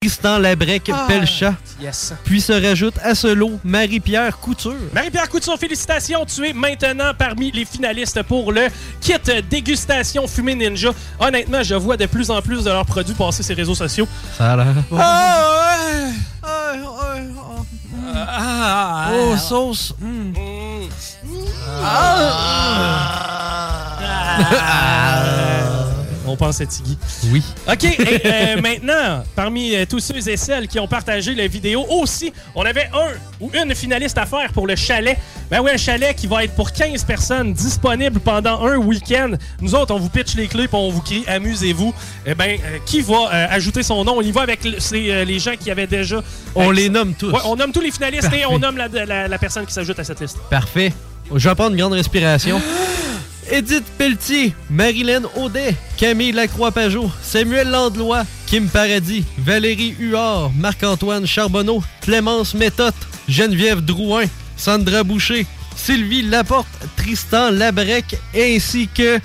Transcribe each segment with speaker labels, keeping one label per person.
Speaker 1: Tristan Labrec
Speaker 2: Ah.
Speaker 1: Pelchat.
Speaker 2: Yes.
Speaker 1: Puis se rajoute à ce lot Marie-Pierre Couture.
Speaker 2: Marie-Pierre Couture, félicitations. Tu es maintenant parmi les finalistes pour le kit dégustation fumée ninja. Honnêtement, je vois de plus en plus de leurs produits passer sur les réseaux sociaux.
Speaker 1: Ça a l'air bon.
Speaker 2: Ah,
Speaker 1: Oh, sauce.
Speaker 2: Ah!
Speaker 1: Ah.
Speaker 2: On pense à Tiggy.
Speaker 1: Oui.
Speaker 2: OK, et euh, maintenant, parmi euh, tous ceux et celles qui ont partagé la vidéo aussi, on avait un ou une finaliste à faire pour le chalet. Ben oui, un chalet qui va être pour 15 personnes disponible pendant un week-end. Nous autres, on vous pitch les clés et on vous crie amusez-vous. Eh ben, euh, qui va euh, ajouter son nom? On y va avec le- c'est, euh, les gens qui avaient déjà.
Speaker 1: On
Speaker 2: euh,
Speaker 1: les nomme tous.
Speaker 2: Ouais, on nomme tous les finalistes et on
Speaker 1: Parfait.
Speaker 2: nomme la, la- la personne qui s'ajoute à cette liste.
Speaker 1: Parfait. Je vais prendre une grande respiration. Edith Pelletier, Marilyn Audet, Camille Lacroix-Pajot, Samuel Landlois, Kim Paradis, Valérie Huard, Marc-Antoine Charbonneau, Clémence Méthode, Geneviève Drouin, Sandra Boucher, Sylvie Laporte, Tristan Labrec, ainsi que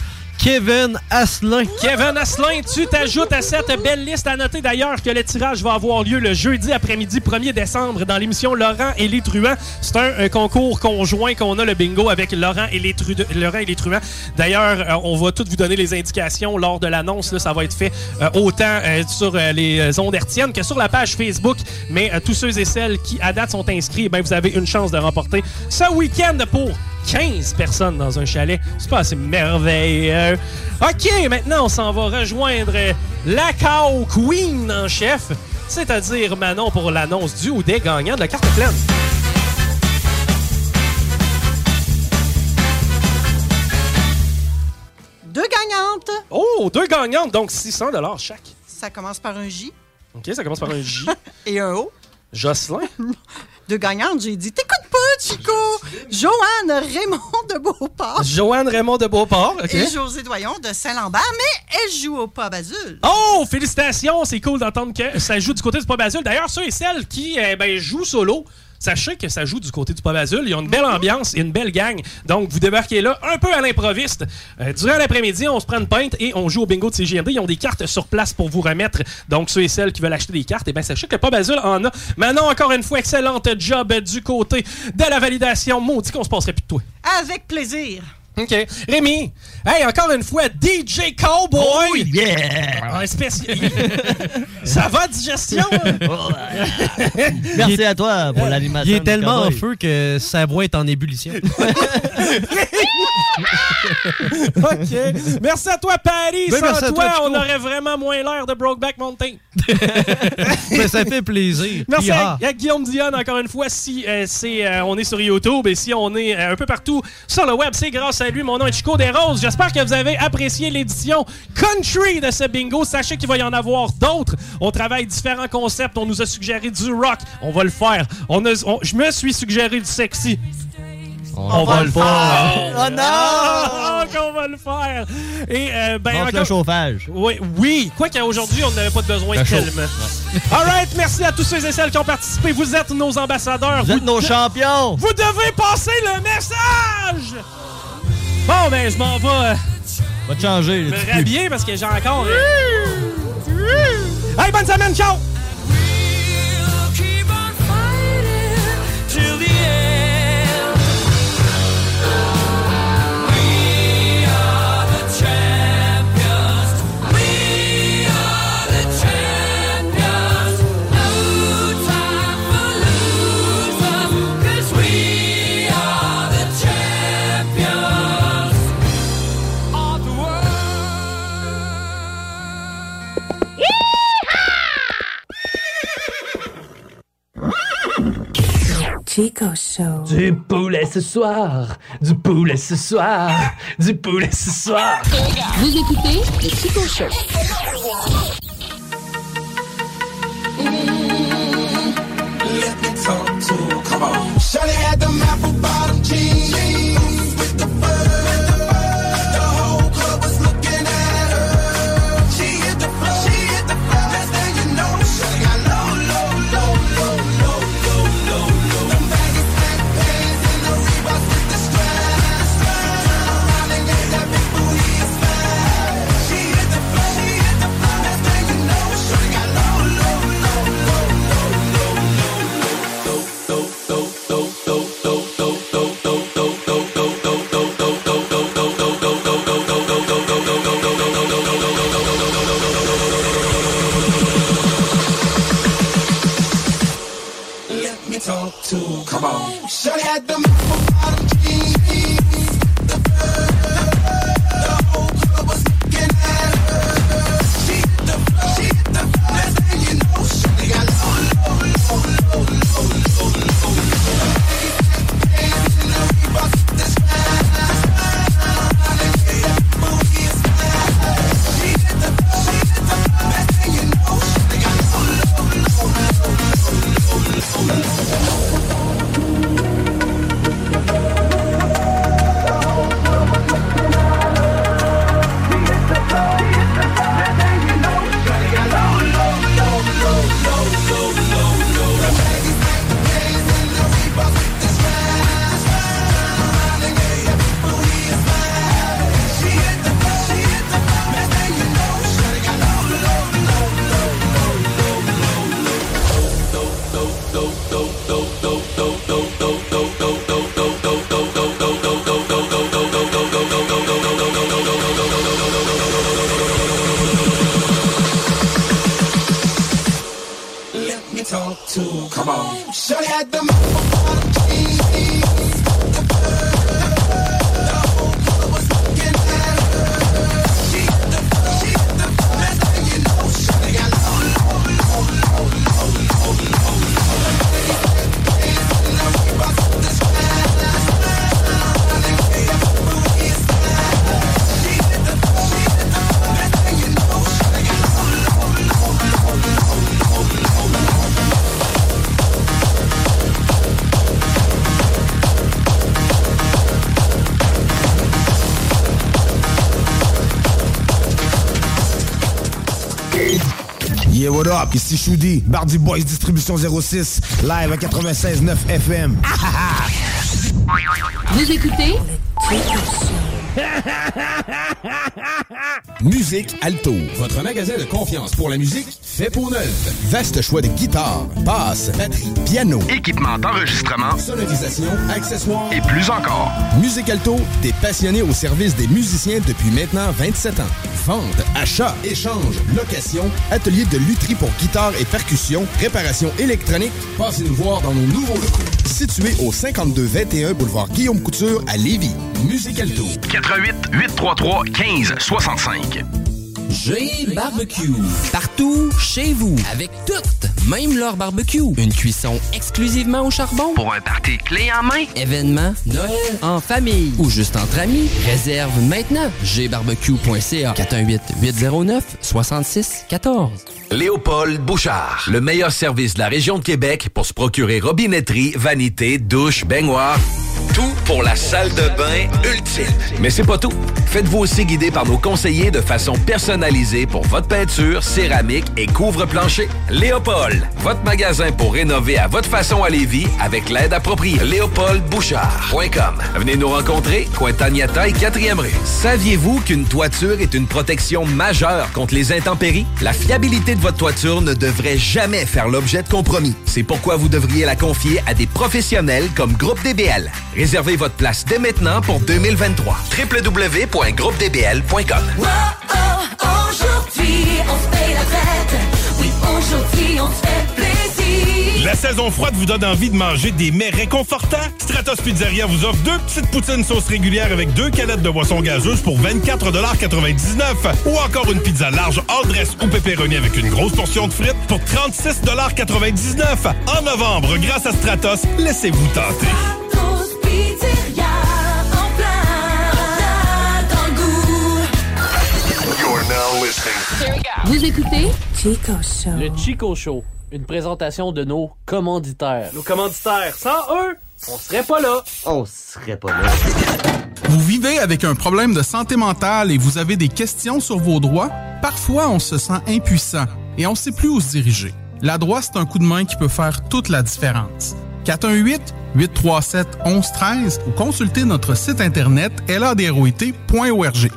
Speaker 1: Kevin Asselin.
Speaker 2: Kevin Asselin, tu t'ajoutes à cette belle liste. À noter d'ailleurs que le tirage va avoir lieu le jeudi après-midi 1er décembre dans l'émission Laurent et les Truands. C'est un, euh, concours conjoint qu'on a le bingo avec Laurent et les, Trude- Laurent et les Truands. D'ailleurs, euh, on va toutes vous donner les indications lors de l'annonce. là. Ça va être fait euh, autant euh, sur euh, les ondes hertziennes que sur la page Facebook. Mais euh, tous ceux et celles qui à date sont inscrits, eh ben, vous avez une chance de remporter ce week-end pour 15 personnes dans un chalet. C'est pas assez merveilleux. OK, maintenant, on s'en va rejoindre euh, la Cow Queen en chef, c'est-à-dire Manon pour l'annonce du ou des gagnants de la carte pleine.
Speaker 3: Deux gagnantes.
Speaker 2: Oh, deux gagnantes, donc 600 chaque.
Speaker 3: Ça commence par un J
Speaker 2: OK, ça commence par un J.
Speaker 3: et un O.
Speaker 2: Jocelyn.
Speaker 3: Deux gagnantes, j'ai dit T'écoutes pas, Chico Joanne Raymond de Beauport
Speaker 2: Joanne Raymond de Beauport. Oh, OK.
Speaker 3: et José Doyon de Saint-Lambert, mais elle joue au pas Basule.
Speaker 2: Oh, félicitations! C'est cool d'entendre que ça joue du côté du Pop Azul. D'ailleurs, ceux et celles qui eh ben, jouent solo, sachez que ça joue du côté du Pop Azul. Ils ont une belle ambiance et une belle gang. Donc, vous débarquez là un peu à l'improviste. Euh, durant l'après-midi, on se prend une pinte et on joue au bingo de CGMD. Ils ont des cartes sur place pour vous remettre. Donc, ceux et celles qui veulent acheter des cartes, eh ben, sachez que le Pop Azul en a. Manon, encore une fois, excellente job du côté de la validation. Maudit qu'on se passerait plus de toi.
Speaker 3: Avec plaisir.
Speaker 2: OK. Rémi, hey, encore une fois, DJ Cowboy! Ah,
Speaker 4: yeah!
Speaker 2: Un spécial. Ça va, digestion? hein?
Speaker 4: Merci à toi pour l'animation.
Speaker 1: Euh, Il est
Speaker 4: du
Speaker 1: tellement en
Speaker 4: cowboy.
Speaker 1: feu que sa voix est en ébullition.
Speaker 2: OK. Merci à toi, Paris.
Speaker 1: Ben, merci
Speaker 2: Sans
Speaker 1: à
Speaker 2: toi,
Speaker 1: toi, Chico.
Speaker 2: on aurait vraiment moins l'air de Brokeback Mountain.
Speaker 1: Mais ça fait plaisir. ah.
Speaker 2: Merci à,
Speaker 1: Hi-ha.
Speaker 2: à Guillaume Dionne, encore une fois. Si euh, c'est, euh, on est sur YouTube et si on est euh, un peu partout sur le web, c'est grâce à lui. Mon nom est Chico Des Roses. J'espère que vous avez apprécié l'édition country de ce bingo. Sachez qu'il va y en avoir d'autres. On travaille différents concepts. On nous a suggéré du rock. On va le faire. On a- on- je me suis suggéré du sexy.
Speaker 1: On, va le faire.
Speaker 4: Oh non!
Speaker 2: Ah, qu'on va le faire. Et euh, ben
Speaker 4: Monte le
Speaker 2: encore-
Speaker 4: chauffage.
Speaker 2: Oui, oui. Quoi qu'aujourd'hui, on n'avait pas de besoin
Speaker 1: La chose.
Speaker 2: tellement. All right, merci à tous ceux et celles qui ont participé. Vous êtes nos ambassadeurs.
Speaker 4: Vous êtes nos champions!
Speaker 2: Vous devez passer le message! Bon, ben, je m'en vais euh,
Speaker 4: Va te changer.
Speaker 2: me rhabiller parce que j'ai encore... euh, Hey, bonne semaine, ciao!
Speaker 5: Chico Show.
Speaker 6: Du poulet ce soir, du poulet ce soir, du poulet ce soir.
Speaker 7: Vous écoutez le Chico Show.
Speaker 8: Yeah, what up? Ici Shoudi, Bardi Boys Distribution 06, live à 96.9 FM.
Speaker 7: Vous écoutez Musique Alto, votre magasin de confiance pour la musique fait pour neuf. Vaste choix de guitares, basses, batteries, piano, équipement d'enregistrement, sonorisation, accessoires et plus encore. Musique Alto, des passionnés au service des musiciens depuis maintenant 27 ans. Vente, achat, échange, location, atelier de lutherie pour guitare et percussion, réparation électronique. Passez nous voir dans nos nouveaux locaux. Situés au 5221 boulevard Guillaume Couture à Lévis. Musique Alto.
Speaker 9: 88 833 15 65.
Speaker 10: J'ai barbecue. Partout, chez vous, avec toutes, même leur barbecue. Une cuisson exclusivement au charbon. Pour un party clé en main. Événement, Noël, en famille ou juste entre amis. Réserve maintenant. gbarbecue.ca 418-809-6614.
Speaker 11: Léopold Bouchard, le meilleur service de la région de Québec pour se procurer robinetterie, vanité, douche, baignoire. Tout pour la salle de bain ultime. Mais c'est pas tout. Faites-vous aussi guider par nos conseillers de façon personnalisée pour votre peinture, céramique et couvre-plancher. Léopold, votre magasin pour rénover à votre façon à Lévis avec l'aide appropriée. LéopoldBouchard.com. Venez nous rencontrer, Cointagnata et 4e rue. Saviez-vous qu'une toiture est une protection majeure contre les intempéries? La fiabilité de votre toiture ne devrait jamais faire l'objet de compromis. C'est pourquoi vous devriez la confier à des professionnels comme Groupe DBL. Réservez votre place dès maintenant pour 2023. www.groupedbl.com.
Speaker 8: oh, Aujourd'hui, on se fait la fête. Oui, aujourd'hui, on se fait plaisir.
Speaker 12: La saison froide vous donne envie de manger des mets réconfortants? Stratos Pizzeria vous offre deux petites poutines sauce régulière avec deux canettes de boisson gazeuse pour 24,99 ou encore une pizza large hors dress ou pepperoni avec une grosse portion de frites pour 36,99 En novembre, grâce à Stratos, laissez-vous tenter.
Speaker 8: Tous pizzeria en plein, dans le goût.
Speaker 13: You're now listening.
Speaker 8: Vous écoutez Chico Show.
Speaker 1: Le Chico Show, une présentation de nos commanditaires. Nos commanditaires, sans eux, on serait pas là. On serait pas là.
Speaker 14: Vous vivez avec un problème de santé mentale et vous avez des questions sur vos droits? Parfois, on se sent impuissant et on ne sait plus où se diriger. La droite, c'est un coup de main qui peut faire toute la différence. 418-837-1113 ou consultez notre site internet ladroit.org.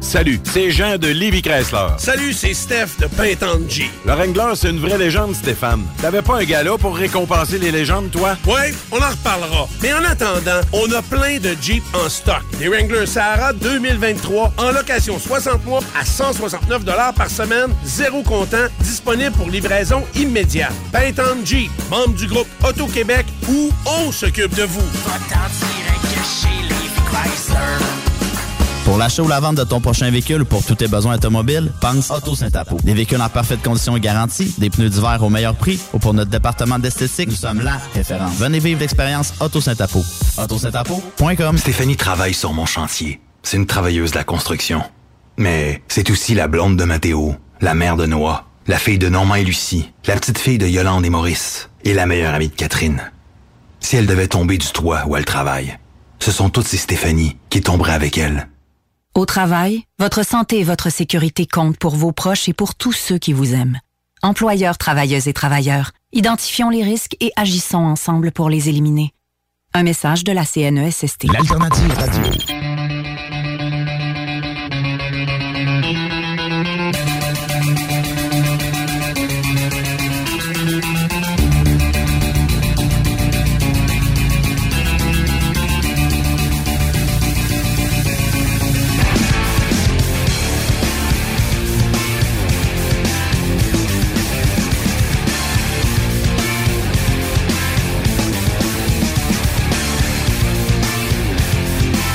Speaker 15: Salut, c'est Jean de Livy Chrysler. Salut, c'est Steph de Pintante G. Le Wrangler, c'est une vraie légende, Stéphane. T'avais pas un gala pour récompenser les légendes, toi?
Speaker 16: Ouais, on en reparlera. Mais en attendant, on a plein de Jeep en stock. Des Wrangler Sahara 2023 en location 60 mois à 169 par semaine, zéro comptant, disponible pour livraison immédiate. Pintante Jeep, membre du groupe Auto-Québec, où on s'occupe de vous.
Speaker 4: Pour l'achat ou la vente de ton prochain véhicule pour tous tes besoins automobiles, pense Auto Saint-Apo. Des véhicules en parfaite condition et garantie, des pneus d'hiver au meilleur prix ou pour notre département d'esthétique, nous sommes là. référence. Venez vivre l'expérience Auto Saint-Apo. Auto Saint-Apo.
Speaker 17: Stéphanie travaille sur mon chantier. C'est une travailleuse de la construction. Mais c'est aussi la blonde de Mathéo, la mère de Noah, la fille de Normand et Lucie, la petite fille de Yolande et Maurice, et la meilleure amie de Catherine. Si elle devait tomber du toit où elle travaille, ce sont toutes ces Stéphanie qui tomberaient avec elle.
Speaker 18: Au travail, votre santé et votre sécurité comptent pour vos proches et pour tous ceux qui vous aiment. Employeurs, travailleuses et travailleurs, identifions les risques et agissons ensemble pour les éliminer. Un message de la E CNESST.
Speaker 19: L'alternative radio.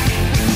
Speaker 8: Thank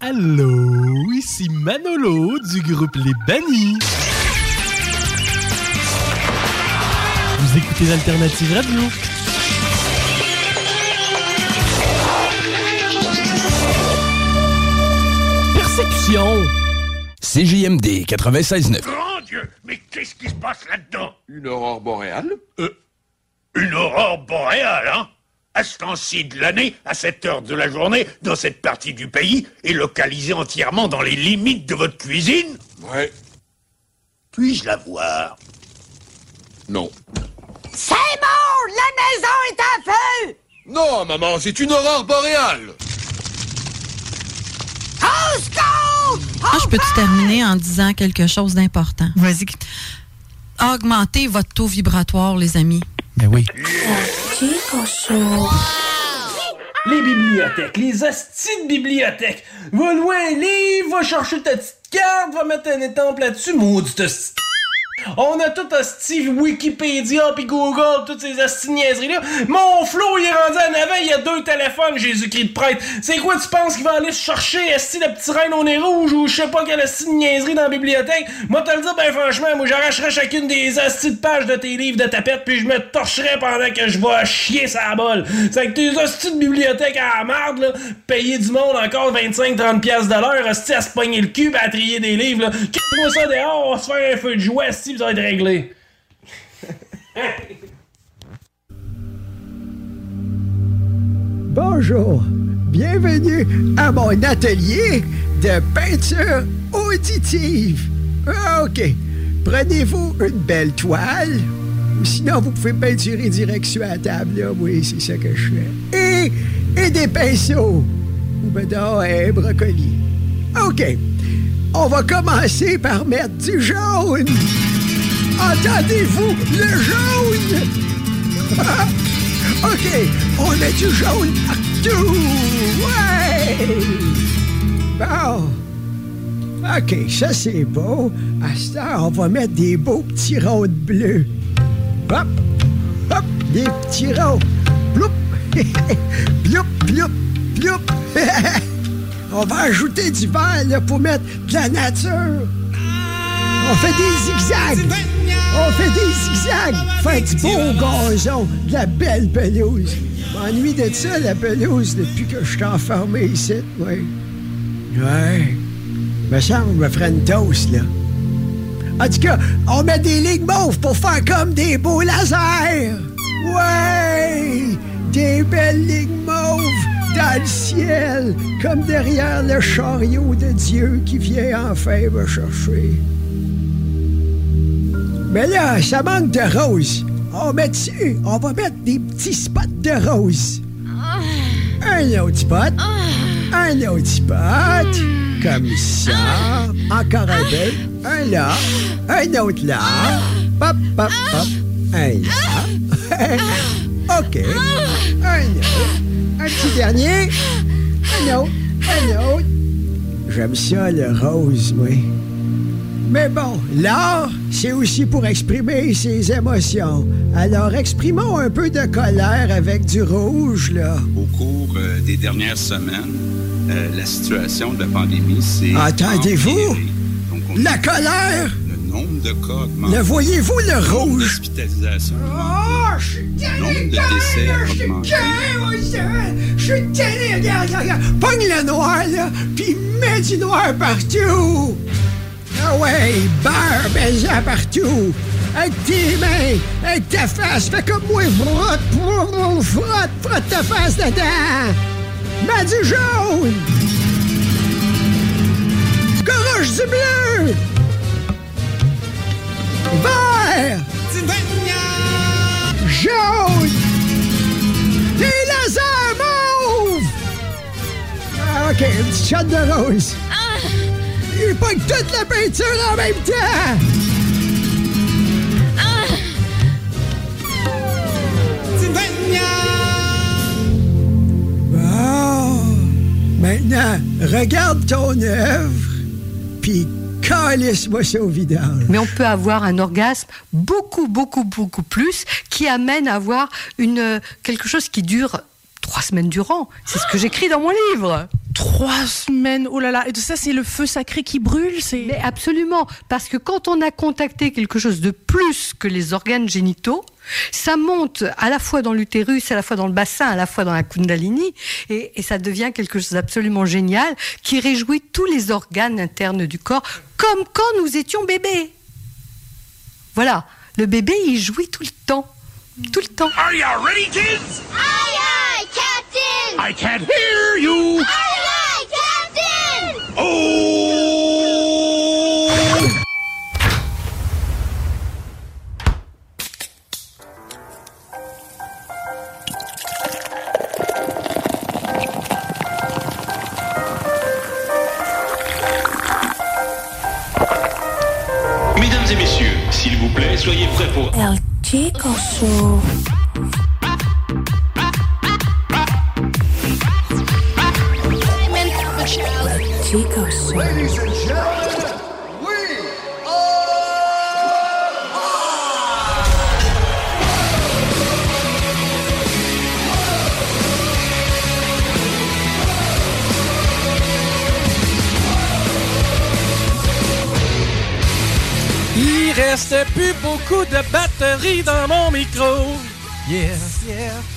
Speaker 20: Allô, ici Manolo du groupe Les Bannis. Vous écoutez l'Alternative Radio.
Speaker 7: Perception. CJMD 96.9.
Speaker 13: Grand Dieu, mais qu'est-ce qui se passe là-dedans Euh,
Speaker 7: Une aurore boréale?
Speaker 13: Une aurore boréale, hein À ce temps-ci de l'année, à cette heure de la journée, dans cette partie du pays, et localisée entièrement dans les limites de votre cuisine
Speaker 7: Ouais.
Speaker 13: Puis-je la voir
Speaker 7: Non.
Speaker 21: C'est bon! La maison est à feu!
Speaker 7: Non, maman, c'est une aurore boréale.
Speaker 21: Au secours!
Speaker 22: Ah, je peux-tu terminer en disant quelque chose d'important? Vas-y. Augmentez votre taux vibratoire, les amis.
Speaker 20: Ben oui.
Speaker 2: Les bibliothèques, les hosties de bibliothèques. Va louer un livre, va chercher ta petite carte, va mettre un étampe là-dessus, maudite hostie. On a tout hostie Wikipédia puis Google, toutes ces hosties niaiseries-là. Mon Flo, il est rendu en avant, il a deux téléphones, Jésus-Christ de prêtre. C'est quoi, tu penses qu'il va aller chercher hostie la petite reine au nez rouge ou je sais pas quelle hostie de niaiserie dans la bibliothèque? Moi, te le dis, ben franchement, moi, j'arracherais chacune des hosties de pages de tes livres de tapette puis je me torcherais pendant que je vais chier sa bol. C'est que tes hosties de bibliothèque à la marde, là, payer du monde encore 25-30 pièces de l'heure, hostie à se pogner le cul pis à trier des livres, là. Quitte-moi ça dehors, on va se faire un feu de joie, hostie, pis ça va être réglé.
Speaker 23: Bonjour, bienvenue à mon atelier de peinture auditive. Ah, OK, prenez-vous une belle toile. Sinon, vous pouvez peinturer direct sur la table. là. Oui, c'est ça que je fais. Et, et des pinceaux. Ou ben non, un brocoli. OK, on va commencer par mettre du jaune. Entendez-vous le jaune? Ah! OK, on met du jaune partout. Ouais! Bon. OK, ça c'est beau. À ce temps, on va mettre des beaux petits ronds de bleu. Hop! Hop! Des petits ronds. Ploup! ploup, ploup, ploup! on va ajouter du vert là, pour mettre de la nature. On fait des zigzags. On fait des zigzags. Fait du beau gazon, de la belle pelouse. M'ennuie de ça, la pelouse, depuis que je suis enfermé ici, oui. Ouais. Me semble, je me ferait une toast, là. En tout cas, on met des lignes mauves pour faire comme des beaux lasers. Ouais! Des belles lignes mauves dans le ciel, comme derrière le chariot de Dieu qui vient enfin me chercher. Mais là, ça manque de Oh, rose. On met dessus, on va mettre des petits spots de rose. Un autre spot, un autre spot, comme ça, encore un bel, un là, un autre là, pop, pop, pop, un là. OK, un autre, un petit dernier, un autre, un autre. J'aime ça, le rose, oui. Mais bon, l'art, c'est aussi pour exprimer ses émotions. Alors, exprimons un peu de colère avec du rouge, là.
Speaker 8: Au cours euh, des dernières semaines, euh, la situation de la pandémie s'est...
Speaker 23: Entendez-vous? La colère!
Speaker 8: Le nombre de cas augmente.
Speaker 23: Le voyez-vous, le
Speaker 8: nombre
Speaker 23: rouge?
Speaker 8: d'hospitalisations
Speaker 23: Oh, je suis
Speaker 8: tanné de décès
Speaker 23: là, je suis
Speaker 8: augmenté.
Speaker 23: tanné, moi, je- Je suis tanné, regarde, regarde, regarde. Pogne le noir, là, puis mets du noir partout. Ah ouais, beurre, mets-en partout. Avec tes mains, avec ta face, fais comme moi, frotte, frotte, frotte, frotte ta face dedans. Mets du jaune. Gorge du bleu. Vert! Jaune! Des lasers mauves! Ah, OK, une petite shot de rose.
Speaker 8: Ah.
Speaker 23: Il pogne toute la peinture en même temps!
Speaker 8: Ah.
Speaker 23: Bon! Maintenant, regarde ton œuvre, puis calisse-moi ça au vidange.
Speaker 24: Mais on peut avoir un orgasme beaucoup, beaucoup, beaucoup plus qui amène à avoir une, quelque chose qui dure trois semaines durant. C'est ce que j'écris dans mon livre. Trois semaines, oh là là. Et ça, c'est le feu sacré qui brûle, c'est. Mais absolument, parce que quand on a contacté quelque chose de plus que les organes génitaux, ça monte à la fois dans l'utérus, à la fois dans le bassin, à la fois dans la kundalini, et, et ça devient quelque chose d'absolument génial qui réjouit tous les organes internes du corps, comme quand nous étions bébés. Voilà, le bébé, il jouit tout le temps. Tout le temps.
Speaker 13: Are you ready, kids? Aye, aye, Captain! I can't hear you! Aye, aye, Captain! Oh!
Speaker 3: Mesdames et messieurs, s'il vous plaît, soyez prêts pour...
Speaker 8: El Chico Show. Chico
Speaker 2: Il reste plus beaucoup de batterie dans mon micro. Yeah.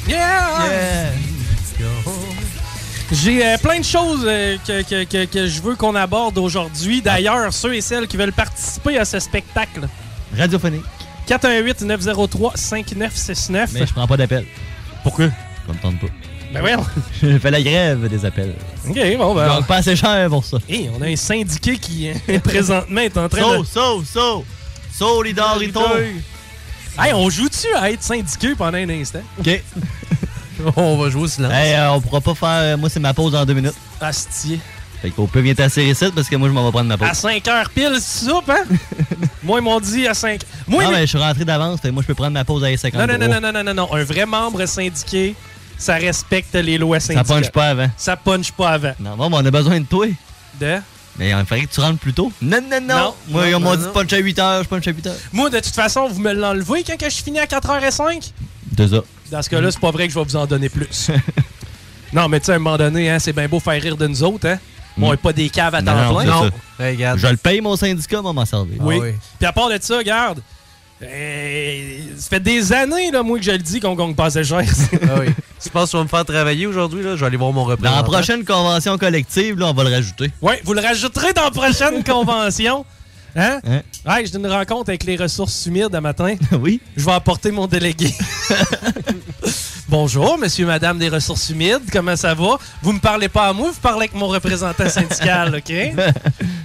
Speaker 2: Yeah. J'ai euh, plein de choses euh, que, que- que- que je veux qu'on aborde aujourd'hui. D'ailleurs, ceux et celles qui veulent participer à ce spectacle.
Speaker 4: Radiophonique.
Speaker 2: 418-903-5969.
Speaker 4: Mais je prends pas d'appel. Pourquoi? Je me tente pas.
Speaker 2: Ben voyons.
Speaker 4: Je fais la grève des appels.
Speaker 2: OK, bon, ben.
Speaker 4: Je gagne pas assez cher pour ça.
Speaker 2: Hey, on a un syndiqué qui euh, présentement est en train
Speaker 4: So,
Speaker 2: de.
Speaker 4: so, so. Solidarité.
Speaker 2: Hey, on joue-tu à être syndiqué pendant un instant?
Speaker 4: OK.
Speaker 2: on va jouer au silence.
Speaker 4: Hey, euh, on pourra pas faire... Moi, c'est ma pause dans deux minutes.
Speaker 2: Astier.
Speaker 4: Fait qu'on peut bien tasser ici parce que moi, je m'en vais prendre ma pause.
Speaker 2: À 5 heures pile, soupe, hein? Moi, ils m'ont dit à 5. Moi,
Speaker 4: non,
Speaker 2: les-
Speaker 4: mais je suis rentré d'avance. fait que Moi, je peux prendre ma pause à 50
Speaker 2: non, non, non, non, non, non, non, non. Un vrai membre syndiqué, ça respecte les lois
Speaker 4: Ça
Speaker 2: syndicales.
Speaker 4: punch pas avant.
Speaker 2: Ça punch pas avant.
Speaker 4: Non, bon, mais on a besoin de toi.
Speaker 2: De?
Speaker 4: Mais il faudrait que tu rentres plus tôt. Non, non, non.
Speaker 2: Non,
Speaker 4: Moi,
Speaker 2: non,
Speaker 4: on m'a
Speaker 2: non,
Speaker 4: dit de
Speaker 2: non.
Speaker 4: punch à 8 heures, je punch à 8 heures.
Speaker 2: Moi, de toute façon, vous me l'enlevez quand que je finis à 4h05?
Speaker 4: Deux heures.
Speaker 2: Dans ce cas-là, c'est pas vrai que je vais vous en donner plus. non, mais tu sais, à un moment donné, hein, c'est bien beau faire rire de nous autres, hein? Bon, on est pas des caves à temps plein.
Speaker 4: Mm. c'est ça. Je le paye, mon syndicat, moi, m'en servir.
Speaker 2: Ah Oui. Puis à part de ça, regarde. euh, ça fait des années, là, moi, que je le dis qu'on gagne pas assez cher.
Speaker 1: Ah oui. Tu penses qu'on va me faire travailler aujourd'hui? là? Je vais aller voir mon
Speaker 4: Dans
Speaker 1: représentant.
Speaker 4: la prochaine convention collective, là, on va le rajouter.
Speaker 2: Oui, vous le rajouterez dans la prochaine convention. Hein? Hey, j'ai une rencontre avec les ressources humides à matin.
Speaker 4: Oui.
Speaker 2: Je vais apporter mon délégué. Bonjour, monsieur, madame des ressources humides. Comment ça va? Vous me parlez pas à moi, vous parlez avec mon représentant syndical, OK?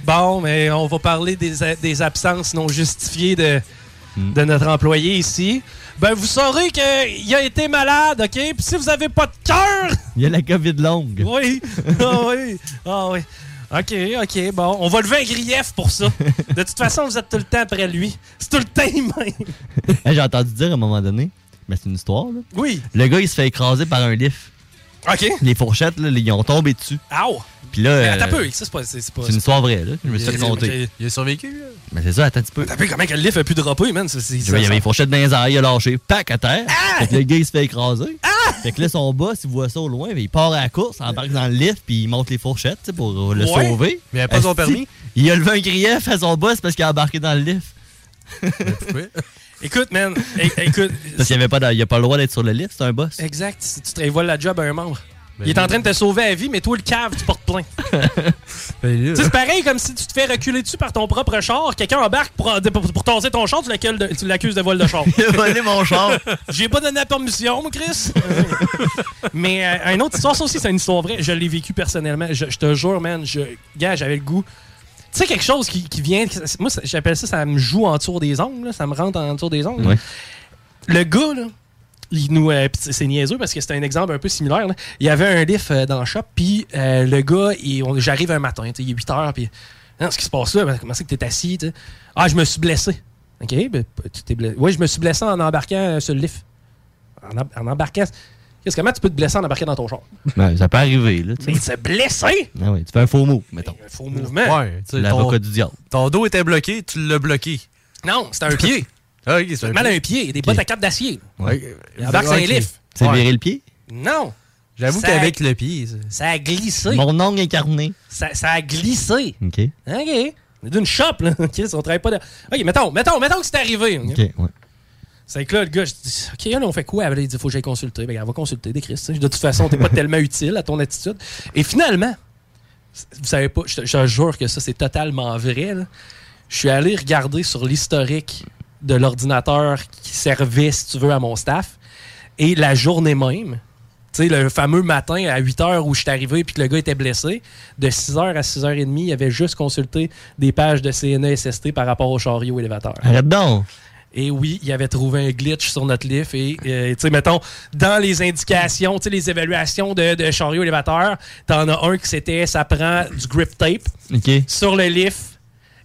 Speaker 2: Bon, mais on va parler des, a- des absences non justifiées de, de notre employé ici. Ben, vous saurez qu'il a été malade, OK? Puis si vous avez pas de cœur...
Speaker 4: Il y a la COVID longue.
Speaker 2: Oui, ah oui, ah oui. OK, OK, bon. On va lever un grief pour ça. De toute façon, vous êtes tout le temps après lui. C'est tout le temps les mêmes.
Speaker 4: Hey, J'ai entendu dire à un moment donné, mais c'est une histoire, là.
Speaker 2: Oui.
Speaker 4: Le gars, il se fait écraser par un lift.
Speaker 2: OK. Ah.
Speaker 4: Les fourchettes, là, ils ont tombé dessus.
Speaker 2: Ow!
Speaker 4: Puis là.
Speaker 2: Mais
Speaker 4: euh,
Speaker 2: attends un peu, ça, c'est pas... C'est c'est pas-
Speaker 4: C'est une histoire vraie, là. Je me suis fait compter.
Speaker 2: Il a survécu, là.
Speaker 4: Mais c'est ça, attends un petit peu.
Speaker 2: T'as vu comment que le lift a pu dropper, man? C'est- c'est-
Speaker 4: Tu vois, Il Ah! y avait une fourchette dans les airs, il a lâché, pac, à terre. Fait que le gars, il se fait écraser. Fait que là, son boss, il voit ça au loin, mais il part à la course, embarque dans le lift, puis il monte les fourchettes tu sais, pour le
Speaker 1: Ouais.
Speaker 4: sauver.
Speaker 1: Mais il a pas son
Speaker 4: Asti,
Speaker 1: permis.
Speaker 4: Il a levé un grief à son boss parce qu'il a embarqué dans le lift.
Speaker 2: Écoute, man, e- é- écoute...
Speaker 4: Parce qu'il n'y avait pas, de- il a pas le droit d'être sur le lift, c'est un boss.
Speaker 2: Exact, si tu te dévoiles la job à un membre.
Speaker 4: Ben
Speaker 2: il est en
Speaker 4: oui.
Speaker 2: train de te sauver la vie, mais toi, le cave, tu portes plein. Tu sais, c'est pareil comme si tu te fais reculer dessus par ton propre char. Quelqu'un embarque pour, pour, pour tasser ton char, tu l'accueilles de- tu l'accuses de, vol de char.
Speaker 4: Il a volé mon char.
Speaker 2: J'ai pas donné la permission, moi, Chris. Mais euh, une autre histoire, ça aussi, c'est une histoire vraie. Je l'ai vécu personnellement. Je, je te jure, man, je, gars, j'avais le goût. Tu sais, quelque chose qui, qui vient. Moi, ça- j'appelle ça, ça me joue en tour des ongles. là. Ça me rentre en tour des ongles.
Speaker 4: Ouais.
Speaker 2: Le gars, là, il nous, euh, pis c'est c'est niaiseux parce que c'est un exemple un peu similaire. là. Il y avait un lift euh, dans le shop, puis euh, le gars, il- on- j'arrive un matin, tu sais, il est 8 heures, puis Non, ce qui se passe là, ben, comment c'est que t'es assis? tu sais? Ah, je me suis blessé. OK, ben, tu t'es blessé. Oui, je me suis blessé en embarquant euh, sur le lift. En, em- en embarquant. Qu'est-ce comment tu peux te blesser en embarquant dans ton char?
Speaker 4: Ben, ça peut arriver, là. tu sais.
Speaker 2: Mais il s'est blessé!
Speaker 4: Ah ouais, tu fais un faux mot, mettons.
Speaker 2: Faux mouvement.
Speaker 1: Ouais, tu sais,
Speaker 4: L'avocat
Speaker 1: ton-
Speaker 4: du diable.
Speaker 1: Ton dos était bloqué, tu l'as bloqué.
Speaker 2: Non, c'était un pied.
Speaker 1: Ah, ok, c'est
Speaker 2: Mal à un pied, des bottes à cap d'acier.
Speaker 1: Ouais.
Speaker 2: Il embarque sur un
Speaker 1: Ok.
Speaker 2: lift.
Speaker 4: C'est
Speaker 1: Ouais.
Speaker 4: viré le pied?
Speaker 2: Non!
Speaker 1: J'avoue
Speaker 2: Ça-
Speaker 1: qu'avec le pied, ça-
Speaker 2: Ça a glissé.
Speaker 4: Mon ongle incarné.
Speaker 2: Ça, ça a glissé.
Speaker 4: OK.
Speaker 2: OK. On est D'une shop, là. OK, on travaille pas de... OK, mettons, mettons, mettons que c'est arrivé. OK,
Speaker 4: ouais.
Speaker 2: C'est que là, le gars, je dis, OK, là, on fait quoi? Ah, ben là, Il dit, faut que j'aille consulter. Ben, on va consulter, des Christ. De toute façon, t'es pas tellement utile à ton attitude. Et finalement, vous savez pas, je te, je te jure que ça, c'est totalement vrai. là. Je suis allé regarder sur l'historique de l'ordinateur qui servait, si tu veux, à mon staff. Et la journée même, tu sais, le fameux matin à 8 h où je suis arrivé puis que le gars était blessé, de 6 h à 6 h 30, il avait juste consulté des pages de E CNA SST par rapport au chariot élévateur.
Speaker 4: Arrête donc.
Speaker 2: Et oui, il avait trouvé un glitch sur notre lift. Et, euh, tu sais, mettons, dans les indications, tu sais, les évaluations de, de chariot élévateur, t'en as un qui c'était ça prend du grip tape
Speaker 4: OK.
Speaker 2: sur le lift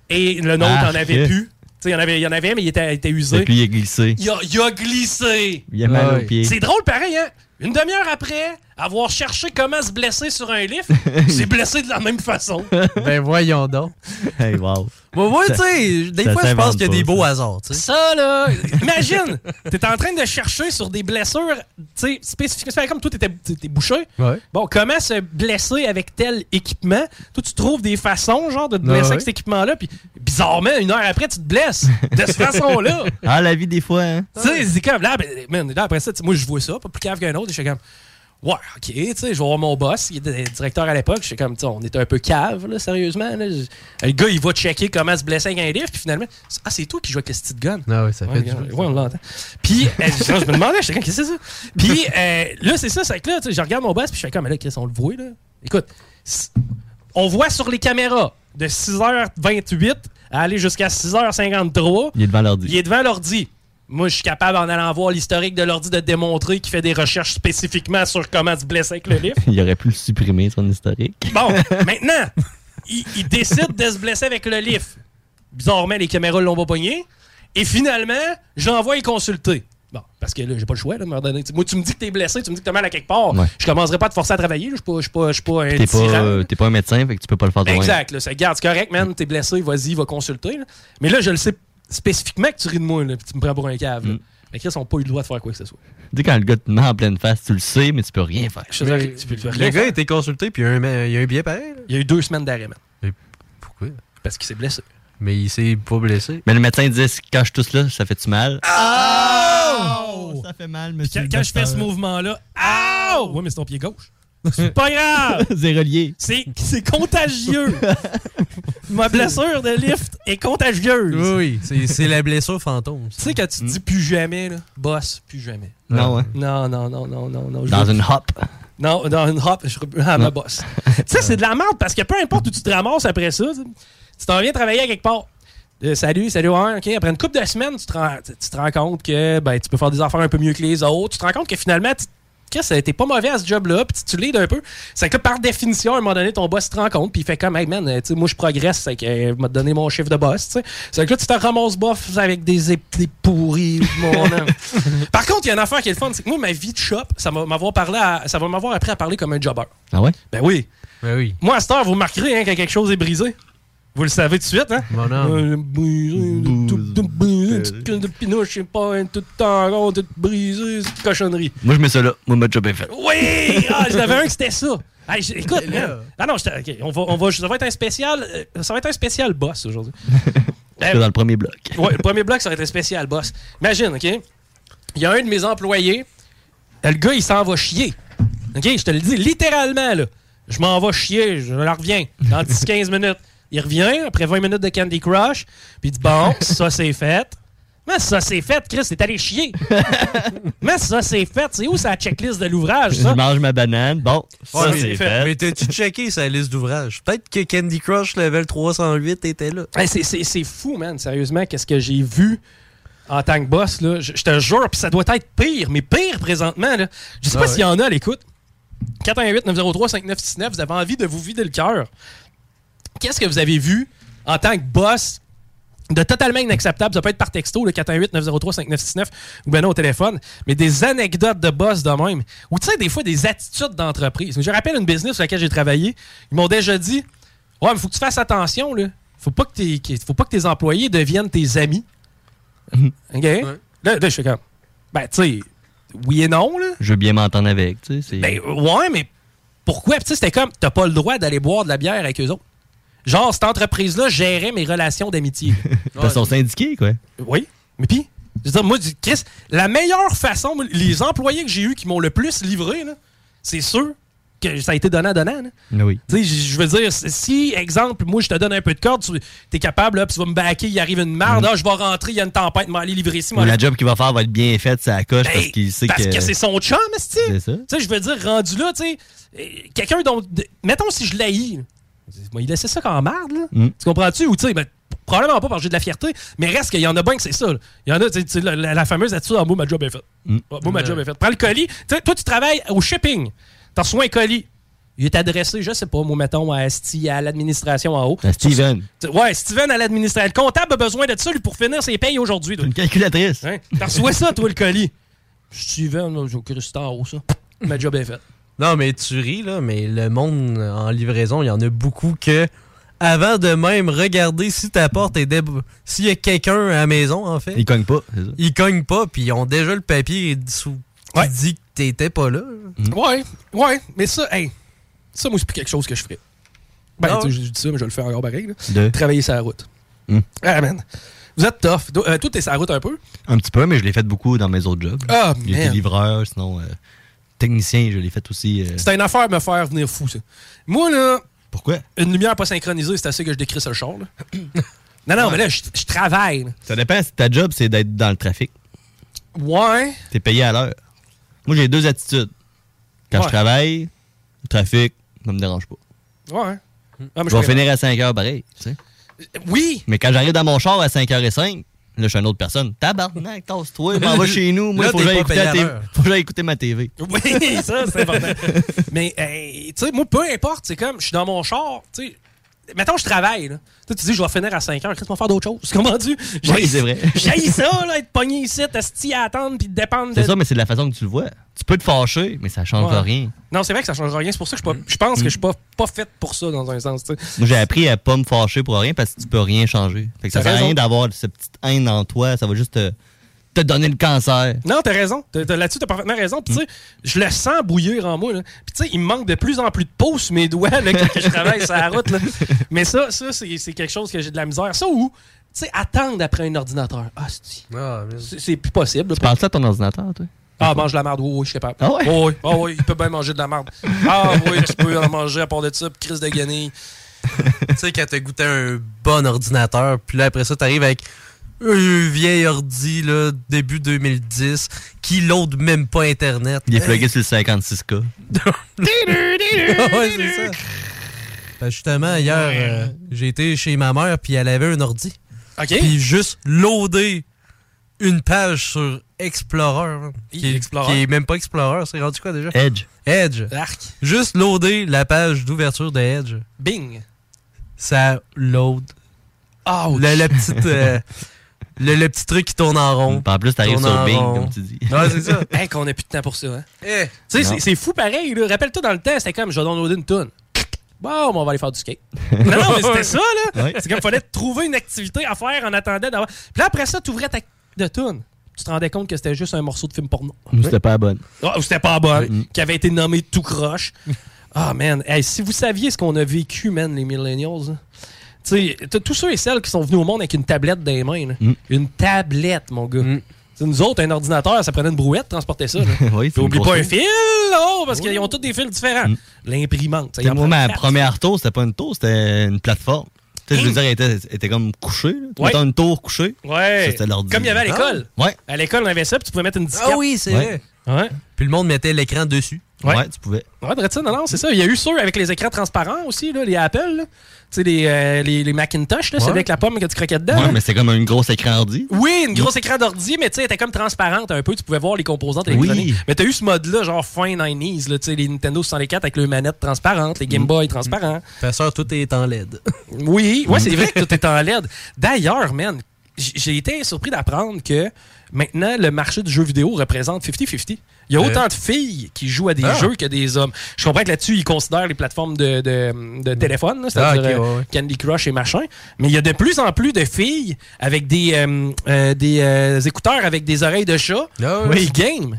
Speaker 2: et le nôtre,
Speaker 4: Ah,
Speaker 2: t'en avait
Speaker 4: ok.
Speaker 2: plus. Tu sais, il y en avait, il y en avait, mais il était, il était usé.
Speaker 4: Fait que lui, il a glissé.
Speaker 2: Il a, il a glissé.
Speaker 4: Il a mal au pied.
Speaker 2: C'est drôle, pareil, hein? Une demi-heure après, avoir cherché comment se blesser sur un lift, il s'est blessé de la même façon.
Speaker 1: Ben voyons donc.
Speaker 4: Hey, wow.
Speaker 1: Moi, moi,
Speaker 4: Ça-
Speaker 1: tu sais, des
Speaker 4: ça
Speaker 1: fois, je
Speaker 4: s'invente
Speaker 1: pense qu'il y a
Speaker 4: pas,
Speaker 1: des beaux
Speaker 4: ça.
Speaker 1: hasards, tu sais.
Speaker 2: Ça, là, imagine, t'es en train de chercher sur des blessures, tu sais, spécifiques. C'est comme toi, t'étais t'étais bouché.
Speaker 1: Ouais.
Speaker 2: Bon, comment se blesser avec tel équipement? Toi, tu trouves des façons, genre, de te blesser
Speaker 4: Ah ouais.
Speaker 2: avec cet équipement-là, puis bizarrement, une heure après, tu te blesses de cette façon-là.
Speaker 4: Ah, la vie des fois, hein.
Speaker 2: Tu sais, c'est comme, là, ben, man, là, après ça, tu sais, moi, je vois ça, pas plus cave qu'un autre, et je suis comme, ouais, ok, tu sais, je vais voir mon boss, il était directeur à l'époque, je suis comme, tu sais, on était un peu cave, là, sérieusement. là. Je- le gars, il va checker comment se blesser avec un livre, puis finalement, c'est- ah, c'est toi qui joues avec le petite gun.
Speaker 1: Ah oui, ça
Speaker 2: Ouais,
Speaker 1: fait du
Speaker 2: regarde, ouais, on l'entend. Puis, euh, je, je me demandais, je sais qu'est-ce que c'est ça? Puis, euh, là, c'est ça, c'est que là, tu sais, je regarde mon boss, puis je fais comme, mais là, Chris, on le voit, là. Écoute, s- on voit sur les caméras de 6h28 à aller jusqu'à 6h53.
Speaker 4: Il est devant l'ordi.
Speaker 2: Il est devant l'ordi. Moi, je suis capable, en allant voir l'historique de l'ordi, de démontrer qu'il fait des recherches spécifiquement sur comment se blesser avec le livre.
Speaker 4: Il aurait pu le supprimer, son historique.
Speaker 2: Bon, maintenant, il, il décide de se blesser avec le lift. Bizarrement, les caméras l'ont pas pogné. Et finalement, j'envoie le consulter. Bon, parce que là, j'ai pas le choix, là, à un moment donné. Moi, tu me dis que t'es blessé, tu me dis que t'as mal à quelque part.
Speaker 4: Ouais.
Speaker 2: Je commencerai pas à te forcer à travailler. là. Je suis pas, je suis pas, je suis pas un
Speaker 4: T'es pas,
Speaker 2: tyran.
Speaker 4: euh, t'es pas un médecin, fait que tu peux pas le faire toi-même.
Speaker 2: Exact. Là, ça garde, c'est correct, man. T'es blessé, vas-y, va consulter. là. Mais là, je le sais spécifiquement que tu ris de moi, là, puis tu me prends pour un cave. là. Mais Chris, ils n'ont pas eu le droit de faire quoi que ce soit.
Speaker 4: Tu sais, quand le gars te met en pleine face, tu le sais, mais tu peux rien faire.
Speaker 2: Je sais, tu peux- tu peux
Speaker 1: Le
Speaker 2: rien
Speaker 1: gars
Speaker 2: faire.
Speaker 1: a été consulté, puis il y a un, il y a un billet pareil.
Speaker 2: Il y a eu deux semaines d'arrêt, man.
Speaker 1: Pourquoi?
Speaker 2: Parce qu'il s'est blessé.
Speaker 1: Mais il s'est pas blessé.
Speaker 4: Mais le médecin dit quand je tousse là, ça fait-tu mal?
Speaker 2: Ah! Ça fait
Speaker 4: mal,
Speaker 2: monsieur. Quand, quand je fais ce mouvement-là, aouh! Ouais, mais c'est ton pied gauche. C'est pas grave!
Speaker 4: C'est relié.
Speaker 2: C'est c'est contagieux! Ma blessure de lift est contagieuse!
Speaker 1: Oui, c'est c'est la blessure fantôme.
Speaker 2: Tu sais, quand tu te dis plus jamais, là, boss, plus jamais.
Speaker 1: Non, hein?
Speaker 2: Non, non, non, non, non. non je
Speaker 1: Dans
Speaker 2: veux-
Speaker 1: une
Speaker 4: hop.
Speaker 2: Non, dans une hop, je re- ah, ma boss. tu sais, c'est de la merde parce que peu importe où tu te ramasses après ça, tu- tu t'en viens travailler à quelque part. Euh, salut, salut, ouais, ok. Après une couple de semaines, tu te, rends, tu- tu te rends compte que ben, tu peux faire des affaires un peu mieux que les autres. Tu te rends compte que finalement, tu, que ça a été pas mauvais à ce job-là, puis tu, tu l'aides un peu. C'est que par définition, à un moment donné, ton boss te rend compte, puis il fait comme, hey man, euh, tu sais, moi je progresse, c'est que euh, m'a donné mon chiffre de boss. tu sais. C'est que là, tu te ramasses bof avec des épées pourries. mon homme. hein. Par contre, il y a une affaire qui est le fun, c'est que moi, ma vie de shop, ça va m'avoir parlé à- ça va m'avoir appris à parler comme un jobber.
Speaker 4: Ah ouais?
Speaker 2: Ben oui.
Speaker 1: Ben oui.
Speaker 2: Moi, à cette heure, vous marquerez hein, quand quelque chose est brisé. Vous le savez tout de suite, hein?
Speaker 1: Mon homme.
Speaker 2: Euh, brisé, tout- tout brisé, une petite queue de pinot, je sais pas, un tout en rond, tout brisé, c'est une cochonnerie.
Speaker 4: Moi, je mets ça là. Moi, ma job est faite.
Speaker 2: Oui! Ah, j'en avais un qui c'était ça. Hey, j- écoute, man. Ah non, j'étais- ok, on va, on va, ça va être un spécial, euh, ça va être un spécial boss aujourd'hui. Euh,
Speaker 4: C'est dans le premier bloc.
Speaker 2: Ouais, le premier bloc, ça aurait été spécial, boss. Imagine, OK? Il y a un de mes employés, le gars, il s'en va chier. OK? Je te le dis littéralement, là. Je m'en vais chier, je leur reviens dans 10-15 minutes. Il revient après 20 minutes de Candy Crush, puis il dit Bon, ça c'est fait. Mais ça c'est fait, Chris, t'es allé chier. Mais ça c'est fait, c'est où sa checklist de l'ouvrage,
Speaker 4: Je
Speaker 2: ça?
Speaker 4: mange ma banane. Bon, ça, c'est fait.
Speaker 1: Mais t'as-tu checké sa liste d'ouvrages? Peut-être que Candy Crush level 308 était là.
Speaker 2: Hey, c'est- c'est c'est fou, man. Sérieusement, qu'est-ce que j'ai vu en tant que boss, là. Je, je te jure, puis ça doit être pire, mais pire présentement, là. Je sais
Speaker 1: Ah
Speaker 2: pas
Speaker 1: ouais.
Speaker 2: s'il y en a à l'écoute. 418-903-5969, vous avez envie de vous vider le cœur. Qu'est-ce que vous avez vu en tant que boss de totalement inacceptable? Ça peut être par texto, le 418-903-5969, ou ben non au téléphone, mais des anecdotes de boss de même. Ou tu sais, des fois, des attitudes d'entreprise. Je rappelle une business sur laquelle j'ai travaillé. Ils m'ont déjà dit Ouais, mais faut que tu fasses attention, là. Faut pas que tes, que- faut pas que tes employés deviennent tes amis. OK? Là, là, je suis comme, ben, tu sais, oui et non, là.
Speaker 4: Je veux bien m'entendre avec, tu sais. c'est-
Speaker 2: Ben, ouais, mais pourquoi? Puis, tu sais, c'était comme, t'as pas le droit d'aller boire de la bière avec eux autres. Genre, cette entreprise-là gérait mes relations d'amitié.
Speaker 4: Parce qu'ils sont syndiqués, quoi.
Speaker 2: Oui, mais puis, je veux dire, moi, du- Chris, la meilleure façon, moi, les employés que j'ai eus qui m'ont le plus livré, là, c'est sûr que ça a été donnant-donnant. là.
Speaker 4: Oui.
Speaker 2: Tu sais, j- je veux dire, si- si, exemple, moi, je te donne un peu de corde, tu es capable, là, puis tu vas me baquer, il arrive une merde, ah, je vais rentrer, il y a une tempête, m'en aller livrer ici, m'en
Speaker 4: Ou Mm-hmm. la
Speaker 2: aller-
Speaker 4: job qu'il va faire va être bien faite, ça coche parce qu'il sait
Speaker 2: Ben, parce
Speaker 4: que.
Speaker 2: que c'est son chum, esti.
Speaker 4: C'est ça.
Speaker 2: Tu sais, je veux dire, rendu là, tu sais, euh, quelqu'un dont. de- mettons si je l'haïs, là. Moi, il laissait ça quand marde, là.
Speaker 4: Mm.
Speaker 2: Tu comprends-tu? Ou, tu sais, ben, probablement pas parce que j'ai de la fierté, mais reste qu'il y en a bien que c'est ça. là. Il y en a, tu sais, tu sais, la, la- la fameuse attitude, ah, moi, ma job est faite.
Speaker 4: Mm.
Speaker 2: Ah, moi, ma job est faite. Prends le colis. Tu sais, toi, tu travailles au shipping. T'as reçois un colis. Il est adressé, je sais pas, moi, mettons, à Esti, à l'administration en haut.
Speaker 4: À Steven.
Speaker 2: Tu- Ouais, Steven à l'administration. Le comptable a besoin de ça lui, pour finir ses payes aujourd'hui. Une
Speaker 4: calculatrice.
Speaker 2: Hein? T'as reçu ça, toi, le colis. Steven, là, j'ai au c'est en haut, ça. Ma job est faite.
Speaker 1: Non, mais tu ris, là, mais le monde euh, en livraison, il y en a beaucoup que, avant de même regarder si ta porte est déb... s'il y a quelqu'un à la maison, en fait,
Speaker 4: Ils cognent pas, c'est ça.
Speaker 1: ils cognent pas, puis ils ont déjà le papier sous... qui dit que t'étais pas là.
Speaker 4: Mm.
Speaker 2: Ouais, ouais, mais ça, hey, ça, moi, c'est plus quelque chose que je ferais. Ben,
Speaker 1: Non.
Speaker 2: tu sais, je dis ça, mais je le fais encore pareil. là.
Speaker 4: De?
Speaker 2: Travailler sur la route.
Speaker 4: Hmm.
Speaker 2: Ah, man. Vous êtes tough. Do- euh, toi, t'es sur la route un peu.
Speaker 4: Un petit peu, mais je l'ai fait beaucoup dans mes autres jobs.
Speaker 2: Ah,
Speaker 4: J'ai été
Speaker 2: man.
Speaker 4: livreur, sinon euh, technicien, je l'ai fait aussi. euh,
Speaker 2: C'était une affaire de me faire venir fou, ça. Moi, là.
Speaker 4: Pourquoi?
Speaker 2: Une lumière pas synchronisée, c'est assez que je décris ce char, là. non, non, mais là, je je travaille. là.
Speaker 4: Ça dépend si ta job, c'est d'être dans le trafic.
Speaker 2: Ouais.
Speaker 4: T'es payé à l'heure. Moi, j'ai deux attitudes. Quand
Speaker 2: Ouais.
Speaker 4: je travaille, le trafic, ça me dérange pas.
Speaker 2: Ouais. Ah, mais
Speaker 4: je vais
Speaker 2: suis
Speaker 4: finir à 5 h pareil, tu sais.
Speaker 2: Oui!
Speaker 4: Mais quand j'arrive dans mon char à 5h05, là, je suis une autre personne. Tabarnak, tasse-toi, m'en va chez nous. Moi,
Speaker 2: Là,
Speaker 4: faut que
Speaker 2: t'es
Speaker 4: j'aille
Speaker 2: pas
Speaker 4: écouter,
Speaker 2: payé
Speaker 4: la
Speaker 2: à
Speaker 4: télé-
Speaker 2: l'heure.
Speaker 4: faut que j'aille écouter ma TV.
Speaker 2: Oui, ça, c'est important. Mais, euh, tu sais, moi, peu importe, c'est comme, je suis dans mon char, tu sais. Mettons, je travaille, là. Tu sais, tu dis, je vais finir à 5 heures, qu'est-ce qu'on va faire d'autres choses? Comment tu?
Speaker 4: Oui, c'est vrai.
Speaker 2: J'haïs ça, là, être pogné ici, t'astis à attendre, puis de dépendre de.
Speaker 4: C'est ça, mais c'est de la façon que tu le vois. Tu peux te fâcher, mais ça change
Speaker 2: Ouais.
Speaker 4: rien.
Speaker 2: Non, c'est vrai que ça change rien. C'est pour ça que je suis
Speaker 4: Mm.
Speaker 2: pas- je pense que je suis pas, pas fait pour ça, dans un sens, tu sais.
Speaker 4: Moi, j'ai appris à pas me fâcher pour rien parce que tu peux rien changer. Fait que ça
Speaker 2: T'as
Speaker 4: sert à
Speaker 2: raison.
Speaker 4: rien d'avoir cette petite haine en toi. Ça va juste te, te donner le cancer.
Speaker 2: Non, t'as raison. T'as- t'as- Là-dessus, t'as parfaitement raison. Puis, tu sais, je le sens bouillir en moi. là. Puis, tu sais, il me manque de plus en plus de peau sur mes doigts là, quand je travaille sur la route. là. Mais ça, ça c'est c'est quelque chose que j'ai de la misère. Ça ou, tu sais, attendre après un ordinateur. Ah, c'est- c'est c'est plus possible. là.
Speaker 4: Tu parles ça à ton ordinateur, toi?
Speaker 2: Ah, mange de la merde, oui, oui, je suis capable.
Speaker 4: Ah ouais?
Speaker 2: Oui, oui, ah ouais, il peut bien manger de la merde. Ah oui, tu peux en manger à part de ça, puis crise de guenille.
Speaker 1: tu sais, quand t'as goûté un bon ordinateur, puis là, après ça, t'arrives avec un vieil ordi, là, début 2010, qui load même pas Internet.
Speaker 4: Il est plugué sur le 56K.
Speaker 1: ouais, c'est ça. Ben, justement, hier, euh, j'ai été chez ma mère, puis elle avait un ordi.
Speaker 2: OK.
Speaker 1: Puis juste loader une page sur Explorer. hein, Qui est,
Speaker 2: Explorer. Ah,
Speaker 1: qui est même pas Explorer, c'est rendu quoi déjà?
Speaker 4: Edge.
Speaker 1: Edge.
Speaker 2: Arc.
Speaker 1: Juste loader la page d'ouverture de Edge.
Speaker 2: Bing.
Speaker 1: Ça load.
Speaker 2: Ouch.
Speaker 1: Le, le petit, euh, le, le petit truc qui tourne en rond.
Speaker 4: En plus, t'arrives
Speaker 1: Tourne
Speaker 4: sur
Speaker 1: en
Speaker 4: Bing,
Speaker 1: rond.
Speaker 4: comme tu dis.
Speaker 1: Ouais, c'est ça.
Speaker 2: Hey, qu'on a plus de temps pour ça. Hein?
Speaker 1: Eh.
Speaker 2: Tu sais,
Speaker 1: Non.
Speaker 2: c'est- c'est fou pareil. là. Rappelle-toi dans le temps, c'était comme je vais downloader une toune. Bon, mais on va aller faire du skate. non, non, mais c'était ça, là.
Speaker 1: Ouais.
Speaker 2: C'est comme fallait trouver une activité à faire en attendant d'avoir. Puis là, après ça, tu ouvrais ta de toune. Tu te rendais compte que c'était juste un morceau de film porno.
Speaker 4: Nous, c'était pas la bonne.
Speaker 2: Ah, ou c'était pas bonne, qui avait été nommé tout croche. Ah, man. Hey, si vous saviez ce qu'on a vécu, man, les millennials. là. Tu sais, t'as tous ceux et celles qui sont venus au monde avec une tablette dans les mains. là.
Speaker 4: Mm.
Speaker 2: Une tablette, mon gars.
Speaker 1: Mm.
Speaker 2: Tu sais, Nous autres, un ordinateur, ça prenait une brouette, transporter ça. là.
Speaker 4: oui,
Speaker 2: Puis oublie
Speaker 4: une
Speaker 2: pas
Speaker 4: grosse
Speaker 2: un
Speaker 4: chose.
Speaker 2: fil, oh, parce qu'ils ont tous des fils différents. L'imprimante. ça, il en
Speaker 4: Moi,
Speaker 2: prend
Speaker 4: ma
Speaker 2: quatre.
Speaker 4: première tour, c'était pas une tour, c'était une plateforme. Tu sais, je veux dire, elle était, elle était comme couchée. Là.
Speaker 2: Ouais.
Speaker 4: Mettons une tour couchée. Ça,
Speaker 2: Ouais.
Speaker 4: c'était l'ordi.
Speaker 2: Comme il y avait à l'école.
Speaker 4: Ah. Ouais.
Speaker 2: À l'école, on avait ça, puis tu pouvais mettre une disquette.
Speaker 1: Ah oui, c'est
Speaker 2: Ouais. vrai.
Speaker 1: Puis le monde mettait l'écran dessus.
Speaker 2: Ouais.
Speaker 4: tu pouvais.
Speaker 2: Ouais, Dretin, non, non, c'est ça. Il y a eu ceux avec les écrans transparents aussi, là, les Apple. là. Tu sais, les, euh, les, les Macintosh, là, c'est
Speaker 4: Ouais.
Speaker 2: avec la pomme que tu croquais dedans.
Speaker 4: Ouais,
Speaker 2: là.
Speaker 4: mais c'était comme un gros écran ordi.
Speaker 2: Oui, une grosse écran d'ordi, mais tu sais, elle était comme transparente un peu. Tu pouvais voir les composantes électroniques.
Speaker 4: Oui.
Speaker 2: Mais t'as eu ce mode-là, genre fin 90s, là, tu sais, les Nintendo 64 avec le manette transparente, les Game
Speaker 1: Mm.
Speaker 2: Boy transparents.
Speaker 1: Ta soeur, tout est en E LED.
Speaker 2: Oui, ouais, c'est vrai
Speaker 1: Mm.
Speaker 2: que tout est en LED. D'ailleurs, man, j- j'ai été surpris d'apprendre que maintenant, le marché du jeu vidéo représente 50-50. Il y a
Speaker 1: Euh.
Speaker 2: autant de filles qui jouent à des
Speaker 1: Ah.
Speaker 2: jeux que des hommes. Je comprends que là-dessus, ils considèrent les plateformes de, de- de téléphone, là, c'est-à-dire
Speaker 1: Mm. Ah, ok, ouais,
Speaker 2: euh,
Speaker 1: ouais.
Speaker 2: Candy Crush et machin. Mais il y a de plus en plus de filles avec des, euh, euh, des euh, écouteurs avec des oreilles de chat
Speaker 1: Ah ouais.
Speaker 2: qui game.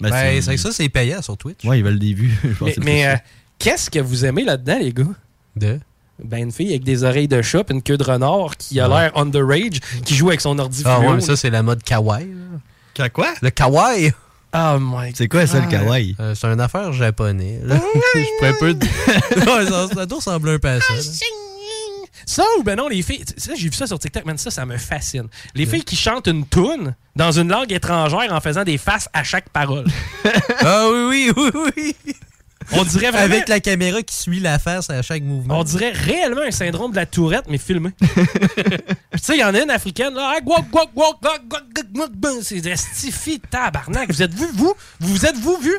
Speaker 1: Ben, c'est que ça, c'est payant sur Twitch.
Speaker 4: Ouais, ils veulent des vues. je pense
Speaker 2: Mais,
Speaker 4: que c'est
Speaker 2: mais,
Speaker 4: plus
Speaker 2: euh,
Speaker 4: ça.
Speaker 2: qu'est-ce que vous aimez là-dedans, les gars?
Speaker 1: De?
Speaker 2: Ben, une fille avec des oreilles de chat puis une queue de renard qui a
Speaker 1: Ouais.
Speaker 2: l'air on the rage, qui joue avec son ordi
Speaker 1: Ah
Speaker 2: fluo,
Speaker 1: ouais, mais ça,
Speaker 2: là.
Speaker 1: c'est la mode kawaii.
Speaker 4: Qu'à quoi?
Speaker 1: Le kawaii.
Speaker 2: Oh my Ah
Speaker 4: C'est quoi ça, le kawaii?
Speaker 1: Euh, c'est une affaire japonaise. là. Je pourrais pas... ouais, ça, ça doit ressembler un peu
Speaker 2: Ah,
Speaker 1: à ça. là.
Speaker 2: Ça ou ben non, les filles. tu sais, j'ai vu ça sur TikTok, man, ça, ça me fascine. Les filles qui chantent une toune dans une langue étrangère en faisant des faces à chaque parole.
Speaker 1: ah oui, oui, oui, oui.
Speaker 2: On dirait vraiment-
Speaker 1: Avec la caméra qui suit la face à chaque mouvement.
Speaker 2: On dirait réellement un syndrome de la tourette, mais filmé. tu sais, il y en a une africaine, là. Ah, guac, guac, guac, guac, guac, guac, guac, ben, C'est des stifi tabarnak. Vous êtes vu, vous? Vous vous êtes vous, vu?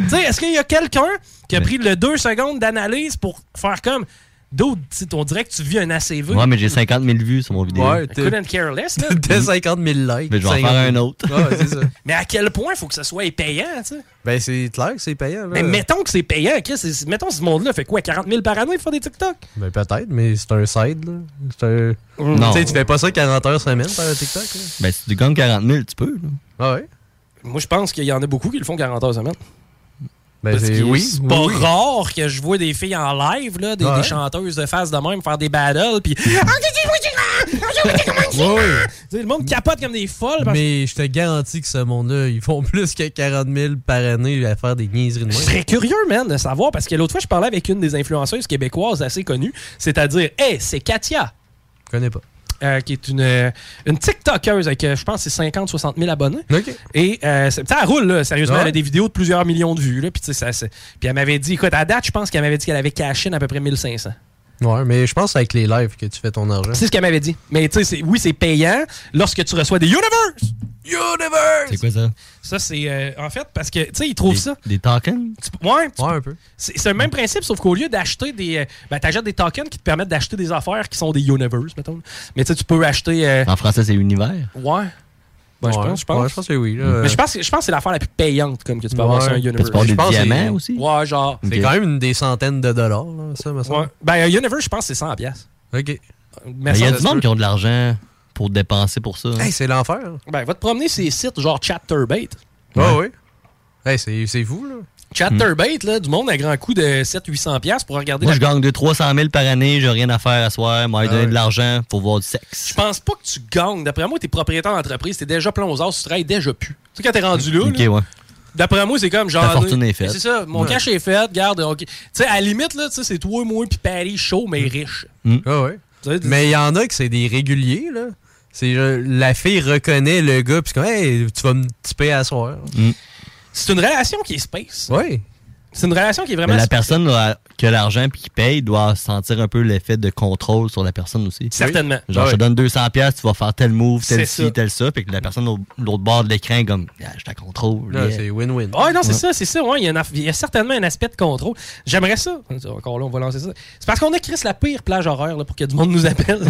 Speaker 2: Tu sais, est-ce qu'il y a quelqu'un qui a pris le 2 secondes d'analyse pour faire comme. D'autres, tu sais, on dirait que tu vis un ACV.
Speaker 4: Ouais, mais j'ai 50 000 vues sur mon vidéo.
Speaker 2: Ouais, I couldn't care less, là.
Speaker 1: T'as 50 000 likes.
Speaker 4: Mais je vais en faire
Speaker 1: 50 000.
Speaker 4: un autre.
Speaker 1: Ouais, c'est ça.
Speaker 2: Mais à quel point faut que ça soit payant, tu sais?
Speaker 1: Ben, c'est clair que c'est payant. Là.
Speaker 2: Mais mettons que c'est payant, Chris, c'est- mettons ce monde-là fait quoi, 40 000 par année pour faire des TikTok?
Speaker 1: Ben, peut-être, mais c'est un side. Là. C'est un...
Speaker 4: Non.
Speaker 1: Tu sais, tu fais pas ça 40 heures semaine par TikTok. Là.
Speaker 4: Ben, si tu gagnes 40 000, tu peux. là.
Speaker 1: Ah ouais?
Speaker 2: Moi, je pense qu'il y en a beaucoup qui le font 40 heures semaine.
Speaker 1: Ben,
Speaker 2: Parce
Speaker 1: c'est
Speaker 2: que
Speaker 1: oui.
Speaker 2: c'est
Speaker 1: oui,
Speaker 2: pas
Speaker 1: oui.
Speaker 2: rare que je vois des filles en live, là, des,
Speaker 1: Ouais.
Speaker 2: des chanteuses de face de même faire des battles, puis Tu sais, le monde capote comme des folles. parce-
Speaker 1: Mais je te garantis que ce monde-là, ils font plus que 40 000 par année à faire des niaiseries de
Speaker 2: Je serais
Speaker 1: moins.
Speaker 2: curieux, man, de savoir, parce que l'autre fois, je parlais avec une des influenceuses québécoises assez connues, c'est-à-dire, hey, c'est Katia,
Speaker 1: Je connais pas.
Speaker 2: euh, qui est une, euh, une TikTokeuse avec, euh, je pense, c'est 50, 60 000 abonnés.
Speaker 1: OK.
Speaker 2: Et euh, c'est- ça roule, là, sérieusement.
Speaker 1: Ouais.
Speaker 2: Elle a des vidéos de plusieurs millions de vues. Là, puis, tu sais, ça, c'est- puis elle m'avait dit, écoute, à date, je pense qu'elle m'avait dit qu'elle avait caché à peu près 1500.
Speaker 1: Ouais, mais je pense que c'est avec les lives que tu fais ton argent.
Speaker 2: C'est ce qu'elle m'avait dit. Mais tu sais, c'est- oui, c'est payant lorsque tu reçois des Universe. Universe!
Speaker 4: C'est quoi ça?
Speaker 2: Ça, c'est euh, en fait parce que, tu sais, ils trouvent ça.
Speaker 4: Des tokens?
Speaker 2: Tu peux- Ouais, tu
Speaker 1: Ouais,
Speaker 2: peux-
Speaker 1: un peu.
Speaker 2: C'est c'est le même principe, sauf qu'au lieu d'acheter des. euh, ben, t'achètes des tokens qui te permettent d'acheter des affaires qui sont des Universe, mettons. Mais tu sais, tu peux acheter. euh,
Speaker 4: En français, c'est univers.
Speaker 2: ouais. Ben, je
Speaker 1: Ouais.
Speaker 2: pense, je pense.
Speaker 1: Ouais, je pense que oui. là.
Speaker 2: Mais je pense, que- je pense que c'est l'affaire la plus payante comme que tu peux
Speaker 1: Ouais.
Speaker 2: avoir sur un Universe.
Speaker 1: Parce que je pense que c'est-
Speaker 2: Ouais, genre.
Speaker 1: C'est quand même une des centaines de dollars, là, ça, me semble.
Speaker 2: Ouais. Ben, un Universe, je pense que c'est 100$. piastres.
Speaker 1: OK.
Speaker 2: Mais
Speaker 4: Il y
Speaker 2: ça
Speaker 4: a
Speaker 2: se
Speaker 4: du monde
Speaker 2: peut.
Speaker 4: qui ont de l'argent pour dépenser pour ça. hein.
Speaker 1: Hey, c'est l'enfer. Ah
Speaker 2: Ben, va te promener sur les sites genre Chatterbait.
Speaker 1: Ouais, Hmm. ouais. Hey, c'est c'est fou, là.
Speaker 2: Chatterbait, là, du monde à grand coup de 700-800$ piastres pour regarder.
Speaker 4: Moi,
Speaker 2: la-
Speaker 4: je gagne 200-300 000 par année, j'ai rien à faire à soir,
Speaker 1: Ah
Speaker 4: m'a donné de l'argent pour voir du sexe.
Speaker 2: Je pense pas que tu gagnes. D'après moi, t'es propriétaire d'entreprise, t'es déjà plein aux arts, tu travailles déjà plus. Tu sais, quand t'es rendu là,
Speaker 4: Ok,
Speaker 2: là,
Speaker 4: ouais.
Speaker 2: D'après moi, c'est comme genre.
Speaker 4: Ta fortune est faite.
Speaker 2: C'est ça, mon
Speaker 4: Ouais.
Speaker 2: cash est fait, garde. ok. Tu sais, à la limite, là, tu sais, c'est toi, moi, puis Paris, chaud, mais
Speaker 4: Mm.
Speaker 2: riche.
Speaker 1: Ah ouais.
Speaker 2: Tu sais,
Speaker 1: Mais il y en a que c'est des réguliers, là. C'est euh, la fille reconnaît le gars, puis c'est comme, hey, tu vas me tiper à soir.
Speaker 4: Mm.
Speaker 2: C'est une relation qui est space.
Speaker 1: Oui.
Speaker 2: C'est une relation qui est vraiment.
Speaker 4: Mais la
Speaker 2: space.
Speaker 4: personne doit- qui a l'argent et qui paye doit sentir un peu l'effet de contrôle sur la personne aussi.
Speaker 2: Certainement.
Speaker 4: Genre,
Speaker 1: Ah
Speaker 2: Ouais.
Speaker 4: je te donne 200 pièces, tu vas faire tel move,
Speaker 2: C'est
Speaker 4: tel ci,
Speaker 2: ça.
Speaker 4: tel ça, puis que la personne au- l'autre bord de l'écran est comme, Ah, je te contrôle.
Speaker 1: Là,
Speaker 4: yeah.
Speaker 1: c'est win-win.
Speaker 2: Ah, Ouais, non, c'est
Speaker 4: Ouais.
Speaker 2: ça, c'est ça. ouais, Il y, a un aff- il y a certainement un aspect de contrôle. J'aimerais ça. Encore là, on va lancer ça. C'est parce qu'on a Chris la pire plage horaire là, pour que du monde nous appelle.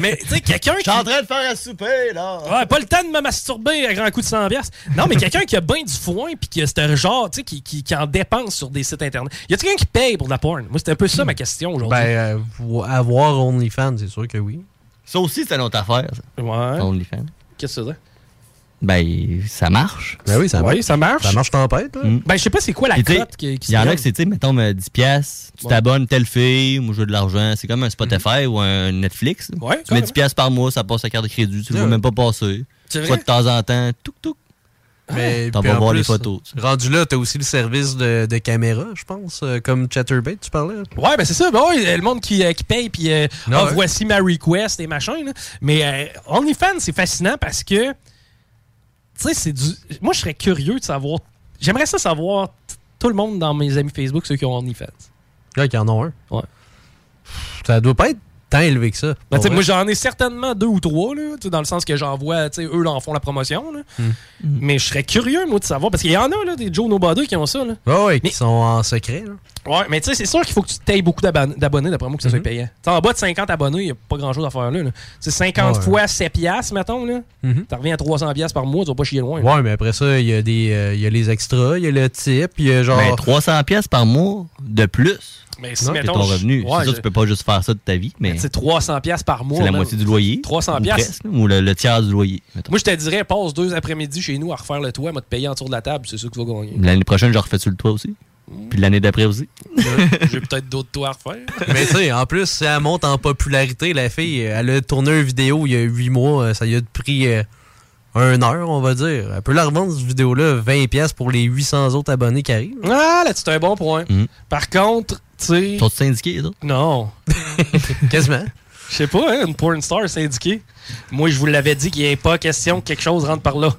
Speaker 2: mais tu sais, quelqu'un qui.
Speaker 4: Je suis en train de faire un souper, là.
Speaker 2: Ouais, pas le temps de me masturber à grand coup de 100 piastres. Non, mais quelqu'un qui a bien du foin puis qui a ce genre, tu sais, qui, qui, qui en dépense sur des sites internet. Y a-t-il quelqu'un qui paye pour de la porn? Moi, c'était un peu ça ma question aujourd'hui.
Speaker 1: Ben, euh, vo- avoir OnlyFans, c'est sûr que oui.
Speaker 4: Ça aussi, c'est une autre affaire, ça.
Speaker 2: Ouais.
Speaker 4: OnlyFans.
Speaker 2: Qu'est-ce que c'est?
Speaker 4: Ben, ça marche.
Speaker 1: Ben oui, ça marche.
Speaker 2: Oui, ça marche.
Speaker 1: Ça marche tempête, là.
Speaker 4: Mm.
Speaker 2: Ben, je sais pas c'est quoi la
Speaker 4: Puis, tu sais,
Speaker 2: cote qui, qui
Speaker 4: Il y en
Speaker 2: se
Speaker 4: a
Speaker 2: donne.
Speaker 4: que c'est, tu sais, mettons, euh, 10 piastres, tu
Speaker 2: Ouais.
Speaker 4: t'abonnes telle fille, moi je veux de l'argent. C'est comme un Spotify ou un Netflix. tu mets 10 piastres par mois, ça passe ta carte de crédit, tu le vois
Speaker 1: Ouais.
Speaker 4: même pas passer.
Speaker 2: C'est
Speaker 4: Tu
Speaker 2: vrai?
Speaker 4: vois de temps en temps, touc touc.
Speaker 1: Ah. Mais,
Speaker 4: T'en
Speaker 1: puis
Speaker 4: vas
Speaker 1: en
Speaker 4: voir les
Speaker 1: plus,
Speaker 4: photos.
Speaker 1: Rendu là, t'as aussi le service de, de caméra, je pense, euh, comme Chatterbait, tu parlais.
Speaker 2: Ouais, ben c'est ça. Ben ouais, le monde qui, euh, qui paye, puis euh,
Speaker 1: Ah
Speaker 2: Ah,
Speaker 1: ouais.
Speaker 2: voici ma request et machin. là. Mais euh, OnlyFans, c'est fascinant parce que, tu sais, c'est du. Moi, je serais curieux de savoir. J'aimerais ça savoir t- tout le monde dans mes amis Facebook, ceux qui ont OnlyFans. Ben,
Speaker 1: Là, qu'il y en a un.
Speaker 2: Ouais.
Speaker 1: Ça doit pas être tant élevé que ça.
Speaker 2: Ben, tu sais,
Speaker 1: pour vrai.
Speaker 2: moi, j'en ai certainement deux ou trois, là, tu sais, dans le sens que j'en vois, tu sais, eux, là, en font la promotion. là.
Speaker 1: Hmm.
Speaker 2: Mais je serais curieux, moi, de savoir, parce qu'il y en a, là, des Joe Nobody qui ont ça. Là.
Speaker 1: Ah ouais, qui sont en secret, là.
Speaker 2: Ouais, mais tu sais, c'est sûr qu'il faut que tu t'ailles beaucoup d'abon- d'abonnés, d'après moi, que ça
Speaker 4: Mhm.
Speaker 2: soit payant. Tu sais, en bas de 50 abonnés, il n'y a pas grand-chose à faire là. là. C'est 50
Speaker 4: Ah
Speaker 1: Ouais.
Speaker 2: fois 7 piastres, mettons, là.
Speaker 4: Mhm.
Speaker 2: T'en reviens à 300 piastres par mois, tu vas pas chier loin. là.
Speaker 1: Ouais, mais après ça, il y, a des, euh, il y a les extras, il y a le type, il y a genre.
Speaker 4: Ben, 300 pièces par mois de plus.
Speaker 2: Mais si,
Speaker 4: C'est
Speaker 2: mettons,
Speaker 4: ton
Speaker 2: je-
Speaker 4: revenu.
Speaker 2: ouais,
Speaker 4: c'est sûr,
Speaker 2: je-
Speaker 4: tu peux pas juste faire ça de ta vie, mais
Speaker 2: C'est 300$ piastres par mois.
Speaker 4: c'est la
Speaker 2: là.
Speaker 4: moitié du loyer.
Speaker 2: 300$.
Speaker 4: ou presque, Ou le, le tiers du loyer. mettons.
Speaker 2: Moi, je te dirais, passe deux après-midi chez nous à refaire le toit, moi, te payer en dessous de la table, c'est ça que tu vas gagner.
Speaker 4: L'année prochaine, je refais sur le toit aussi.
Speaker 2: Mm.
Speaker 4: Puis l'année d'après aussi.
Speaker 2: J'ai peut-être d'autres toits à refaire.
Speaker 1: Mais tu sais, en plus, si elle monte en popularité, la fille, elle a tourné une vidéo il y a huit mois, euh, ça lui a pris euh, un heure, on va dire. Elle peut la revendre, cette vidéo-là, 20$ piastres pour les 800 autres abonnés qui arrivent.
Speaker 2: Ah, là, c'est un bon point.
Speaker 4: Mhm.
Speaker 2: Par contre, tu sais.
Speaker 4: Sont-ils syndiqués, là?
Speaker 2: Non.
Speaker 1: Quasiment.
Speaker 2: Je sais pas, hein, une porn star syndiquée. Moi, je vous l'avais dit qu'il n'y a pas question que quelque chose rentre par là.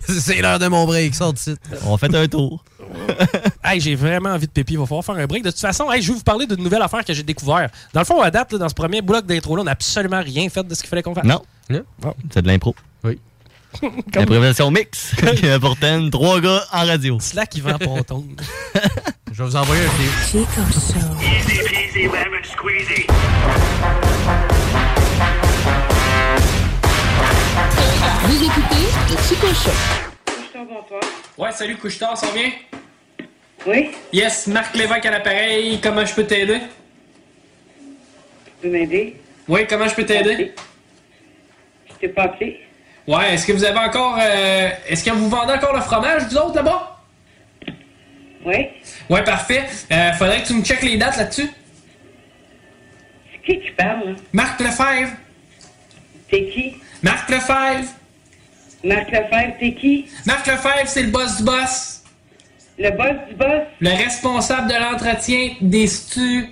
Speaker 1: c'est l'heure de mon break, sort de site.
Speaker 4: On fait un tour.
Speaker 2: hey, j'ai vraiment envie de pipi. Il va falloir faire un break. De toute façon, hey, je vais vous parler d'une nouvelle affaire que j'ai découvert. Dans le fond, à date, là, dans ce premier bloc d'intro-là, on n'a absolument rien fait de ce qu'il fallait qu'on fasse.
Speaker 4: Non. Oh,
Speaker 2: Bon.
Speaker 4: C'est de l'impro. Oui. L'improvisation mix qui est importante. Trois gars en radio.
Speaker 2: C'est là qui vend ponton.
Speaker 1: Je vais vous envoyer un clip.
Speaker 8: Easy peasy lemon squeezy. Vous écoutez le Chico Show.
Speaker 25: Ouais, salut Couche-Tard, ça va bien? Oui. Yes, Marc Lévesque à l'appareil, comment je peux t'aider?
Speaker 24: Vous m'aidez?
Speaker 25: Oui, comment je peux t'aider?
Speaker 24: Je t'ai pas appelé.
Speaker 25: Ouais, est-ce que vous avez encore. euh, est-ce que vous vendez encore le fromage, vous autres, là-bas?
Speaker 24: Oui.
Speaker 25: Ouais, parfait. Euh, faudrait que tu me checkes les dates là-dessus.
Speaker 24: C'est qui qui parle?
Speaker 25: Marc Lefebvre.
Speaker 24: C'est qui?
Speaker 25: Marc Lefebvre.
Speaker 24: Marc Lefebvre, c'est qui?
Speaker 25: Marc Lefebvre, c'est le boss du boss.
Speaker 24: Le boss du boss?
Speaker 25: Le responsable de l'entretien des stews.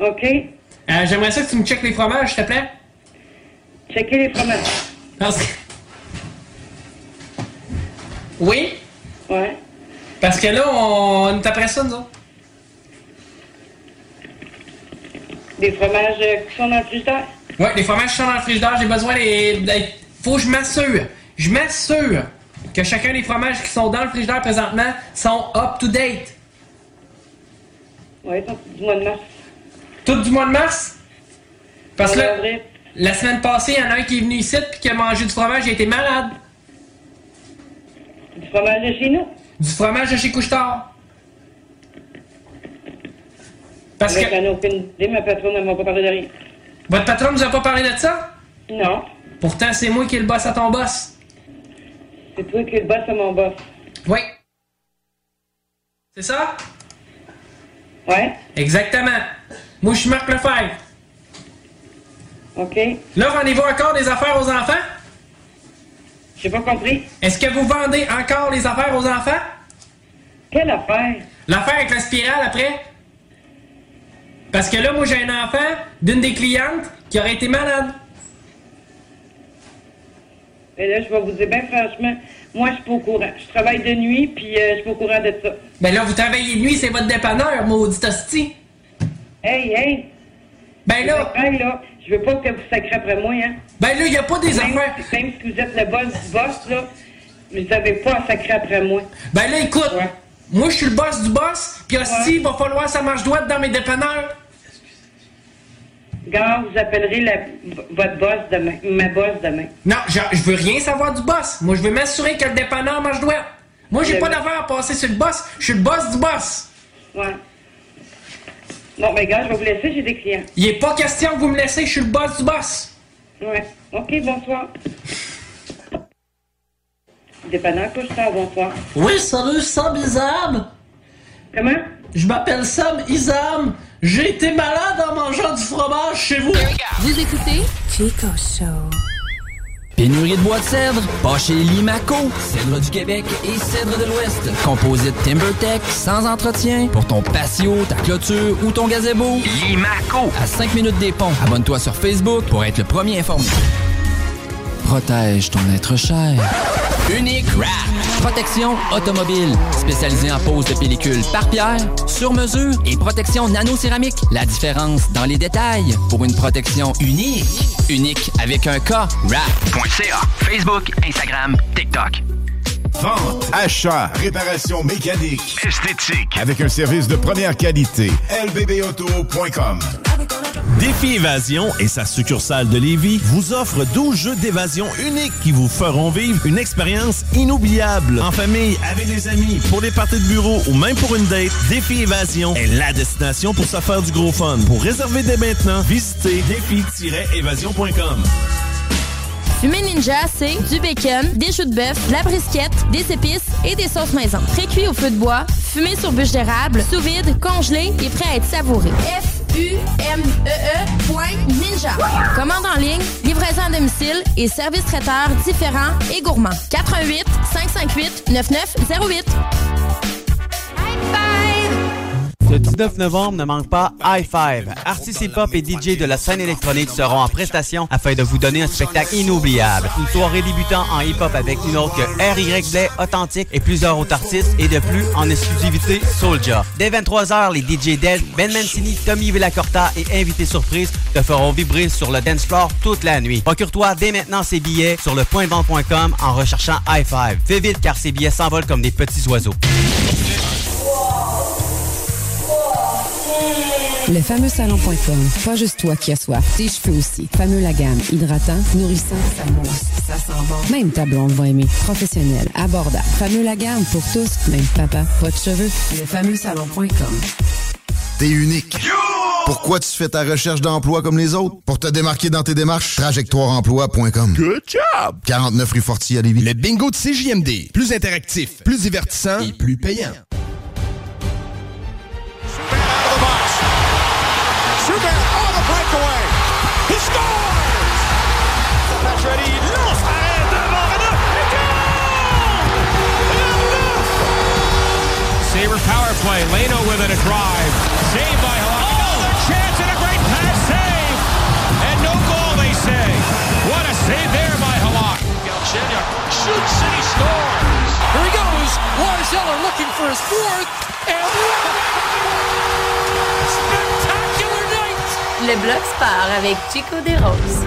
Speaker 24: OK.
Speaker 25: Euh, J'aimerais ça que tu me checkes les fromages, s'il te plaît.
Speaker 24: Checker les fromages.
Speaker 25: Parce que... Oui?
Speaker 24: Ouais.
Speaker 25: Parce que là, on, on est après ça, nous autres.
Speaker 24: Des fromages euh, qui sont dans le frigidaire?
Speaker 25: Ouais, les fromages sont dans le frigidaire, j'ai besoin des. des- Faut que je m'assure. Je m'assure que chacun des fromages qui sont dans le frigidaire présentement sont up to date.
Speaker 24: Oui, donc du mois de mars.
Speaker 25: Tout du mois de mars? Parce que
Speaker 24: On
Speaker 25: là,
Speaker 24: l'a ouvert.
Speaker 25: la semaine passée, il y en a un qui est venu ici puis qui a mangé du fromage, il a été malade.
Speaker 24: Du fromage de chez nous?
Speaker 25: Du fromage de chez Couchetard. Parce
Speaker 24: Mais
Speaker 25: que-
Speaker 24: J'en ai aucune idée, ma patronne ne m'a pas parlé de rien.
Speaker 25: Votre patron vous a pas parlé de ça?
Speaker 24: Non.
Speaker 25: Pourtant, c'est moi qui ai le boss à ton boss.
Speaker 24: C'est toi qui es le boss à mon boss.
Speaker 25: Oui. C'est ça?
Speaker 24: Ouais.
Speaker 25: Exactement. Moi, je suis Marc Lefebvre.
Speaker 24: OK.
Speaker 25: Là, rendez-vous encore des affaires aux enfants?
Speaker 24: J'ai pas compris.
Speaker 25: Est-ce que vous vendez encore les affaires aux enfants?
Speaker 24: Quelle affaire?
Speaker 25: L'affaire avec la spirale après? Parce que là, moi, j'ai un enfant d'une des clientes qui aurait été malade.
Speaker 24: Et là, je vais vous dire, bien franchement, moi, je suis pas au courant. Je travaille de nuit, puis euh, je suis pas au courant de ça.
Speaker 25: Ben là, vous travaillez de nuit, c'est votre dépanneur, maudit hostie.
Speaker 24: Hey, hey!
Speaker 25: Ben
Speaker 24: là! là, je veux pas que vous sacrez après moi, hein?
Speaker 25: Ben là, y a pas des
Speaker 24: même, affaires! Même si vous êtes le boss du boss, là, vous avez pas à sacrer après moi.
Speaker 25: Ben là, écoute, moi, je suis le boss du boss, puis hostie, il va falloir ça marche droite dans mes dépanneurs.
Speaker 24: Gars, vous appellerez la, v- votre boss demain, ma boss demain.
Speaker 25: Non, je, je veux rien savoir du boss. Moi, je veux m'assurer que le dépanneur marche droit. Moi, j'ai
Speaker 24: Le-
Speaker 25: pas d'affaire à passer sur le boss. Je suis le boss du boss.
Speaker 24: Ouais. Bon, ben, gars, je vais vous laisser, j'ai des clients.
Speaker 25: Il est pas question que vous me laissez. Je suis le boss du boss.
Speaker 24: Ouais. OK, bonsoir. Dépanneur, couche-toi, bonsoir.
Speaker 25: Oui, salut, Sam Isam.
Speaker 24: Comment?
Speaker 25: Je m'appelle Sam Isam. J'ai été malade en mangeant du fromage chez vous.
Speaker 8: Vous écoutez Chico Show.
Speaker 10: Pénurie de bois de cèdre, pas chez Limaco. Cèdre du Québec et cèdre de l'Ouest. Composite TimberTech, sans entretien. Pour ton patio, ta clôture ou ton gazebo. Limaco. À 5 minutes des ponts. Abonne-toi sur Facebook pour être le premier informé. Protège ton être cher. Unique Wrap. Protection automobile. Spécialisée en pose de pellicule par pierre, sur mesure et protection nano-céramique. La différence dans les détails pour une protection unique. Unique avec un cas. Wrap.ca. Facebook, Instagram, TikTok.
Speaker 7: Vente, achat, réparation mécanique, esthétique, avec un service de première qualité. lbbauto.com.
Speaker 20: Défi Évasion et sa succursale de Lévis vous offrent 12 jeux d'évasion uniques qui vous feront vivre une expérience inoubliable. En famille, avec des amis, pour les parties de bureau ou même pour une date, Défi Évasion est la destination pour se faire du gros fun. Pour réserver dès maintenant, visitez défi-évasion.com.
Speaker 26: Fumée Ninja, c'est du bacon, des choux de bœuf, de la brisquette, des épices et des sauces maison. Pré-cuit au feu de bois, fumé sur bûche d'érable, sous vide, congelé et prêt à être savouré. F-U-M-E-E point ninja. Commande en ligne, livraison à domicile et services traiteurs différents et gourmands. 88 558 9908.
Speaker 27: Le 19 novembre ne manque pas High Five. Artistes hip-hop et DJ de la scène électronique seront en prestation afin de vous donner un spectacle inoubliable. Une soirée débutant en hip-hop avec une autre que R.Y. Blais, Authentique et plusieurs autres artistes et de plus en exclusivité Soulja. Dès 23h, les DJ Dead, Ben Mancini, Tommy Villacorta et invités surprises te feront vibrer sur le dance floor toute la nuit. Procure-toi dès maintenant ces billets sur le lepointdevente.com en recherchant High Five. Fais vite car ces billets s'envolent comme des petits oiseaux.
Speaker 28: Le fameux salon.com. Pas juste toi qui as soif, tes cheveux aussi. Fameux la gamme, hydratant, nourrissant, ça mousse, ça sent bon. Même ta blonde va aimer. Professionnel, abordable. Fameux la gamme pour tous, même papa, pas de cheveux. Le fameux salon.com.
Speaker 29: T'es unique. Pourquoi tu fais ta recherche d'emploi comme les autres? Pour te démarquer dans tes démarches, trajectoireemploi.com. Good job! 49 rue Fortier à Lévis. Le bingo de CJMD. Plus interactif, plus divertissant et plus payant.
Speaker 8: Schubert on the breakaway. He scores! Patrick lance à elle devant Renaud. Et
Speaker 30: Sabre power play. Leno with it, a drive. Saved by Halak. Another chance and Oh, a great pass save. And no goal, they say. What a save there by Halak. Galchenyuk shoots and he scores. Here he goes. Lars Eller looking for his fourth. And spectacular night.
Speaker 31: Le bloc part avec Chico des Roses.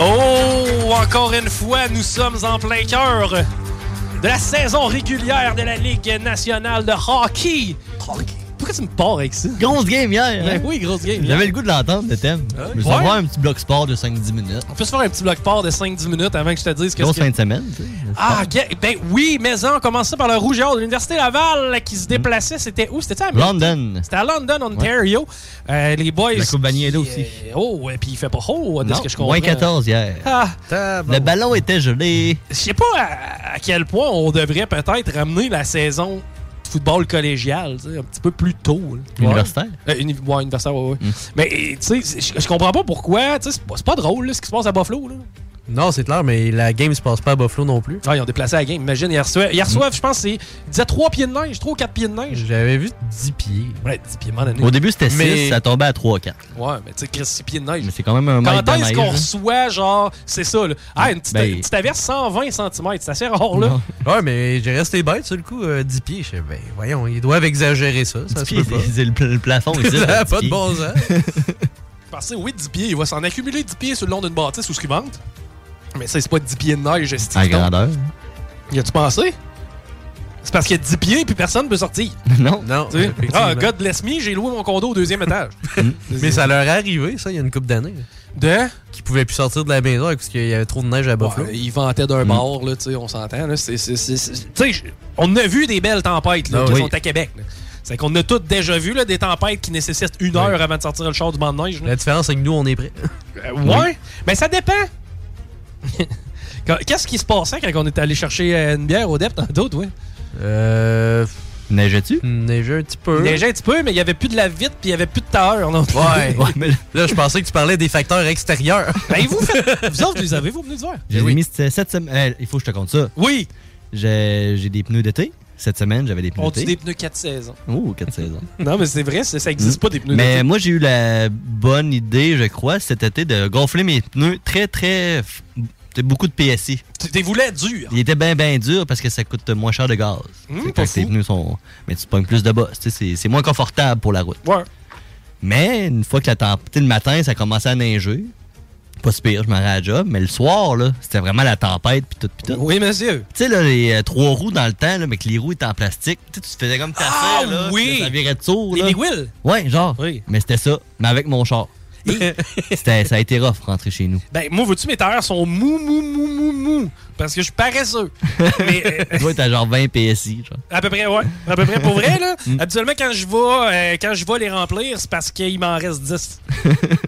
Speaker 2: Oh, encore une fois, nous sommes en plein cœur de la saison régulière de la Ligue nationale de hockey. Pourquoi tu me pars avec ça?
Speaker 4: Grosse game hier. hein?
Speaker 2: Ben oui, grosse game.
Speaker 4: J'avais le goût de l'entendre, le thème. Je me suis
Speaker 2: Ouais.
Speaker 4: avoir un petit bloc sport de 5-10 minutes.
Speaker 2: On peut se faire un petit bloc part de 5-10 minutes avant que je te dise qu'est-ce
Speaker 4: Grosse
Speaker 2: que...
Speaker 4: fin de semaine. tu sais.
Speaker 2: Ah, ok. ben oui, mais on commençait par le Rouge et Or de l'Université Laval qui se déplaçait. C'était où? C'était à Hamilton?
Speaker 4: Hum. London.
Speaker 2: C'était à London, Ontario. Euh, les boys...
Speaker 4: La Coupe Vanier est là
Speaker 2: qui,
Speaker 4: aussi.
Speaker 2: euh, oh, et puis il fait pas haut, de
Speaker 4: Non,
Speaker 2: ce que je comprends.
Speaker 4: moins 14 hier.
Speaker 2: Ah,
Speaker 4: Le ballon était gelé.
Speaker 2: Je sais pas à, à quel point on devrait peut-être ramener la saison de football collégial tu sais, un petit peu plus tôt. là.
Speaker 4: Universitaire? Hmm.
Speaker 2: Ouais, Euh, uni- ouais, universitaire, ouais, ouais. Mais euh, tu sais, je je comprends pas pourquoi. tu sais, C'est pas, c'est pas drôle là, ce qui se passe à Buffalo. Là.
Speaker 1: Non, c'est clair, mais la game se passe pas à Buffalo non plus.
Speaker 2: Ah, ils ont déplacé la game. Imagine, hier soir, hier soir,
Speaker 4: Hmm.
Speaker 2: je pense, c'est- ils disaient 3 pieds de neige, 3 ou 4 pieds de neige.
Speaker 1: J'avais vu 10 pieds.
Speaker 2: Ouais, 10 pieds, à un moment donné.
Speaker 4: Au début, c'était 6,
Speaker 2: Mais-
Speaker 4: ça tombait à 3-4.
Speaker 2: Ouais, mais tu sais, Chris, 6 pieds de neige.
Speaker 4: Mais c'est quand même un mètre
Speaker 2: Quand
Speaker 4: de
Speaker 2: est-ce
Speaker 4: neige,
Speaker 2: qu'on
Speaker 4: hein.
Speaker 2: reçoit, genre, c'est ça, là. Ah, une petite,
Speaker 4: Ben-
Speaker 2: une petite averse 120 cm, c'est assez rare, là.
Speaker 1: Ouais, mais j'ai resté bête sur le coup, euh, 10 pieds. Je sais, ben voyons, ils doivent exagérer ça. Ça se peut pas.
Speaker 4: C'est le, le plafond ici.
Speaker 1: Ça a
Speaker 4: petit
Speaker 1: pas de
Speaker 4: pied.
Speaker 1: bon sens.
Speaker 2: Parce que oui, 10 pieds, il va s'en accumuler 10 pieds sur le long d'une bâtisse ou ce qui vente. Mais ça, c'est pas 10 pieds de neige, c'est Ben
Speaker 4: À grandeur.
Speaker 2: Y a-tu pensé? C'est parce qu'il y a 10 pieds puis personne peut sortir.
Speaker 4: Non.
Speaker 1: Non.
Speaker 2: Tu sais?
Speaker 1: effectivement.
Speaker 2: Ah, God bless me, j'ai loué mon condo au deuxième étage.
Speaker 1: Mais ça leur est arrivé, ça, il y a une couple d'années.
Speaker 2: De?
Speaker 1: Qui pouvaient plus sortir de la maison parce qu'il y avait trop de neige à Buffalo. Mm.
Speaker 2: Ouais, ils vantaient d'un bord, là, tu sais, on s'entend. là. C'est- c'est- c'est- c'est- Tu sais, je- on a vu des belles tempêtes là,
Speaker 1: Ah
Speaker 2: qui
Speaker 1: oui.
Speaker 2: sont à Québec. là. C'est qu'on a toutes déjà vu là, des tempêtes qui nécessitent une heure avant de sortir le char du banc de neige. là.
Speaker 1: La différence, c'est que nous, on est prêts.
Speaker 2: Euh, ouais, mais ça dépend. Quand- Qu'est-ce qui se passait quand on est allé chercher euh, une bière au DEP, tant d'autres, ouais?
Speaker 1: Euh.
Speaker 4: Neigeais-tu?
Speaker 1: Neigeait un petit peu.
Speaker 2: Il neigeait un petit peu, mais il n'y avait plus de la vitre puis il n'y avait plus de tailleur. non?
Speaker 1: Ouais. Là, je pensais que tu parlais des facteurs extérieurs.
Speaker 2: Ben, vous faites. Vous autres, vous les avez, vous venez de voir.
Speaker 4: J'ai mis cette cette semaine. eh, il faut que je te compte ça.
Speaker 2: Oui.
Speaker 4: J'ai j'ai des pneus d'été. Cette semaine, j'avais des pneus
Speaker 2: On tue des
Speaker 4: d'été.
Speaker 2: pneus 4 saisons.
Speaker 4: Oh, 4 saisons.
Speaker 2: Non, mais c'est vrai, ça
Speaker 1: Mm.
Speaker 2: n'existe pas des pneus
Speaker 4: Mais
Speaker 2: d'été.
Speaker 4: moi, j'ai eu la bonne idée, je crois, cet été, de gonfler mes pneus très, très. f- t'sais, beaucoup de PSI.
Speaker 2: Tu t'es voulu dur.
Speaker 4: Il était bien, bien dur parce que ça coûte moins cher de gaz.
Speaker 2: Hmm,
Speaker 4: Fait que
Speaker 2: pas
Speaker 4: quand tes pneus sont. Mais tu pognes plus de boss. t'sais, C'est c'est moins confortable pour la route.
Speaker 2: Ouais.
Speaker 4: Mais une fois que la tempête. Le matin, ça commençait à neiger. pas si pire, je m'en rends à la job, mais le soir, là, c'était vraiment la tempête, puis tout, puis tout.
Speaker 2: Oui, monsieur.
Speaker 4: Tu sais, là, les euh, trois roues dans le temps, là, mais que les roues étaient en plastique, tu sais, tu te faisais comme ta
Speaker 2: Ah
Speaker 4: là,
Speaker 2: oui!
Speaker 4: ça virait de sourd,
Speaker 2: Les
Speaker 4: là.
Speaker 2: big wheels?
Speaker 4: Ouais, genre. Mais c'était ça, mais avec mon char. C'était- ça a été rough rentrer chez nous.
Speaker 2: Ben, moi, veux-tu, mes tailleurs sont mou, mou, mou, mou, mou. Parce que je suis paresseux.
Speaker 4: Toi, t'as genre 20 PSI, genre.
Speaker 2: À peu près, ouais. À peu près. Pour vrai, là, habituellement, quand je vais, euh, quand je vais les remplir, c'est parce qu'il m'en reste 10.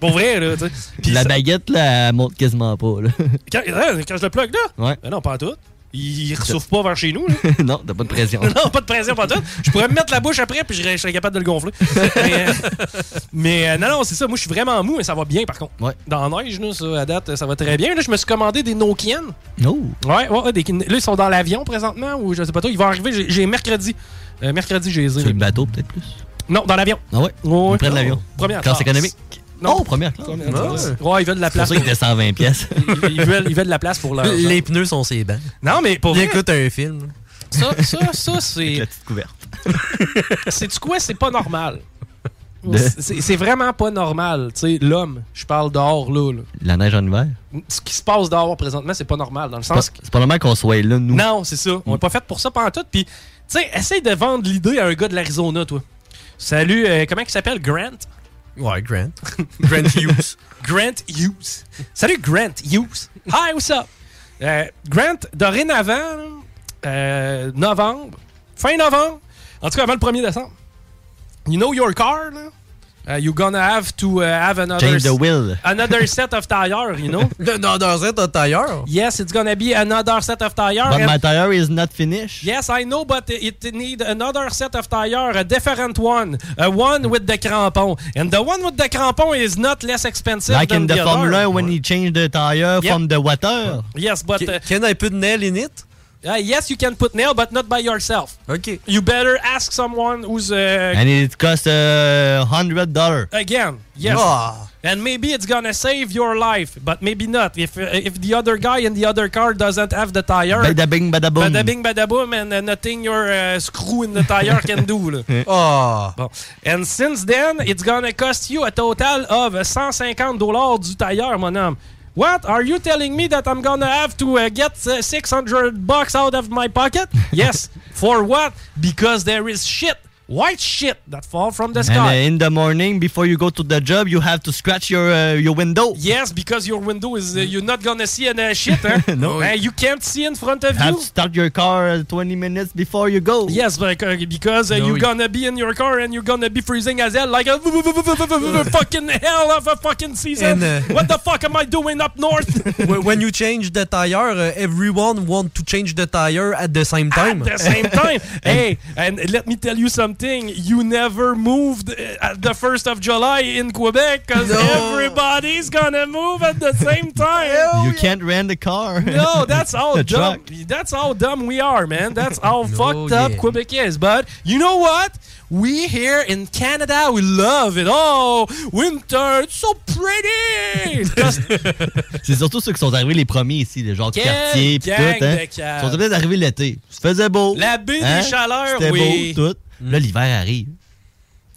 Speaker 2: Pour vrai, là, tu sais. Puis
Speaker 4: la
Speaker 2: ça-
Speaker 4: baguette, là, elle monte quasiment pas, là.
Speaker 2: Quand, hein, quand je le plug, là?
Speaker 4: Ouais.
Speaker 2: Ben non, pas en tout. Il, il ressouffle pas vers chez nous, là.
Speaker 4: non, t'as pas de pression.
Speaker 2: Non, pas de pression, pas tout. Je pourrais me mettre la bouche après, puis je serais- je serais capable de le gonfler. mais euh, mais, euh, non, non, c'est ça. Moi, je suis vraiment mou, mais ça va bien, par contre. Dans la neige, nous, ça, à date, ça va très bien. Là, je me suis commandé des Nokian.
Speaker 4: No.
Speaker 2: Ouais, ouais, ouais, des- là, ils sont dans l'avion présentement, ou je sais pas trop. Ils vont arriver, j'ai- j'ai mercredi. Euh, mercredi, j'ai les ai,
Speaker 4: Sur le
Speaker 2: là.
Speaker 4: bateau, peut-être plus.
Speaker 2: Non, dans l'avion.
Speaker 4: Ah ouais?
Speaker 2: ouais.
Speaker 4: Près de l'avion.
Speaker 2: Première
Speaker 4: Classe
Speaker 2: classe.
Speaker 4: économique.
Speaker 2: Non.
Speaker 4: Oh, première classe.
Speaker 2: Première classe. Ouais, ils veulent de la
Speaker 4: C'est pour
Speaker 2: place.
Speaker 4: ça qu'il était 120 pièces.
Speaker 2: Ils- ils, veulent, ils veulent de la place pour leur.
Speaker 1: Les pneus sont ses bancs.
Speaker 2: Non, mais pour
Speaker 1: Il
Speaker 2: vrai-
Speaker 1: écoute un film.
Speaker 2: Ça, ça, ça, c'est. La
Speaker 4: petite couverte.
Speaker 2: C'est-tu quoi? C'est pas normal.
Speaker 4: De-
Speaker 2: C'est c'est vraiment pas normal. Tu sais, l'homme, je parle dehors, là, là.
Speaker 4: La neige en hiver.
Speaker 2: Ce qui se passe dehors présentement, c'est pas normal. Dans le
Speaker 4: C'est pas-
Speaker 2: sens que.
Speaker 4: C'est pas normal qu'on soit là, nous.
Speaker 2: Non, c'est ça. On est pas fait pour ça pendant tout. Puis, tu sais, essaye de vendre l'idée à un gars de l'Arizona, toi. Salut, euh, comment il s'appelle? Grant?
Speaker 1: Ouais, Grant.
Speaker 2: Grant Hughes. Grant Hughes. Salut Grant Hughes. Hi, what's up? Euh, Grant, dorénavant, là, euh, novembre, fin novembre, en tout cas avant le 1er décembre, you know your car, là? Uh, you're gonna have to uh, have another...
Speaker 4: Change the wheel.
Speaker 2: Another set of tires, you know?
Speaker 1: Another set of tires?
Speaker 2: Yes, it's gonna be another set of tires.
Speaker 4: But
Speaker 2: and-
Speaker 4: my tire is not finished.
Speaker 2: Yes, I know, but it need another set of tire, a different one, a one with the crampon. And the one with the crampon is not less expensive
Speaker 4: Like
Speaker 2: than
Speaker 4: in the
Speaker 2: other.
Speaker 4: Formula when you change the tire
Speaker 2: Yep.
Speaker 4: from the water.
Speaker 2: Yes, but uh,
Speaker 1: Can I put nail in it?
Speaker 2: uh, yes, you can put nail, but not by yourself.
Speaker 1: Okay.
Speaker 2: You better ask someone who's uh,
Speaker 4: And it costs uh, $100.
Speaker 2: again. Yes.
Speaker 4: Ah.
Speaker 2: And maybe it's gonna save your life, but maybe not. If uh, if the other guy in the other car doesn't have the tire,
Speaker 4: Bada bing, bada boom.
Speaker 2: Bada bing, bada boom, and uh, nothing your uh, screw in the tire can do. Là.
Speaker 1: Ah.
Speaker 2: Bon. And since then, it's gonna cost you a total of 150 dollars du tailleur, mon homme. What? Are you telling me that I'm gonna have to uh, get uh, 600 bucks out of my pocket? yes. For what? Because there is shit. White shit that fall from the
Speaker 4: And uh,
Speaker 2: sky.
Speaker 4: in the morning, before you go to the job, you have to scratch your uh, your window.
Speaker 2: Yes, because your window is, uh, you're not gonna see an uh, shit, hein?
Speaker 4: No.
Speaker 2: Hein, you can't see in front of
Speaker 4: You have
Speaker 2: you.
Speaker 4: to start your car uh, 20 minutes before you go.
Speaker 2: Yes, but, uh, because uh,
Speaker 4: No,
Speaker 2: you're
Speaker 4: you-
Speaker 2: gonna be in your car and you're gonna be freezing as hell, like a v- v- v- v- v- v- v- fucking hell of a fucking
Speaker 1: And,
Speaker 2: season.
Speaker 1: uh,
Speaker 2: what the fuck am I doing up north?
Speaker 1: When when you change the tire, uh, everyone want to change the tire at the same time.
Speaker 2: At the same time, hey, and let me tell you something. You never moved uh, at the first of July in Quebec because everybody's gonna move at the same time.
Speaker 4: You can't rent a car.
Speaker 2: No, that's how
Speaker 4: a
Speaker 2: dumb.
Speaker 4: truck.
Speaker 2: That's how dumb we are, man. That's how fucked up Quebec is. But you know what? We here in Canada, we love it. Oh, winter, it's so pretty. Just
Speaker 4: C'est surtout ceux qui sont arrivés les premiers ici, les gens de
Speaker 2: Quelle
Speaker 4: quartier pis tout,
Speaker 2: gang
Speaker 4: hein.
Speaker 2: de caves.
Speaker 4: Ils sont peut-être arrivés l'été. Il faisait beau. hein.
Speaker 2: La baie des Chaleurs,
Speaker 4: C'était
Speaker 2: oui. Mm.
Speaker 4: beau, tout. Là, l'hiver arrive.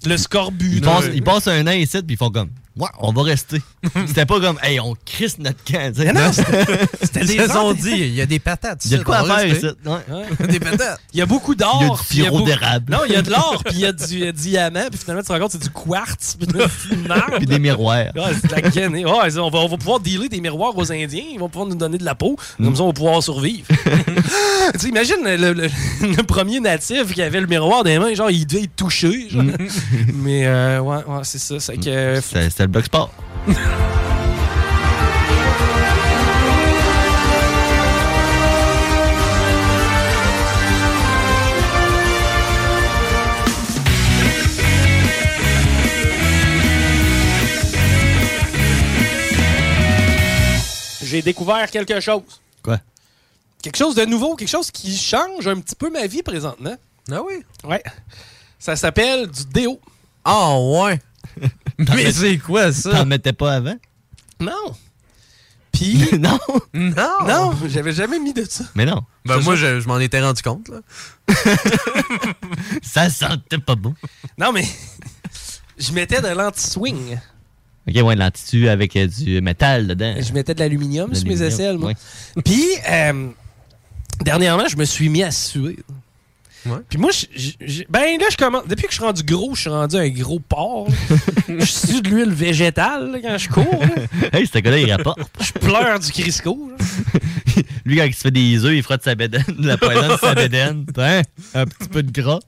Speaker 2: le scorbut.
Speaker 4: Ils passent, ils passent un an ici, puis ils font comme, ouais, on va rester. C'était pas comme, hey, on crisse notre camp. tu sais.
Speaker 2: non, c'était- c'était
Speaker 1: Ils
Speaker 2: des
Speaker 1: se sont
Speaker 2: ans-
Speaker 1: dit, il y a des patates.
Speaker 4: Il y a de quoi à
Speaker 1: on va
Speaker 4: faire
Speaker 1: rester.
Speaker 4: ici. ouais.
Speaker 1: Des patates.
Speaker 2: Il y a beaucoup d'or.
Speaker 4: Il y a du
Speaker 2: puis
Speaker 4: sirop
Speaker 2: beaucoup-
Speaker 4: d'érable.
Speaker 2: Non, il y a de l'or, puis il y a du euh, diamant, puis finalement, tu te rends compte, c'est du quartz, puis de la finale.
Speaker 4: Puis des miroirs.
Speaker 2: Ouais, c'est de la canée. Ouais, on, va, on va pouvoir dealer des miroirs aux Indiens. Ils vont pouvoir nous donner de la peau.
Speaker 1: Hmm.
Speaker 2: Comme ça, on va pouvoir survivre. tu sais, imagine le, le- le premier natif qui avait le miroir dans les mains. Genre, il devait y toucher. genre.
Speaker 1: Hmm.
Speaker 2: Mais euh, ouais, ouais, c'est ça. C'est que...
Speaker 4: C'était c'était le bloc sport.
Speaker 2: J'ai découvert quelque chose.
Speaker 4: Quoi?
Speaker 2: Quelque chose de nouveau, quelque chose qui change un petit peu ma vie présentement.
Speaker 1: Ah oui?
Speaker 2: Ouais. Ça s'appelle du déo.
Speaker 1: Ah ouais. Mais
Speaker 4: mets-
Speaker 1: c'est quoi
Speaker 4: T'en
Speaker 1: ça?
Speaker 4: mettais pas avant?
Speaker 2: Non. Puis.
Speaker 4: non.
Speaker 1: Non.
Speaker 2: Non, j'avais jamais mis de ça.
Speaker 4: Mais non.
Speaker 1: Ben moi, je, je m'en étais rendu compte. Là.
Speaker 4: Ça sentait pas bon.
Speaker 2: Non, mais je mettais de l'anti-swing.
Speaker 4: Ok, ouais, de l'antitu avec euh, du métal dedans.
Speaker 2: Je mettais de l'aluminium sur mes
Speaker 4: Euh, L'aluminium,
Speaker 2: aisselles, moi.
Speaker 4: ouais.
Speaker 2: Puis, euh, dernièrement, je me suis mis à suer. Puis moi, je- je- je- ben là, je commence. Depuis que je suis rendu gros, je suis rendu un gros porc. là. je suis de l'huile végétale là, quand je cours. là.
Speaker 4: hey, ce gars-là, il rapporte.
Speaker 2: Je pleure du Crisco. là.
Speaker 4: Lui, quand il se fait des œufs, il frotte sa bédaine, la poison de sa bédaine. Hein? Un petit peu de gras.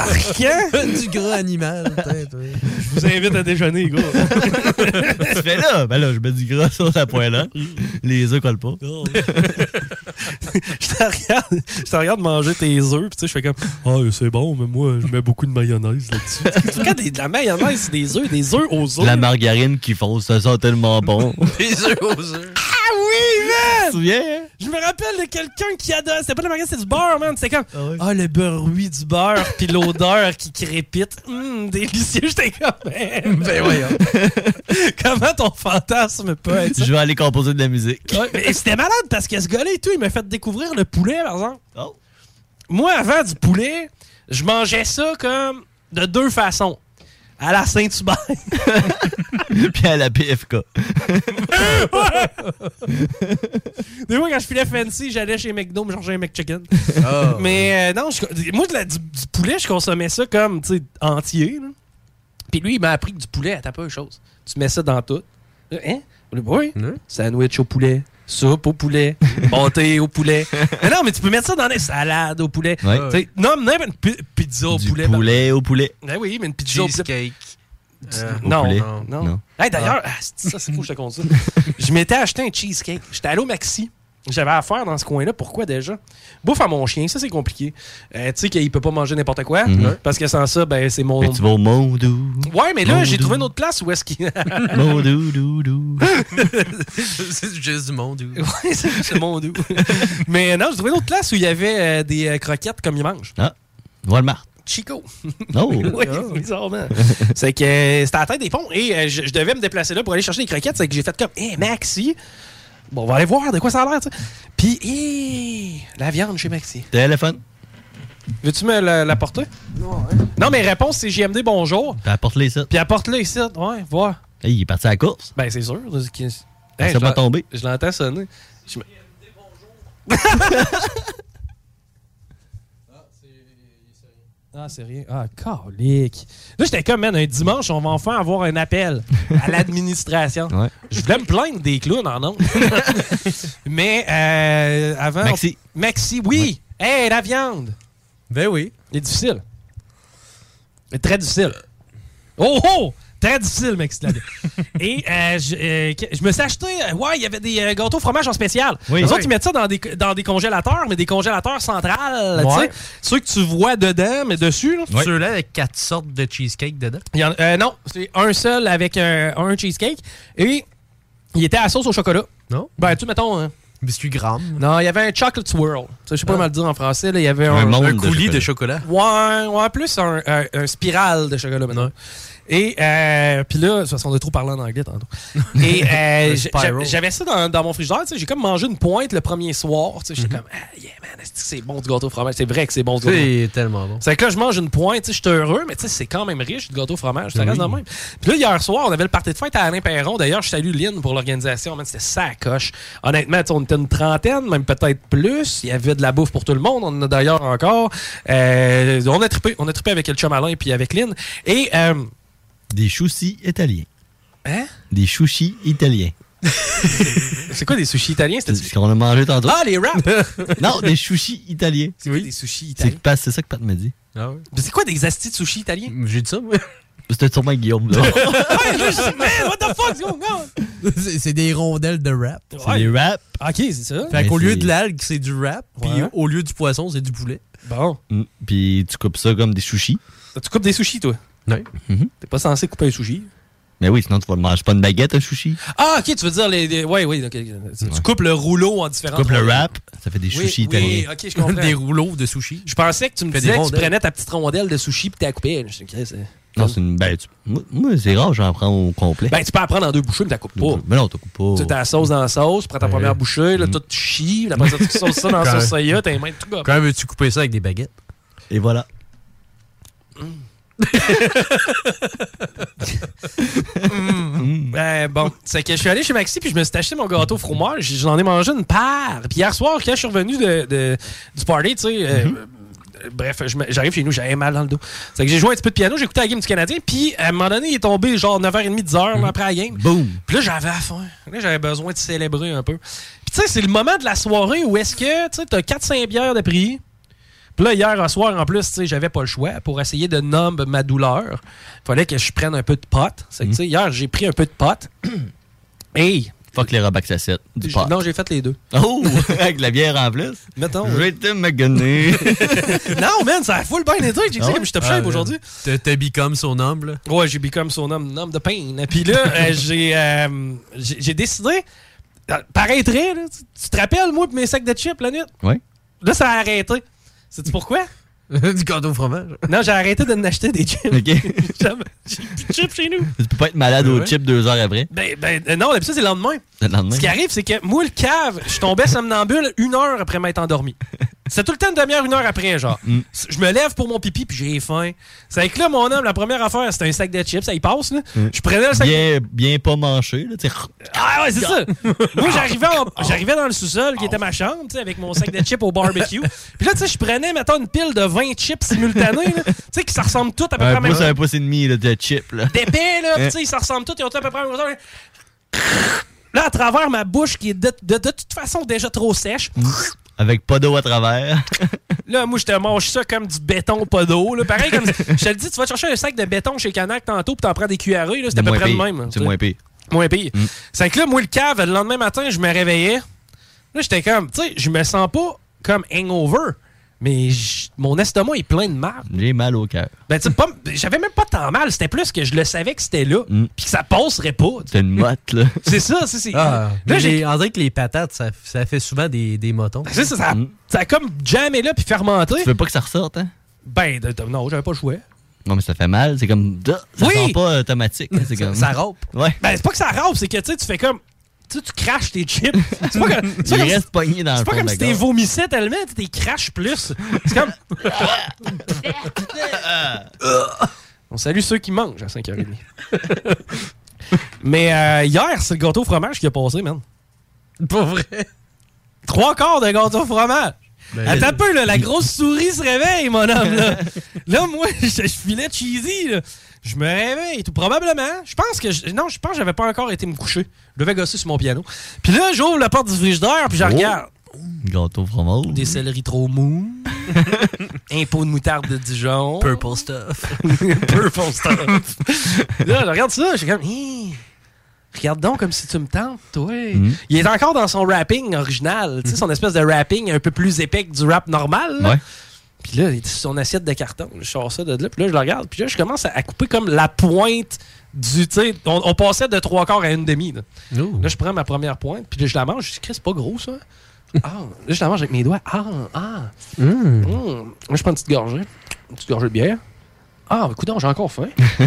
Speaker 1: du gras animal, peut-être. oui.
Speaker 2: Je vous invite à déjeuner, gars.
Speaker 4: tu fais là? Ben là, je mets du gras sur la poêle. Les œufs collent pas.
Speaker 2: je te regarde, je te regarde manger tes œufs, puis tu sais, je fais comme Ah, c'est bon, mais moi, je mets beaucoup de mayonnaise là-dessus. Quand t'es de la mayonnaise, c'est des œufs, des œufs aux œufs.
Speaker 4: La margarine qui fonce, ça sent tellement bon.
Speaker 1: Des œufs aux œufs.
Speaker 2: Ah oui, man!
Speaker 4: Tu te souviens, hein?
Speaker 2: Je me rappelle de quelqu'un qui adore. C'était pas de la margarine, c'était du beurre, man. C'était comme Ah, le beurre, oui, du beurre, puis l'odeur qui crépite. Hum, délicieux. J'étais comme Ben,
Speaker 1: Ben voyons.
Speaker 2: Comment ton fantasme peut être ça?
Speaker 4: Je vais aller composer de la musique.
Speaker 2: Ouais, mais c'était malade parce que ce gars-là et tout, il m'a fait découvrir le poulet, par exemple. Moi, avant du poulet, je mangeais ça comme de deux façons. À la Saint-Hubert.
Speaker 4: Puis à la PFK.
Speaker 2: Des fois, quand je filais fancy, j'allais chez McDo me chercher un McChicken.
Speaker 1: Ah,
Speaker 2: Mais euh, non, je- moi, de la- du, du poulet, je consommais ça comme, tu sais, entier. là. Puis lui, il m'a appris que du poulet, t'as pas une chose. Tu mets ça dans tout. Là, Hein? Oui. Sandwich au poulet, soupe au poulet, pâté au poulet. mais non, mais tu peux mettre ça dans des salades au poulet.
Speaker 4: Ouais.
Speaker 2: Tu sais, Non, mais même une pi- pizza au poulet. par-
Speaker 4: Poulet au poulet.
Speaker 2: Ben oui, mais une pizza au poulet.
Speaker 1: Euh,
Speaker 2: non,
Speaker 4: au poulet.
Speaker 2: non, non,
Speaker 4: Non.
Speaker 2: Hey, D'ailleurs, ah, c'est- ça, c'est fou, je te compte ça. je m'étais acheté un cheesecake. J'étais allé au Maxi. J'avais affaire dans ce coin-là. Pourquoi déjà? Bouffe à mon chien, ça, c'est compliqué. Euh, tu sais qu'il peut pas manger n'importe quoi.
Speaker 4: Mhm.
Speaker 2: Parce que sans ça, ben, c'est mon...
Speaker 4: Mais tu vas au Mondou.
Speaker 2: Ouais, mais là,
Speaker 4: Mon
Speaker 2: j'ai
Speaker 4: doux.
Speaker 2: trouvé une autre place où est-ce qu'il...
Speaker 4: Mondou, dou, dou.
Speaker 1: c'est juste du monde. ou-
Speaker 2: Ouais, c'est c'est mon doux. mais euh, non, j'ai trouvé une autre place où il y avait euh, des euh, croquettes comme il mange.
Speaker 4: Ah, Walmart.
Speaker 2: Chico.
Speaker 4: Oh.
Speaker 2: oui, bizarrement. c'est que euh, c'était à la tête des ponts et euh, je, je devais me déplacer là pour aller chercher des croquettes. C'est que j'ai fait comme, hé, Maxi, bon, on va aller voir de quoi ça a l'air, tu sais. Puis, hé, la viande chez Maxi.
Speaker 4: Téléphone.
Speaker 2: Veux-tu me la- l'apporter? Non, mais réponse, c'est JMD, bonjour.
Speaker 4: Puis apporte-les ça.
Speaker 2: Puis apporte-le ici, ouais, voir.
Speaker 4: Hey, il est parti à la course.
Speaker 2: Ben, c'est sûr. parce que-
Speaker 4: Ça
Speaker 2: Hey, je
Speaker 4: va
Speaker 2: l'en-
Speaker 4: tomber.
Speaker 2: Je l'entends sonner. Je me- Ah, c'est rien. Ah, calique. Là, j'étais comme, man, un dimanche, on va enfin avoir un appel à l'administration. Je voulais me plaindre des clowns en nom. Mais euh, avant.
Speaker 4: Maxi.
Speaker 2: Maxi, oui. Hey, la viande.
Speaker 1: Ben oui.
Speaker 2: C'est difficile. C'est très difficile.
Speaker 1: Euh.
Speaker 2: Oh, oh! Très difficile, mec, c'est la vie. Et euh, je, euh, que- je me suis acheté. euh, Ouais, il y avait des euh, gâteaux fromage en spécial.
Speaker 4: Oui.
Speaker 2: Les
Speaker 4: Oui.
Speaker 2: autres, ils mettent ça dans des, dans des congélateurs, mais des congélateurs centrales. tu
Speaker 1: Ouais.
Speaker 2: sais. Ceux que tu vois dedans, mais dessus. là.
Speaker 1: Ceux-là avec quatre sortes de cheesecake dedans.
Speaker 2: Il y en- euh, non, c'est un seul avec un, un cheesecake. Et il était à sauce au chocolat.
Speaker 1: Non?
Speaker 2: Ben, tu mettons. hein.
Speaker 1: Biscuit gramme.
Speaker 2: Non, il y avait un chocolate swirl. Ça, Je sais pas comment le dire en français. là. Il y avait un,
Speaker 1: coulis de chocolat.
Speaker 2: Ouais, ouais, plus un, un- un spirale de chocolat maintenant. Et euh, puis là, de toute façon, on a trop parlé en anglais tantôt. Et euh,
Speaker 1: Un
Speaker 2: j'a-
Speaker 1: spiral.
Speaker 2: j'avais ça dans, dans mon frigidaire, tu sais, j'ai comme mangé une pointe le premier soir, tu sais, j'étais comme ah, yeah man, est-ce que c'est bon du gâteau au fromage, c'est vrai que c'est bon du gâteau. au fromage.
Speaker 1: Mm-hmm. C'est tellement bon.
Speaker 2: C'est que là, je mange une pointe, tu sais, je suis heureux, mais tu sais, c'est quand même riche du gâteau au fromage, ça
Speaker 4: Ben
Speaker 1: Oui.
Speaker 2: reste dans le même. Puis là, hier soir, on avait le party de fête à Alain Perron. D'ailleurs, je salue Lynn pour l'organisation, man, c'était sacoche. Honnêtement, tu sais, on était une trentaine, même peut-être plus. Il y avait de la bouffe pour tout le monde, on en a d'ailleurs encore. Euh, on a trippé, on a trippé avec le chum Alain puis avec Lynn. Et, euh,
Speaker 4: Des choucis italiens.
Speaker 2: Hein?
Speaker 4: Des chouchis italiens.
Speaker 2: c'est quoi des sushis italiens? C'était
Speaker 4: ce qu'on a mangé tantôt.
Speaker 2: Ah, les wraps!
Speaker 4: Non, des chouchis italiens.
Speaker 2: C'est quoi des sushis
Speaker 4: C'est
Speaker 2: italiens?
Speaker 4: que Pat- c'est ça que Pat m'a dit.
Speaker 2: Ah Mais c'est quoi des astis de sushis italiens?
Speaker 1: Mm, J'ai dit ça, moi.
Speaker 4: C'était sûrement Guillaume. là.
Speaker 2: Ouais, là, je dis, man, what the fuck's going on?
Speaker 1: C'est c'est des rondelles de rap.
Speaker 4: C'est des wraps.
Speaker 2: Ok, c'est ça.
Speaker 1: Fait qu'au
Speaker 4: Mais
Speaker 1: lieu
Speaker 4: c'est-
Speaker 1: de l'algue, c'est du rap. Puis
Speaker 2: Ouais.
Speaker 1: au lieu du poisson, c'est du poulet.
Speaker 2: Bon.
Speaker 4: Mm. Puis tu coupes ça comme des chouchis.
Speaker 2: Tu coupes des sushis, toi?
Speaker 1: Non.
Speaker 2: T'es pas censé couper un sushi.
Speaker 4: Mais oui, sinon tu vas le manger pas une baguette, un chouchi.
Speaker 2: Ah, ok, tu veux dire les. les- ouais, oui, ok. Tu, tu coupes le rouleau en différents.
Speaker 4: Coupe le wrap, ça fait des
Speaker 2: Oui,
Speaker 4: chouchis
Speaker 2: oui,
Speaker 4: italiens.
Speaker 2: ok, je comprends.
Speaker 1: Des rouleaux de sushi.
Speaker 2: Je pensais que tu me
Speaker 1: Fais des
Speaker 2: disais que tu
Speaker 1: rondelles.
Speaker 2: prenais ta petite rondelle de sushi puis t'as coupé. Je sais, Chris, euh,
Speaker 4: Non, c'est une. Ben, tu- moi, moi, c'est rare, j'en prends au complet.
Speaker 2: Ben, tu peux en prendre en deux bouchées, mais t'as coupes pas.
Speaker 4: Mais non, t'as coupé
Speaker 2: Tu sais, t'as
Speaker 4: pas.
Speaker 2: la sauce dans la sauce, prends ta première bouchée, là, tout chie, puis après ça, tu sauces ça dans la sauce soya, t'as les mains tout gobées.
Speaker 1: Quand veux-tu couper ça avec des baguettes?
Speaker 4: Et voilà.
Speaker 2: Mm. Ben, bon, c'est que je suis allé chez Maxi puis je me suis acheté mon gâteau au fromage. J'en ai mangé une part. Puis hier soir, quand je suis revenu de, de- du party, tu sais, euh, euh, bref, je me- j'arrive chez nous, j'avais mal dans le dos. C'est que j'ai joué un petit peu de piano, j'ai écouté la game du Canadien, puis à un moment donné, il est tombé genre 9h30, 10h après la game. Boom. Puis là, j'avais la faim. Là, j'avais besoin de célébrer un peu. Puis tu sais, c'est le moment de la soirée où est-ce que tu as 4-5 bières de prix. Puis là, hier au soir, en plus, tu sais, j'avais pas le choix. Pour essayer de nommer ma douleur, fallait que je prenne un peu de pote. C'est
Speaker 4: Mm.
Speaker 2: que, tu sais, hier, j'ai pris un peu de pote. hey!
Speaker 4: Fuck les robacks à 7. Du
Speaker 2: J'ai-
Speaker 4: pot.
Speaker 2: Non, j'ai fait les deux.
Speaker 4: Oh! Avec de la bière en plus?
Speaker 2: Mettons.
Speaker 4: Je vais te maganer.
Speaker 2: non, man, ça a full bien été. J'ai dit
Speaker 1: Ah ouais?
Speaker 2: comme je te shape
Speaker 1: Ah,
Speaker 2: aujourd'hui.
Speaker 1: T'as t'as become son homme, là.
Speaker 2: Ouais, j'ai become son homme, homme de pain. Puis là, euh, j'ai euh, j'ai j'ai décidé. euh, Paraîtrait, là, tu, tu te rappelles, moi, pis mes sacs de chips la nuit?
Speaker 4: Ouais.
Speaker 2: Là, ça a arrêté. Sais-tu pourquoi?
Speaker 1: du gâteau au fromage.
Speaker 2: Non, j'ai arrêté de n'acheter des chips.
Speaker 4: Ok.
Speaker 2: Jamais- J'ai plus de chips chez nous.
Speaker 4: Tu peux pas être malade
Speaker 2: Ouais,
Speaker 4: au
Speaker 2: ouais.
Speaker 4: chip deux heures après.
Speaker 2: Ben, ben euh, non, d'habitude, c'est le lendemain.
Speaker 4: Le lendemain.
Speaker 2: Ce qui arrive, c'est que moi, le cave, je tombais somnambule une heure après m'être endormi. C'est tout le temps une demi-heure, une heure après, genre.
Speaker 1: Mm.
Speaker 2: Je me lève pour mon pipi, puis j'ai faim. C'est que là, mon homme, la première affaire, c'était un sac de chips, ça y passe, là. Je prenais le sac
Speaker 4: Bien, bien pas manché, là. tu sais.
Speaker 2: Ah ouais, c'est ça. Moi, j'arrivais,
Speaker 4: Ah.
Speaker 2: en- j'arrivais dans le sous-sol, qui était ma chambre, tu sais, avec mon sac de chips au barbecue. Puis là, tu sais, je prenais, mettons, une pile de 20 chips simultanés, là. Tu sais, qui ça ressemble tout à peu près à la
Speaker 4: Un
Speaker 2: même
Speaker 4: pouce, un pouce et demi là, de chip, là.
Speaker 2: d'épais, là.
Speaker 4: Hein?
Speaker 2: Tu sais, ils se ressemblent tous, ils ont tous à peu près la même grosseur. Là, à travers ma bouche qui est de, de- de toute façon déjà trop sèche,
Speaker 4: Mm. Avec pas d'eau à travers.
Speaker 2: là, moi, je te mange ça comme du béton pas d'eau. là. Pareil comme. Je te le dis, tu vas te chercher un sac de béton chez Canac tantôt, puis t'en prends des QRE, là. C'est à peu
Speaker 4: moins
Speaker 2: près le
Speaker 4: pire.
Speaker 2: même. tu
Speaker 4: C'est
Speaker 2: sais.
Speaker 4: moins pire.
Speaker 2: Moins pire.
Speaker 4: Mm.
Speaker 2: C'est que là, moi, le cave, le lendemain matin, je me réveillais. Là, j'étais comme, tu sais, je me sens pas comme hangover, mais j- mon estomac est plein de marre.
Speaker 4: J'ai mal au cœur.
Speaker 2: Ben, tu sais, pas- j'avais même pas tant mal. C'était plus que je le savais que c'était là, puis que ça passerait pas. tu sais.
Speaker 4: C'est Mm. une motte, là.
Speaker 2: C'est ça, c'est. c'est-
Speaker 1: Ah,
Speaker 2: là,
Speaker 1: mais
Speaker 2: j'ai.
Speaker 1: les- on dirait que les patates, ça, ça fait souvent des, des motons. Mm.
Speaker 2: C'est ça, ça, a- ça a comme jammé là puis fermenté.
Speaker 4: Tu veux pas que ça ressorte, hein?
Speaker 2: Ben, de- de- non, j'avais pas le choix.
Speaker 4: Non, mais ça fait mal. C'est comme. Ça
Speaker 2: Oui!
Speaker 4: sent pas automatique. hein, C'est comme...
Speaker 2: ça rampe.
Speaker 4: Ouais.
Speaker 2: Ben, c'est pas que ça rampe, c'est que tu sais, tu fais comme. Tu sais, tu craches tes chips. C'est pas comme.
Speaker 4: Il reste pogné dans le
Speaker 2: C'est pas
Speaker 4: fond
Speaker 2: comme
Speaker 4: de la
Speaker 2: si t'es
Speaker 4: gorge.
Speaker 2: vomissais tellement, tu t'es craches plus. C'est comme. Euh. On salue ceux qui mangent à 5h30. Mais euh, hier, c'est le gâteau au fromage qui a passé, man. Pas vrai. Trois quarts de gâteau au fromage.
Speaker 1: Ben,
Speaker 2: Attends un peu, là, la grosse souris se réveille, mon homme. Là, Là, moi, je, je filais cheesy. là. Je me réveille, tout probablement. Je pense que... je- non, je pense que j'avais pas encore été me coucher. Je devais gosser sur mon piano. Puis là, j'ouvre la porte du frigidaire, puis je
Speaker 4: Oh.
Speaker 2: regarde.
Speaker 4: Gâteau au fromage.
Speaker 2: Des céleris trop mous. un pot de moutarde de Dijon.
Speaker 1: Purple stuff.
Speaker 2: Purple stuff. là, je regarde ça, je suis comme, Hi, regarde donc comme si tu me tentes, toi.
Speaker 1: Hmm.
Speaker 2: Il est encore dans son rapping original, tu sais, son espèce de rapping un peu plus épais que du rap normal. là. Puis là, il est sur son assiette de carton. Je sors ça de là, puis là, je le regarde, puis là, je commence à, à couper comme la pointe du, tu sais, on, on passait de trois quarts à une demi. Là, Là, je prends ma première pointe, puis là, je la mange, je dis, Chris, c'est pas gros, ça. Ah, là, je la mange avec mes doigts. Ah, ah. Mmh.
Speaker 8: Mm.
Speaker 2: Là, je prends une petite gorgée, une petite gorgée de bière. Ah, écoute, j'ai encore faim. tu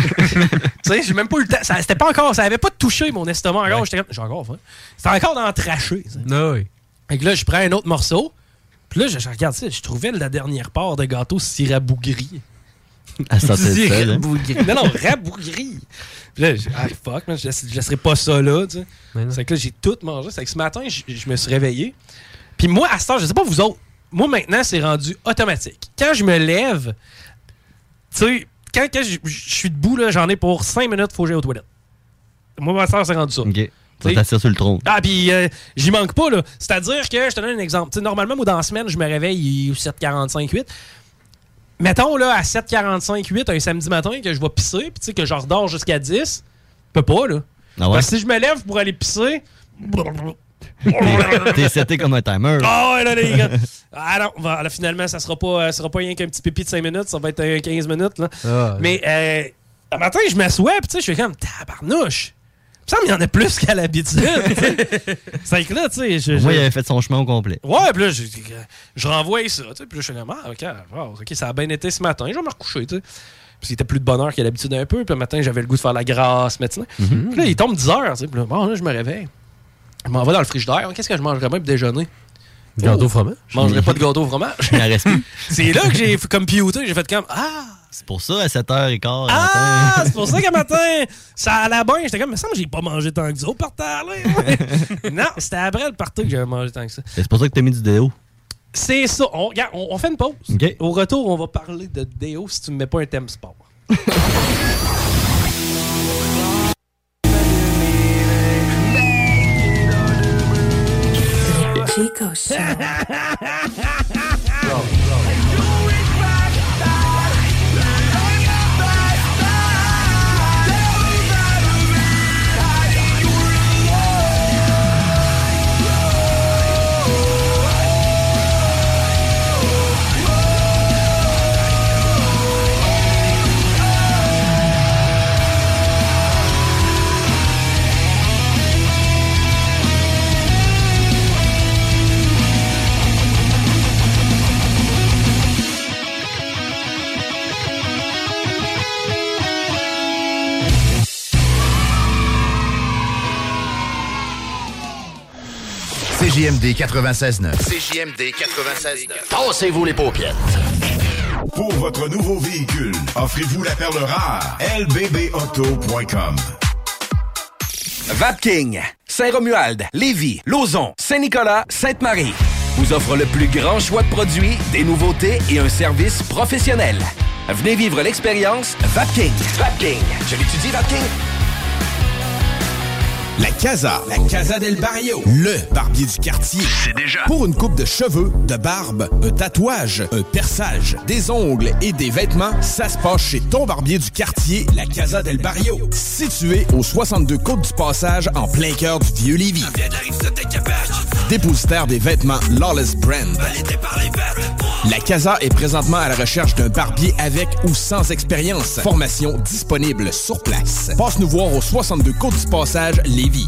Speaker 2: sais, j'ai même pas eu le temps. Ça, c'était pas encore, ça avait pas touché mon estomac encore. J'étais comme, j'ai encore faim. C'était encore dans le traché. ça. Fait que là, je prends un autre morceau. Puis là, je, je regarde ça. Je trouvais la dernière part de gâteau sirabougri.
Speaker 4: Elle sentait ça, là.
Speaker 2: Sirabougri. Non, non, rabougri. Puis là, j'ai ah, fuck, man, je, laisse- je laisserai pas ça là. tu sais. C'est que là, j'ai tout mangé. C'est que ce matin, je, je me suis réveillé. Puis moi, à ce temps, je sais pas vous autres, moi maintenant, c'est rendu automatique. Quand je me lève, tu sais, quand, quand je, je suis debout, là, j'en ai pour 5 minutes, faut que j'aille aux toilettes. Moi, ma soeur, c'est rendu ça.
Speaker 4: Ça t'assire sur le trône.
Speaker 2: Ah, puis euh, j'y manque pas, là. C'est-à-dire que, je te donne un exemple. Tu sais, normalement, moi, dans la semaine, je me réveille à 7h45, 8 Mettons, là, à 7h45, 8 un samedi matin, que je vais pisser, puis tu sais, que je redors jusqu'à 10, je peux pas, là.
Speaker 4: Ah ouais?
Speaker 2: Parce que si je me lève pour aller pisser.
Speaker 4: T'es seté comme un timer.
Speaker 2: Ah ouais, là, les gars. Ah non, voilà, finalement, ça sera pas, euh, ça sera pas rien qu'un petit pipi de 5 minutes, ça va être euh, 15 minutes, là.
Speaker 1: Ah,
Speaker 2: Mais euh, le matin, je m'assois, puis tu sais, je suis comme tabarnouche. Ça me semble qu'il y en a plus qu'à l'habitude. tu sais. C'est que là, tu sais, je- je-
Speaker 4: Moi, il avait fait son chemin au complet.
Speaker 2: Ouais, puis là, je, je renvoie ça. tu sais, Puis là, je suis comme, ah, OK, wow, ok, ça a bien été ce matin, je vais me recoucher. tu sais. Puis c'était plus de bonheur qu'à l'habitude un peu. Puis le matin, j'avais le goût de faire la grasse matinée.
Speaker 4: Mm.
Speaker 2: Puis là, il tombe 10 heures. tu sais, Puis là, bon, là, je me réveille. Je m'en vais dans le frigidaire. Qu'est-ce que je mangerais bien pour déjeuner?
Speaker 1: Gâteau
Speaker 2: Oh,
Speaker 1: au fromage?
Speaker 2: Je mangerais pas de gâteau au fromage.
Speaker 4: Il en reste plus.
Speaker 2: C'est là que j'ai f- comme piauté. J'ai fait comme, ah,
Speaker 4: C'est pour ça, à 7h15.
Speaker 2: Ah, c'est pour ça qu'un matin, ça allait bien. J'étais comme, mais ça, j'ai pas mangé tant que ça au party. là. non, c'était après le party que j'avais mangé tant que ça.
Speaker 4: C'est pour ça que t'as mis du déo.
Speaker 2: C'est ça. On, regarde, on, on fait une pause. Au retour, on va parler de déo si tu me mets pas un thème sport.
Speaker 8: Chico Show.
Speaker 7: CJMD 96.9.
Speaker 32: CJMD 96.
Speaker 7: Tassez-vous les paupières. Pour votre nouveau véhicule, offrez-vous la perle rare. lbbauto.com.
Speaker 11: Vapking, Saint-Romuald, Lévis, Lauson, Saint-Nicolas, Sainte-Marie vous offre le plus grand choix de produits, des nouveautés et un service professionnel. Venez vivre l'expérience Vapking. Vapking. Je l'étudie, Vapking.
Speaker 7: La Casa. La Casa del Barrio. Le barbier du quartier. C'est déjà. Pour une coupe de cheveux, de barbe, un tatouage, un perçage, des ongles et des vêtements, ça se passe chez ton barbier du quartier, la Casa del Barrio. Situé au 62 Côte du Passage, en plein cœur du vieux Lévis. Dépositaire des vêtements Lawless Brand. La Casa est présentement à la recherche d'un barbier avec ou sans expérience. Formation disponible sur place. Passe nous voir au 62 Côte du Passage, Lévis.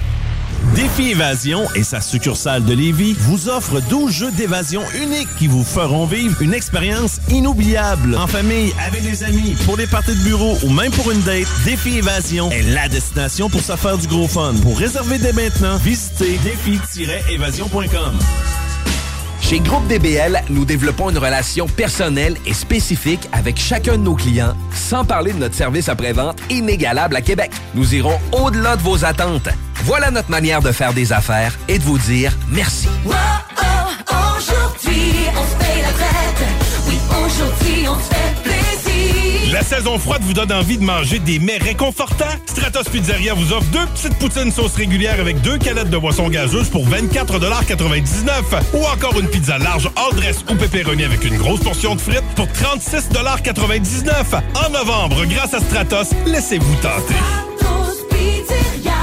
Speaker 20: Défi Évasion et sa succursale de Lévis vous offrent 12 jeux d'évasion uniques qui vous feront vivre une expérience inoubliable. En famille, avec des amis, pour des parties de bureau ou même pour une date, Défi Évasion est la destination pour se faire du gros fun. Pour réserver dès maintenant, visitez défi-évasion.com.
Speaker 11: Chez Groupe DBL, nous développons une relation personnelle et spécifique avec chacun de nos clients, sans parler de notre service après-vente inégalable à Québec. Nous irons au-delà de vos attentes. Voilà notre manière de faire des affaires et de vous dire merci.
Speaker 8: Oh, Aujourd'hui, on se paye la fête. Oui, aujourd'hui, on se fait plaisir.
Speaker 12: La saison froide vous donne envie de manger des mets réconfortants? Stratos Pizzeria vous offre deux petites poutines sauce régulière avec deux canettes de boisson gazeuse pour 24,99 ou encore une pizza large hors dress ou pepperoni avec une grosse portion de frites pour 36,99 En novembre, grâce à Stratos, laissez-vous tenter.
Speaker 8: Tous pizzeria,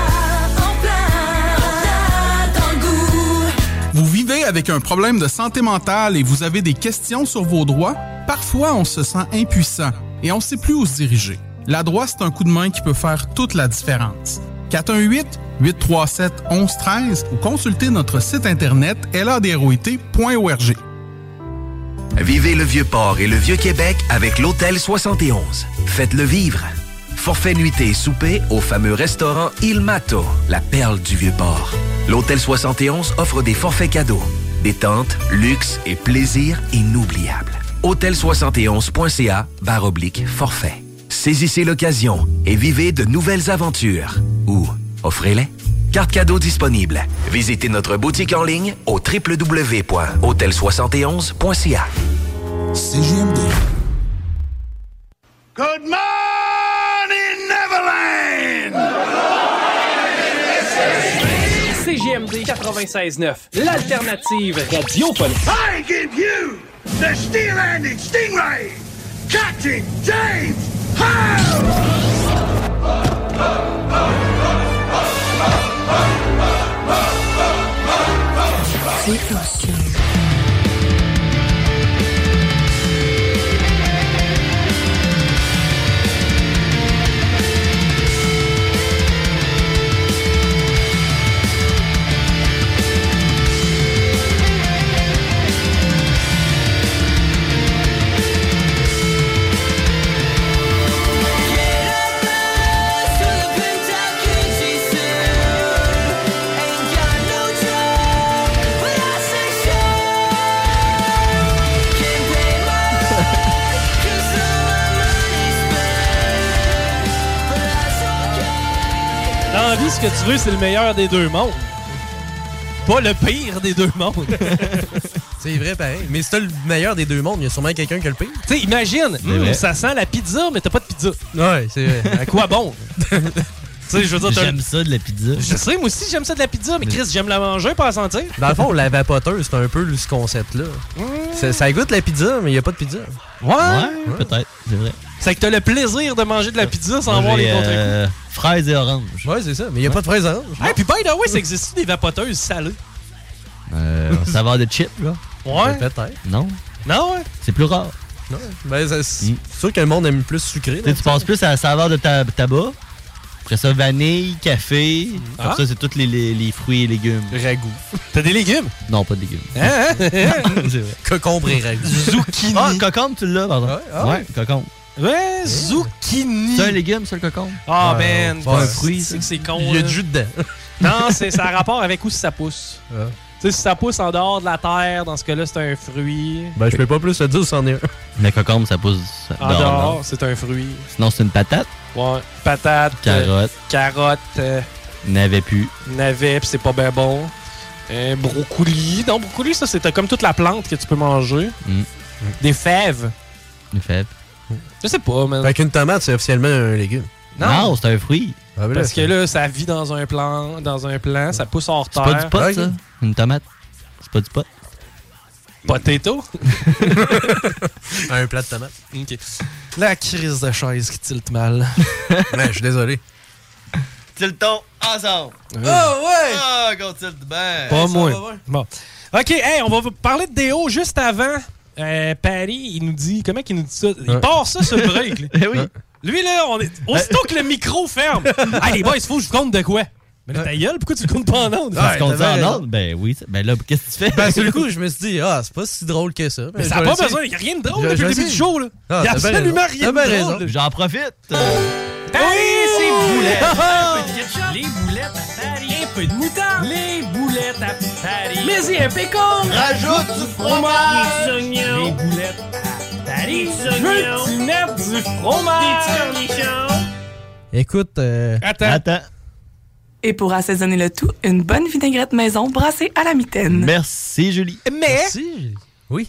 Speaker 8: en plein, dans le goût.
Speaker 14: Vous vivez avec un problème de santé mentale et vous avez des questions sur vos droits? Parfois, on se sent impuissant et on ne sait plus où se diriger. La droite, c'est un coup de main qui peut faire toute la différence. 418-837-1113 ou consultez notre site internet ladroit.org.
Speaker 11: Vivez le Vieux-Port et le Vieux-Québec avec l'Hôtel 71. Faites-le vivre. Forfait nuitée et souper au fameux restaurant Il Mato, la perle du Vieux-Port. L'Hôtel 71 offre des forfaits cadeaux, détente, luxe et plaisir inoubliables. Hôtel71.ca barre oblique forfait. Saisissez l'occasion et vivez de nouvelles aventures. Ou offrez-les. Carte cadeau disponible. Visitez notre boutique en ligne au www.hôtel71.ca.
Speaker 7: CJMD.
Speaker 13: Good morning, Neverland!
Speaker 2: CGMD 96.9, l'alternative radiophonique.
Speaker 13: I give you the steel-handed stingray, Captain James Howe!
Speaker 2: dis ce que tu veux, c'est le meilleur des Oh, deux mondes. Pas le pire des deux mondes.
Speaker 1: C'est vrai, pareil. Mais c'est le meilleur des deux mondes. Il y a sûrement quelqu'un qui a le pire.
Speaker 2: Tu sais, imagine,
Speaker 1: C'est
Speaker 2: hmm,
Speaker 1: vrai.
Speaker 2: ça sent la pizza, mais t'as pas de pizza.
Speaker 1: Ouais, c'est vrai.
Speaker 2: À quoi bon? tu sais, je veux dire, t'as-
Speaker 1: J'aime
Speaker 4: ça de la pizza.
Speaker 2: Je sais, moi aussi, j'aime ça de la pizza, mais Chris, j'aime la manger, pas la sentir.
Speaker 1: Dans le fond, la vapoteuse, c'est un peu ce concept-là. Ça- Ça goûte la pizza, mais il n'y a pas de pizza.
Speaker 2: Ouais,
Speaker 4: peut-être, c'est vrai.
Speaker 2: C'est que t'as le plaisir de manger de la pizza sans
Speaker 4: Moi,
Speaker 2: voir les
Speaker 4: j'ai,
Speaker 2: contre
Speaker 4: euh, Fraises et oranges.
Speaker 1: Ouais, c'est ça, mais il n'y a pas de fraises oranges.
Speaker 2: Hey, puis by the way, ça existe des vapoteuses salées?
Speaker 4: Euh, saveur de chip, là.
Speaker 2: Ouais.
Speaker 1: Peut-être.
Speaker 4: Non.
Speaker 2: Non, ouais.
Speaker 4: C'est plus rare.
Speaker 1: Non. Ben, ça- c'est sûr que le monde aime plus sucré.
Speaker 4: Hmm. Tu sais, tu penses plus à la saveur de ta- tabac. Après ça, vanille, café.
Speaker 1: Ah.
Speaker 4: Comme ça, c'est tous les, les- les fruits et légumes.
Speaker 1: Ragoût.
Speaker 2: T'as des légumes?
Speaker 4: Non, pas de légumes.
Speaker 2: Hein, hein?
Speaker 4: C'est vrai.
Speaker 1: Cocombre et ragoût.
Speaker 2: Zucchini.
Speaker 4: Ah, cocombre, tu l'as, pardon. Ouais,
Speaker 1: ah
Speaker 4: ouais cocombre.
Speaker 2: Ouais, zucchini.
Speaker 4: C'est un légume, c'est le cocombre?
Speaker 2: Ah,
Speaker 4: Ouais,
Speaker 2: man.
Speaker 4: C'est pas un
Speaker 2: c'est-
Speaker 4: fruit.
Speaker 2: C'est que c'est con.
Speaker 4: Il y a
Speaker 2: là.
Speaker 4: du jus dedans.
Speaker 2: non, c'est ça a rapport avec où ça pousse. Tu sais, si ça pousse en dehors de la terre, dans ce cas-là, c'est un fruit.
Speaker 1: Ben, je peux pas plus te dire si c'en est un.
Speaker 4: Mais cocombe, ça pousse
Speaker 2: En
Speaker 4: dehors,
Speaker 2: Ah, dehors,
Speaker 4: non?
Speaker 2: c'est un fruit.
Speaker 4: Sinon, c'est une patate.
Speaker 2: Ouais. Patate.
Speaker 4: Carotte.
Speaker 2: euh, carotte. euh,
Speaker 4: N'avait plus.
Speaker 2: navet, puis c'est pas bien bon. Euh, brocoli. Non, brocoli, ça, c'est comme toute la plante que tu peux manger.
Speaker 4: Mm.
Speaker 2: Des fèves.
Speaker 4: Une fève.
Speaker 2: Je sais pas, man.
Speaker 4: Ben,
Speaker 1: Fait qu'une tomate, c'est officiellement un légume.
Speaker 2: Non. Non,
Speaker 4: c'est un fruit.
Speaker 1: Ah, ben là,
Speaker 2: Parce que là, ça vit dans un plan, dans un plan, ça pousse hors
Speaker 4: C'est
Speaker 2: terre.
Speaker 4: pas du pot, ça? Une tomate. C'est pas du pot.
Speaker 2: Potato.
Speaker 1: un plat de tomate.
Speaker 2: OK. La crise de chaise qui tilte mal.
Speaker 1: ouais, je suis désolé.
Speaker 4: Tiltons ensemble.
Speaker 2: Ouais.
Speaker 4: Ah ouais! Ah, qu'on tilte
Speaker 1: Euh,
Speaker 4: bien.
Speaker 2: Pas
Speaker 4: Ça
Speaker 2: moins.
Speaker 4: va bien.
Speaker 2: Bon. OK, hey, on va vous parler de déo juste avant. Euh, Paris, il nous dit. Comment qu'il nous dit ça? Il
Speaker 4: Ouais.
Speaker 2: part ça sur le break. là.
Speaker 4: Eh oui.
Speaker 2: Lui, là, on est. Aussitôt que le micro ferme. hey, les boys, il faut que je vous compte de quoi? Mais là, ta gueule, pourquoi tu le comptes pas en ondes?
Speaker 4: Parce qu'on dit en ordre, ben oui. ça- Ben là, qu'est-ce que tu fais?
Speaker 1: Ben, sur le coup, je me suis dit, ah, c'est pas si drôle que ça.
Speaker 2: Mais ça
Speaker 1: je
Speaker 2: a
Speaker 1: vais
Speaker 2: pas
Speaker 1: essayer.
Speaker 2: besoin, il n'y a rien de drôle
Speaker 1: Je-
Speaker 2: depuis
Speaker 1: je
Speaker 2: le début
Speaker 1: sais.
Speaker 2: du show. Là.
Speaker 1: Ah,
Speaker 2: il n'y a
Speaker 1: t'as bien
Speaker 2: absolument
Speaker 1: raison.
Speaker 2: rien
Speaker 1: T'as
Speaker 2: de
Speaker 1: bien
Speaker 2: drôle.
Speaker 1: raison.
Speaker 2: là.
Speaker 4: J'en profite.
Speaker 2: Ah oui, c'est boulettes.
Speaker 4: Ah!
Speaker 2: Un peu de ketchup, Les boulettes à Paris. Un peu de moutarde. Les boulettes à Paris.
Speaker 8: Mais y a un pécan. Rajoute du fromage.
Speaker 2: Des oignons. Les boulettes à Paris.
Speaker 8: Des oignons.
Speaker 2: Je veux que tu mettes du fromage.
Speaker 8: Des
Speaker 1: Écoute. euh,
Speaker 2: Attends.
Speaker 23: Et pour assaisonner le tout, une bonne vinaigrette maison brassée à la mitaine.
Speaker 4: Merci, Julie.
Speaker 2: Mais. Oui.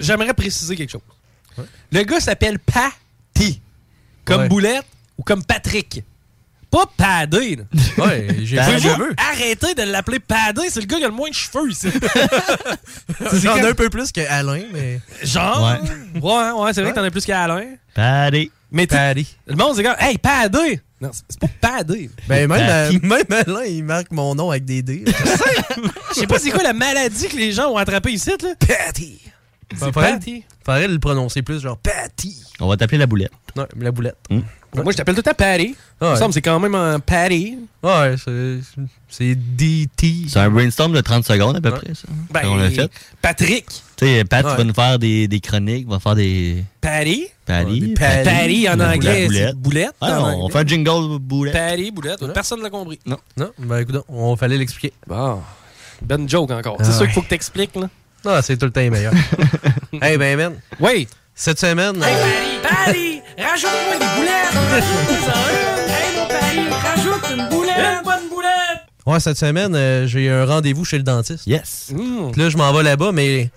Speaker 2: J'aimerais préciser quelque chose. Le gars s'appelle Patty. Comme
Speaker 1: Ouais.
Speaker 2: Boulette ou comme Patrick. Pas Paddy. là.
Speaker 1: Ouais, j'ai
Speaker 2: Faut
Speaker 1: pas de
Speaker 2: juste
Speaker 1: cheveux.
Speaker 2: Arrêtez de l'appeler Paddy. C'est le gars qui a le moins de cheveux ici. C'est
Speaker 1: J'en ai
Speaker 2: comme-
Speaker 1: un peu plus que Alain, mais.
Speaker 2: Genre. Ouais, ouais, c'est vrai que t'en as plus qu'Alain.
Speaker 4: Paddy.
Speaker 2: Mais tu- Le monde, c'est comme, hey, Paddy. Non, c'est c'est pas Paddy.
Speaker 1: Ben, même, euh, même Alain, il marque mon nom avec des dés.
Speaker 2: Je sais pas c'est quoi la maladie que les gens ont attrapée ici, là. Patty. C'est
Speaker 1: Faudrait-
Speaker 2: Patty.
Speaker 1: Faudrait le prononcer plus, genre Patty.
Speaker 4: On va t'appeler la boulette.
Speaker 1: Non, la boulette.
Speaker 2: Moi, je t'appelle tout le temps Patty.
Speaker 1: Ah
Speaker 2: Il me
Speaker 1: ouais.
Speaker 2: semble que c'est quand même un Patty.
Speaker 1: Ouais, c'est- c'est DT.
Speaker 4: C'est un brainstorm de 30 secondes à peu près, ça.
Speaker 2: Ben,
Speaker 4: on l'a fait.
Speaker 2: Patrick.
Speaker 4: Tu sais, Pat
Speaker 2: Ouais.
Speaker 4: va nous faire des, des chroniques, va faire des.
Speaker 2: Patty.
Speaker 4: Patty.
Speaker 2: Patty. Patty, en
Speaker 4: La
Speaker 2: anglais,
Speaker 4: boulette.
Speaker 2: c'est boulette,
Speaker 4: Ah,
Speaker 2: en
Speaker 4: non,
Speaker 2: anglais.
Speaker 4: on fait un jingle boulette.
Speaker 2: Patty, boulette. Personne ne l'a compris.
Speaker 4: Non.
Speaker 1: Non, ben écoute, on fallait l'expliquer.
Speaker 2: Bon.
Speaker 8: Ah.
Speaker 2: Bonne joke encore. C'est sûr qu'il faut que t'expliques, là.
Speaker 1: Non, Ah c'est tout le temps les meilleurs. hey, ben, man.
Speaker 2: Oui.
Speaker 1: Cette semaine. euh,
Speaker 8: Paris, rajoute-moi des boulettes. Hey mon Paris, rajoute une boulette. Une bonne boulette.
Speaker 1: Ouais, cette semaine, euh, j'ai un rendez-vous chez le dentiste.
Speaker 4: Yes.
Speaker 1: Là, je m'en vais là-bas, mais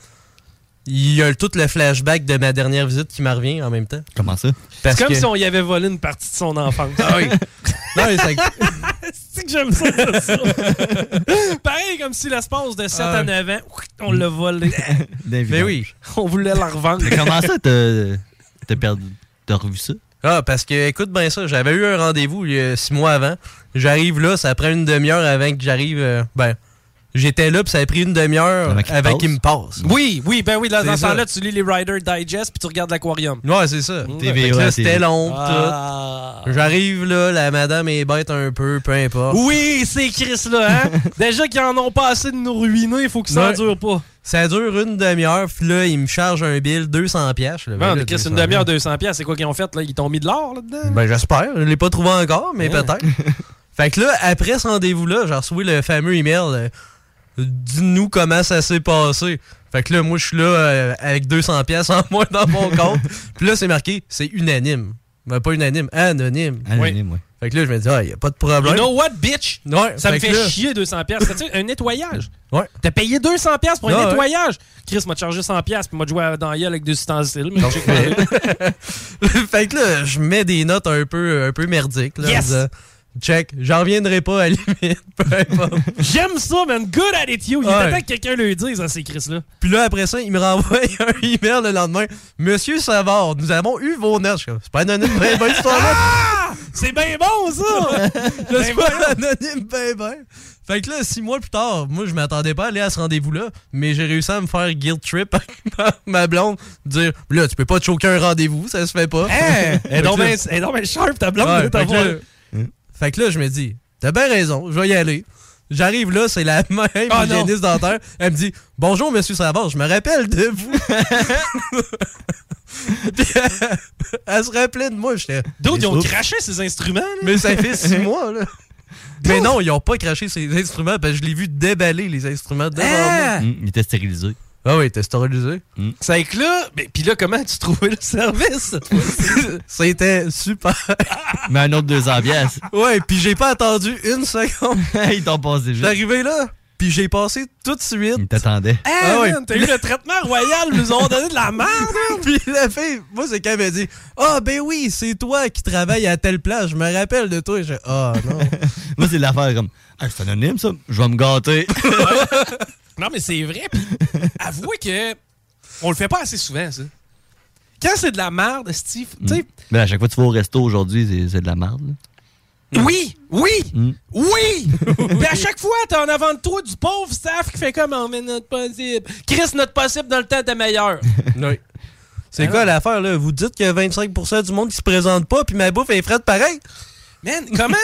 Speaker 1: il y a le- tout le flashback de ma dernière visite qui me revient en même temps.
Speaker 4: Comment ça?
Speaker 2: C'est
Speaker 1: Parce
Speaker 2: comme
Speaker 1: que-
Speaker 2: si on y avait volé une partie de son enfance.
Speaker 1: Ah oui. Non, mais ça-
Speaker 2: c'est que j'aime ça, dire ça. Pareil, comme si l'espace de 7
Speaker 1: Ah.
Speaker 2: à 9 ans, on l'a volé.
Speaker 1: Mais oui.
Speaker 2: On voulait la revendre.
Speaker 4: Mais Ben comment ça, t'as t'as perdu? T'as revu ça?
Speaker 1: Ah, parce que, écoute bien ça, j'avais eu un rendez-vous il y a six mois avant. J'arrive là, ça prend une demi-heure avant que j'arrive. euh, ben, j'étais là, puis ça a pris une demi-heure
Speaker 4: Avant qu'il
Speaker 1: avant
Speaker 4: passe.
Speaker 1: qu'il me passe.
Speaker 2: Oui, oui, ben oui, là,
Speaker 1: C'est
Speaker 2: dans ce
Speaker 1: ça.
Speaker 2: temps-là, tu lis les Rider Digest puis tu regardes l'aquarium.
Speaker 1: Ouais, c'est ça.
Speaker 2: TVA,
Speaker 1: Fait que là,
Speaker 2: ouais,
Speaker 1: c'était
Speaker 2: TV.
Speaker 1: long, pis
Speaker 2: Ah.
Speaker 1: tout. J'arrive là, la madame est bête un peu, peu importe.
Speaker 2: Oui, c'est Chris là, hein? Déjà qu'ils en ont pas assez de nous ruiner, il faut que ça
Speaker 1: Ouais.
Speaker 2: dure pas.
Speaker 1: Ben, Ça dure une demi-heure, puis là, il me charge un bill 200 pièces.
Speaker 2: Ben, Chris, une demi-heure, 200 pièces, c'est quoi qu'ils ont fait là? Ils t'ont mis de l'or là-dedans?
Speaker 1: Ben, j'espère. Je l'ai pas trouvé encore, mais
Speaker 2: Hein?
Speaker 1: peut-être. fait que là, après ce rendez-vous-là, j'ai reçu le fameux email euh, Dis-nous comment ça s'est passé. Fait que là, moi, je suis là euh, avec 200 pièces en moins dans mon compte. Puis là, c'est marqué, c'est unanime. Ben, pas unanime, anonyme.
Speaker 4: Anonyme, oui.
Speaker 1: Fait que là, je me dis, ah, il a pas de problème.
Speaker 2: You know what, bitch?
Speaker 1: Ouais,
Speaker 2: ça me
Speaker 1: fait
Speaker 2: fait
Speaker 1: que là-
Speaker 2: chier 200$. piastres. Tu sais, un nettoyage.
Speaker 1: Ouais.
Speaker 2: T'as payé 200$ piastres pour
Speaker 1: Ah, Ouais,
Speaker 2: un
Speaker 1: ouais.
Speaker 2: nettoyage. Chris m'a chargé 100$ piastres, puis m'a joué dans la gueule avec deux ustensiles. mais check pas.
Speaker 1: fait que là, je mets des notes un peu, un peu merdiques. Là, en
Speaker 2: Yes!
Speaker 1: disant, Check, j'en reviendrai pas à la limite. Peu importe.
Speaker 2: J'aime ça, man. Good at it, you. Il
Speaker 1: Ouais.
Speaker 2: t'attend que quelqu'un le dise à ces Chris-là.
Speaker 1: Puis là, après ça, il me renvoie un email le lendemain. Monsieur Savard, nous avons eu vos notes. Je suis comme, C'est pas anonyme, ben ben, cette histoire-là.
Speaker 2: C'est bien bon, ça!
Speaker 1: Là,
Speaker 2: Ben
Speaker 1: c'est pas anonyme, ben ben. Fait que là, six mois plus tard, moi, je m'attendais pas à aller à ce rendez-vous-là, mais j'ai réussi à me faire guilt trip par ma- ma blonde, dire là, tu peux pas te choquer un rendez-vous, ça se fait pas.
Speaker 2: Hein?
Speaker 1: Fait
Speaker 2: Elle est
Speaker 1: que
Speaker 2: donc
Speaker 1: là-
Speaker 2: ben- elle est donc ben sharp, ta blonde, de
Speaker 1: fait, que
Speaker 2: t'avoir-
Speaker 1: là, fait que là, je me dis, t'as bien raison, je vais y aller. J'arrive là, c'est la même
Speaker 2: Ah, non.
Speaker 1: hygiéniste dentaire. Elle me dit Bonjour, monsieur Savard, je me rappelle de vous. Puis, elle, elle se rappelait de moi. J'étais.
Speaker 2: D'autres, ils ont craché ces instruments. là.
Speaker 1: Mais ça fait six mois, là. Mais non, ils ont pas craché ces instruments parce que je l'ai vu déballer les instruments devant
Speaker 2: Ah!
Speaker 1: moi.
Speaker 4: Hum, il était stérilisé. Mmh.
Speaker 1: Ah oui, t'es stérilisé.
Speaker 2: C'est que là, ben, puis là, comment tu trouvais le service?
Speaker 1: C'était super.
Speaker 4: Mais un autre 200$. piastres.
Speaker 1: Ouais, puis j'ai pas attendu une seconde.
Speaker 4: Ils t'ont passé juste.
Speaker 1: J'arrivais là, puis j'ai passé tout de suite.
Speaker 4: Ils t'attendaient.
Speaker 2: Hey,
Speaker 1: Ah
Speaker 2: man, t'as eu le traitement royal, ils nous ont donné de la merde. hein?
Speaker 1: Puis la fille, moi, c'est quand elle m'a dit Ah, ben oui, c'est toi qui travailles à telle place, je me rappelle de toi. Je Ah, non.
Speaker 4: Moi, c'est l'affaire comme. Ah, c'est anonyme, ça. Je vais me gâter.
Speaker 2: Non, mais c'est vrai. Puis avouez que on le fait pas assez souvent, ça. Quand c'est de la merde, Steve, tu sais.
Speaker 4: Mais à chaque fois que tu vas au resto aujourd'hui, c'est- c'est de la merde. là.
Speaker 2: Oui, oui,
Speaker 4: Mm.
Speaker 2: oui! Puis à chaque fois, t'es en avant de toi du pauvre staff qui fait comme on met notre possible. Chris, notre possible dans le temps était meilleur.
Speaker 1: Oui. C'est quoi l'affaire, là Vous dites que 25% du monde qui se présente pas, puis ma bouffe est frette pareil.
Speaker 2: Man, comment.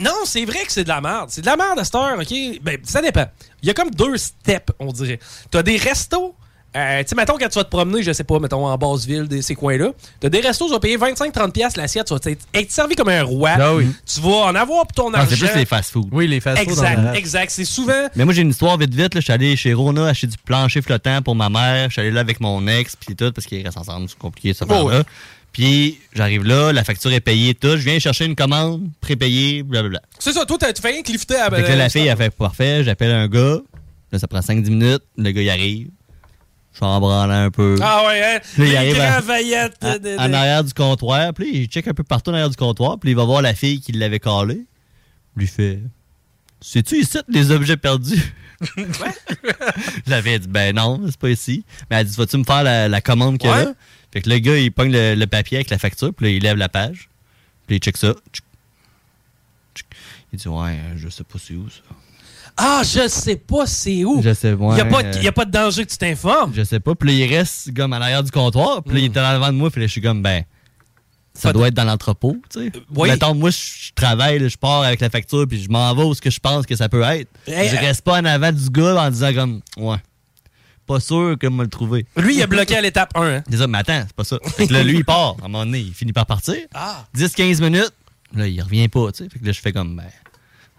Speaker 2: non, c'est vrai que c'est de la merde. C'est de la merde à cette heure, OK? Ben, ça dépend. Il y a comme deux steps, on dirait. T'as des restos. euh, tu sais, mettons, quand tu vas te promener, je sais pas, mettons, en basse ville, des- ces coins-là, t'as des restos, tu vas payer 25-30$ l'assiette, tu vas t'être- être servi comme un roi.
Speaker 4: Ah oui.
Speaker 2: Tu vas en avoir pour ton
Speaker 4: Ah,
Speaker 2: argent.
Speaker 4: c'est plus les hein. fast-food.
Speaker 1: Oui, les fast-food
Speaker 4: dans la
Speaker 2: Exact,
Speaker 4: rade.
Speaker 2: exact. C'est souvent.
Speaker 4: Mais moi, j'ai une histoire vite vite. là. Je suis allé chez Rona acheter du plancher flottant pour ma mère. Je suis allé là avec mon ex, puis tout, parce qu'ils restent ensemble. C'est compliqué, ça.
Speaker 2: Oh,
Speaker 4: là Puis j'arrive là, la facture est payée, tout. Je viens chercher une commande, prépayée, blablabla.
Speaker 2: C'est ça, toi, t'as- tu fais rien que lifter à euh,
Speaker 4: Fait que là, la fille, elle fait parfait. J'appelle un gars. Là, ça prend 5-10 minutes. Le gars, il arrive. Je suis en branlant un peu.
Speaker 2: Ah ouais, hein?
Speaker 4: Là, il
Speaker 2: Les
Speaker 4: arrive à-
Speaker 2: grands vaillants de-
Speaker 4: à-
Speaker 2: de-
Speaker 4: en
Speaker 2: de-
Speaker 4: arrière du comptoir. Puis là, il check un peu partout en arrière du comptoir. Puis il va voir la fille qui l'avait calée. Lui fait C'est-tu ici les objets perdus J'avais dit Ben non, c'est pas ici. Mais elle dit Vas-tu me faire la, la commande qu'elle
Speaker 1: Ouais.
Speaker 4: a Fait que le gars, il pogne le, le papier avec la facture. Puis là, il lève la page. Puis il check ça. Tchic. Tchic. Il dit Ouais, euh, je sais pas c'est où ça.
Speaker 2: Ah, je sais pas c'est où.
Speaker 4: Je sais, ouais,
Speaker 2: Il y a, pas de-
Speaker 4: euh,
Speaker 2: y a pas de danger que tu t'informes. Mm.
Speaker 4: Je sais pas. Puis là, il reste comme à l'arrière du comptoir. Puis là, il était en avant de moi. Puis là, je suis comme, ben, ça doit être dans l'entrepôt, tu sais.
Speaker 2: Euh, oui.
Speaker 4: Mettons, moi, je travaille, là, je pars avec la facture, puis je m'en vais où ce que je pense que ça peut être.
Speaker 2: Hey,
Speaker 4: je
Speaker 2: euh,
Speaker 4: reste pas en avant du gars en disant comme, ouais, pas sûr que me le trouver.
Speaker 2: Lui, il a bloqué à l'étape 1. Hein?
Speaker 4: Désolé, mais attends, c'est pas ça. Fait que là, lui, il part. À un moment donné, il finit par partir.
Speaker 2: Ah.
Speaker 4: 10-15 minutes, là, il revient pas, tu sais. Fait que là, je fais comme, ben,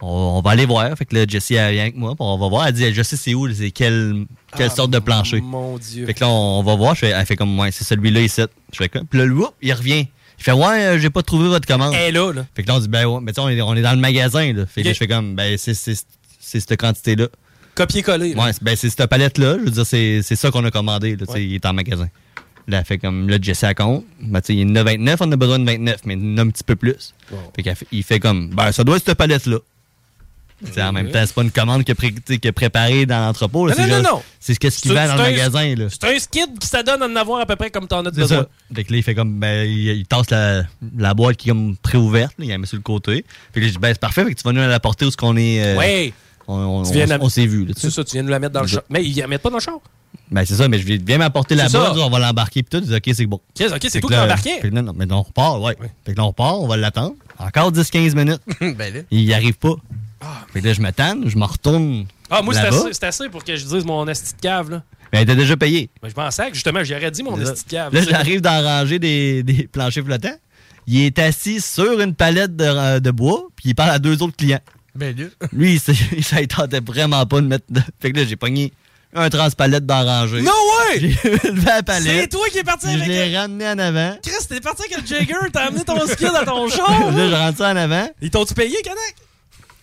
Speaker 4: on, on va aller voir. Fait que là, Jessie, elle vient avec moi, puis on va voir. Elle dit, je sais c'est où, c'est quelle, quelle
Speaker 2: Ah,
Speaker 4: sorte de plancher.
Speaker 2: Mon Dieu.
Speaker 4: Fait que là, on, on va voir. Je fais- elle fait comme, ouais, c'est celui-là ici. Je fais comme, puis là, whoop, il revient. Il fait, ouais, euh, j'ai pas trouvé votre commande.
Speaker 2: Elle est là, là.
Speaker 4: Fait que là, on dit, ben, ouais, mais tu sais, on est, on est dans le magasin, là. Fait que là,
Speaker 2: Ok.
Speaker 4: je fais comme, ben, c'est, c'est, c'est cette quantité-là.
Speaker 2: Copier-coller. là.
Speaker 4: Ouais, c'est- ben, c'est cette palette-là. Je veux dire, c'est, c'est ça qu'on a commandé, là. tu sais,
Speaker 2: Ouais.
Speaker 4: il est en magasin. Là, elle fait comme, là, Jesse, elle compte. Ben, tu sais, il y en a 29, on a besoin de 29, mais il y en a un petit peu plus. Fait qu'il fait- il fait comme, ben, ça doit être cette palette-là. Tu sais, en même temps, c'est pas une commande qu'il a, pré- tu sais, qu'il a préparée dans l'entrepôt. là.
Speaker 2: Non,
Speaker 4: c'est
Speaker 2: non,
Speaker 4: juste-
Speaker 2: non, non.
Speaker 4: C'est ce qu'est-ce qu'il
Speaker 2: C'est-
Speaker 4: vend dans le
Speaker 2: c'est un-
Speaker 4: magasin. Là.
Speaker 2: C'est un skid qui s'adonne à en avoir à peu près comme t'en as de
Speaker 4: C'est
Speaker 2: besoin.
Speaker 4: ça. Fait que là, il fait comme, ben, il, il tasse la, la boîte qui est comme préouverte, là, il la met sur le côté. Fait que là, je dis, ben, c'est parfait, fait que tu vas nous la porter où ce qu'on est. euh,
Speaker 2: Ouais.
Speaker 4: On, on-
Speaker 2: Tu viens
Speaker 4: on-
Speaker 2: la-
Speaker 4: on s'est vu, là, tu
Speaker 2: C'est
Speaker 4: sais.
Speaker 2: ça, tu viens de la mettre dans le
Speaker 4: C'est
Speaker 2: char. Mais ils la mettent pas dans le char.
Speaker 4: Ben, c'est ça, mais je viens, viens m'apporter la
Speaker 2: C'est ça.
Speaker 4: boîte, on va l'embarquer, pis tout. Il dit, ok, c'est bon.
Speaker 2: Ok, ok, c'est toi
Speaker 4: Fait que
Speaker 2: qui
Speaker 4: là-
Speaker 2: l'embarquais.
Speaker 4: fait que non, non, mais non, on part, ouais. Fait que là, on part, on va l'attendre. Encore 10-15 minutes.
Speaker 1: Ben là.
Speaker 4: Il y arrive pas. Fait que là, je me tanne, je me retourne.
Speaker 2: Ah, moi, c'est
Speaker 4: là-bas.
Speaker 2: assez, c'est assez pour que je dise mon esti de cave, là.
Speaker 4: Mais elle était déjà payée.
Speaker 2: Ben, je pensais que justement, j'aurais dit mon
Speaker 4: Là,
Speaker 2: esti de cave.
Speaker 4: là,
Speaker 2: tu sais.
Speaker 4: j'arrive dans la rangée des, des planchers flottants. Il est assis sur une palette de, euh, de bois, puis il parle à deux autres clients.
Speaker 1: Ben là.
Speaker 4: Lui, il s'est- ça ne tentait vraiment pas de mettre. de- Fait que là, j'ai pogné un transpalette d'oranger.
Speaker 2: No way!
Speaker 4: J'ai levé la palette.
Speaker 2: C'est toi qui es parti
Speaker 4: Je
Speaker 2: avec
Speaker 4: l'ai ramené en avant.
Speaker 2: Chris, t'es parti avec le Jagger, t'as amené ton skid à ton char.
Speaker 4: Là, je rentre ça en avant.
Speaker 2: Ils t'ont-tu payé, Kanak?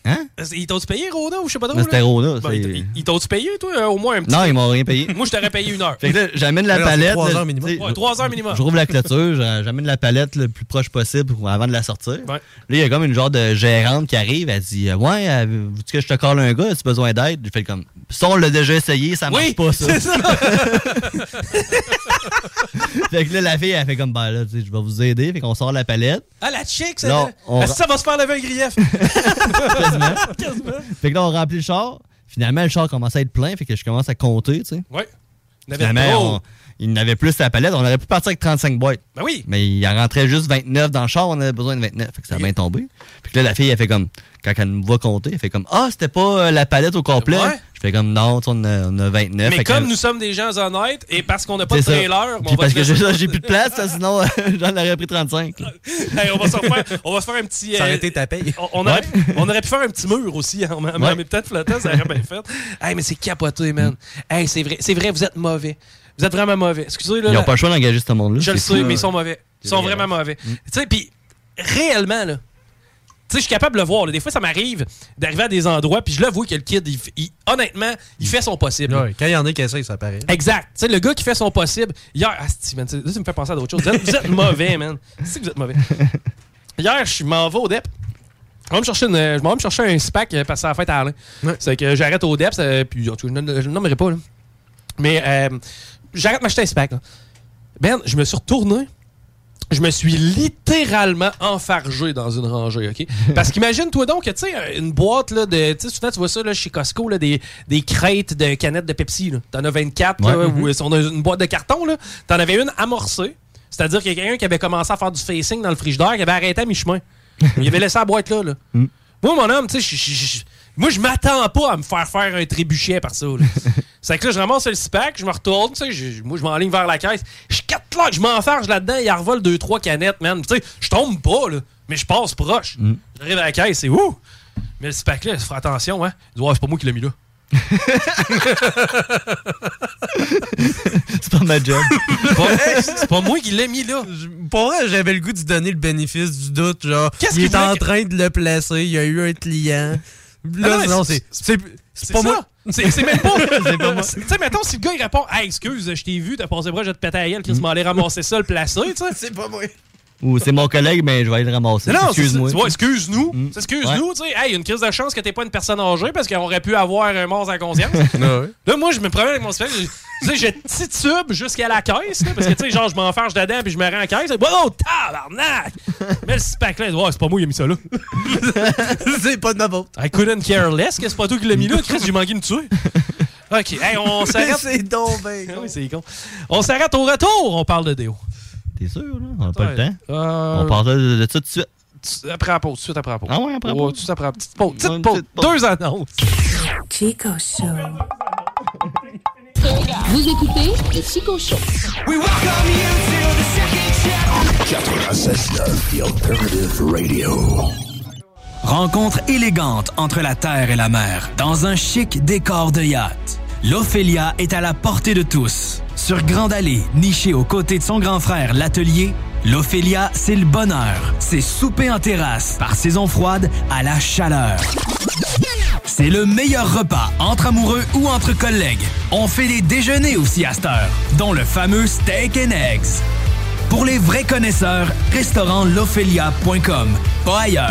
Speaker 4: Hein?
Speaker 2: Ils t'ont-tu payé, Rona, ou je sais pas trop?
Speaker 4: Mais
Speaker 2: là?
Speaker 4: c'était Rona.
Speaker 2: Bon,
Speaker 4: c'est-
Speaker 2: ils t- ils t'ont-tu payé, toi, euh, au moins un petit
Speaker 4: Non, ils m'ont rien payé.
Speaker 2: Moi, je t'aurais payé une heure.
Speaker 4: Fait que là, j'amène la
Speaker 2: Alors, c'est
Speaker 4: palette.
Speaker 2: trois
Speaker 4: là,
Speaker 2: heures minimum.
Speaker 4: tu sais,
Speaker 2: Ouais, trois heures minimum.
Speaker 4: Je rouvre la clôture, j'a- j'amène la palette le plus proche possible pour- avant de la sortir. Là, il y a comme une genre de gérante qui arrive, elle dit euh, Ouais, euh, veux-tu que je te colle un gars As-tu besoin d'aide J'ai fait comme Ça, on l'a déjà essayé, ça marche
Speaker 2: Oui,
Speaker 4: pas, ça.
Speaker 2: c'est ça.
Speaker 4: fait que là, la fille, elle fait comme Ben là, tu sais, je vais vous aider. Fait qu'on sort la palette.
Speaker 2: Ah, la chick, ça,
Speaker 4: Non, on
Speaker 2: Est-ce que
Speaker 4: ra-
Speaker 2: ça va se faire lever un grief.
Speaker 4: Fait que là, on remplit le char. Finalement, le char commence à être plein, fait que je commence à compter, tu sais.
Speaker 2: Ouais. oh. Il y en avait
Speaker 4: Finalement,
Speaker 2: trop.
Speaker 4: on- il n'avait plus la palette. On aurait pu partir avec 35 boîtes.
Speaker 2: Ben oui.
Speaker 4: Mais il en rentrait juste 29 dans le char. On avait besoin de 29. Fait que ça a bien tombé. Puis que là, la fille, elle fait comme, quand elle me voit compter, elle fait comme, ah, c'était pas euh, la palette au complet.
Speaker 2: Ouais.
Speaker 4: Je fais comme, non, tu sais, on a, on a 29.
Speaker 2: Mais
Speaker 4: Fait que-
Speaker 2: comme nous sommes des gens honnêtes et parce qu'on n'a pas de
Speaker 4: C'est ça.
Speaker 2: trailer, ben,
Speaker 4: Puis
Speaker 2: on, va
Speaker 4: parce
Speaker 2: se
Speaker 4: que
Speaker 2: laisser-
Speaker 4: j'ai j'ai plus de place, ça, sinon, j'en aurais pris 35. là.
Speaker 2: Hey, on, va se refaire- on va se faire un petit.
Speaker 4: Ça aurait
Speaker 2: été ta paye. On, on aurait, pu- on aurait pu faire un petit mur aussi, hein, mais,
Speaker 4: Ouais.
Speaker 2: mais peut-être flottant, ça aurait bien fait. Hey, mais c'est capoté, man.
Speaker 4: Mm.
Speaker 2: Hey, c'est vrai, c'est vrai, vous êtes mauvais. Vous êtes vraiment mauvais. Excusez, là.
Speaker 4: Ils
Speaker 2: là,
Speaker 4: n'ont pas le choix d'engager ce monde-là.
Speaker 2: Je le
Speaker 4: c'est
Speaker 2: sais,
Speaker 4: tout.
Speaker 2: mais ils sont mauvais. Ils sont vraiment mauvais. Tu sais, puis réellement, là. Tu sais, je suis capable de le voir. là. Des fois, ça m'arrive d'arriver à des endroits, puis je le vois que le kid, il f- il- honnêtement, il fait son possible.
Speaker 1: Quand il y en a qui essayent, ça paraît.
Speaker 2: Exact. Tu sais, le gars qui fait son possible. Hier, asti, man, tu sais, là, tu me fais penser à d'autres choses. Vous êtes, vous êtes mauvais, man. C'est que vous êtes mauvais. Hier, je m'en vais au DEP. Je vais me chercher, une, je vais me chercher un SPAC euh, parce que c'est la fête à Alain. C'est que j'arrête au DEP, ça- puis en tout cas, je ne je ne nommerai pas. Là. Mais euh, j'arrête de m'acheter un SPAC. là. Ben, je me suis retourné. Je me suis littéralement enfargé dans une rangée, OK? Parce qu'imagine-toi donc que, tu sais, une boîte, là, de. Tu sais, souvent, tu vois ça, là, chez Costco, là, des, des crêtes de canettes de Pepsi, là. T'en as 24, là,
Speaker 1: Ouais.
Speaker 2: ou euh, si on a une boîte de carton, là. T'en avais une amorcée. C'est-à-dire qu'il y a quelqu'un qui avait commencé à faire du facing dans le frigidaire, qui avait arrêté à mi-chemin. Il avait laissé la boîte là, là. Moi, mon homme, tu sais, je- je- je- moi, je m'attends pas à me faire faire un trébuchet par ça. là. c'est que là, je ramasse le six-pack, je me retourne, tu sais, je- moi, je m'enligne vers la caisse. Je quatre claques, je m'enfarge là-dedans, il envole deux, trois canettes, man. Tu sais, je tombe pas, là, mais je passe proche. J'arrive à la caisse, c'est ouh! Mais le six-pack là, faut faire attention, hein. Il dit, Ouais, c'est pas moi qui l'ai mis là.
Speaker 4: C'est pas ma job.
Speaker 1: C'est
Speaker 2: pas- hey, c'est pas moi qui l'ai mis là.
Speaker 1: Pour vrai, j'avais le goût de lui donner le bénéfice du doute. Genre,
Speaker 2: Qu'est-ce
Speaker 1: il
Speaker 2: qu'il
Speaker 1: est en
Speaker 2: voulait que-
Speaker 1: train de le placer, il y a eu un client.
Speaker 2: Ah
Speaker 1: Là,
Speaker 2: non, mais
Speaker 1: non,
Speaker 2: c'est-
Speaker 1: c'est. C'est c'est pas
Speaker 2: ça.
Speaker 1: moi.
Speaker 2: C'est c'est même pas.
Speaker 1: C'est pas moi.
Speaker 2: Tu sais, mettons, si le gars il répond Hey, excuse, je t'ai vu, t'as passé bras, je vais te péter à la gueule, Chris m'en allait ramasser ça, le placer, tu sais. C'est pas moi.
Speaker 4: Ou c'est mon collègue, mais je vais aller le ramasser.
Speaker 2: Non,
Speaker 4: Excuse-moi.
Speaker 2: excuse-moi. excuse-nous. C'est Excuse-nous,
Speaker 4: Ouais.
Speaker 2: tu sais. Hey, une crise de chance que t'es pas une personne âgée parce qu'on aurait pu avoir un monstre à conscience.
Speaker 1: Ah
Speaker 2: Là, moi, je me promène avec mon spectre. Tu sais, je titube jusqu'à la caisse, là, parce que, tu sais, genre, je m'enfarge dedans puis je me rends à la caisse. Wow, tabarnak! Mais le spack là, ouais, c'est pas moi qui ai mis ça là. c'est pas de ma faute. I couldn't care less que c'est pas toi qui l'as mis là. Chris, j'ai manqué de me tuer. OK, hey, on s'arrête.
Speaker 1: C'est donc ben
Speaker 2: Ah oui, c'est con. On s'arrête au retour, on parle de déo.
Speaker 4: T'es sûr, là? On n'a pas le
Speaker 2: Ouais.
Speaker 4: temps.
Speaker 2: Euh,
Speaker 4: On part de, de- de ça tout de suite.
Speaker 2: Tu- Après la pause, tout de suite après la pause.
Speaker 4: Ah ouais, après la
Speaker 2: Ouais,
Speaker 4: pause?
Speaker 2: Tout de suite après la petite pause. Petite pause. Deux annonces.
Speaker 32: Chico Show.
Speaker 31: Vous écoutez le Chico Show.
Speaker 24: 96.9, The Alternative Radio.
Speaker 6: Rencontre élégante entre la terre et la mer, dans un chic décor de yacht. L'Ophélia est à la portée de tous. Sur Grande Allée, nichée aux côtés de son grand frère, l'atelier, l'Ophélia, c'est le bonheur. C'est souper en terrasse, par saison froide, à la chaleur. C'est le meilleur repas, entre amoureux ou entre collègues. On fait des déjeuners aussi à cette heure, dont le fameux steak and eggs. Pour les vrais connaisseurs, restaurantlophelia.com, pas ailleurs.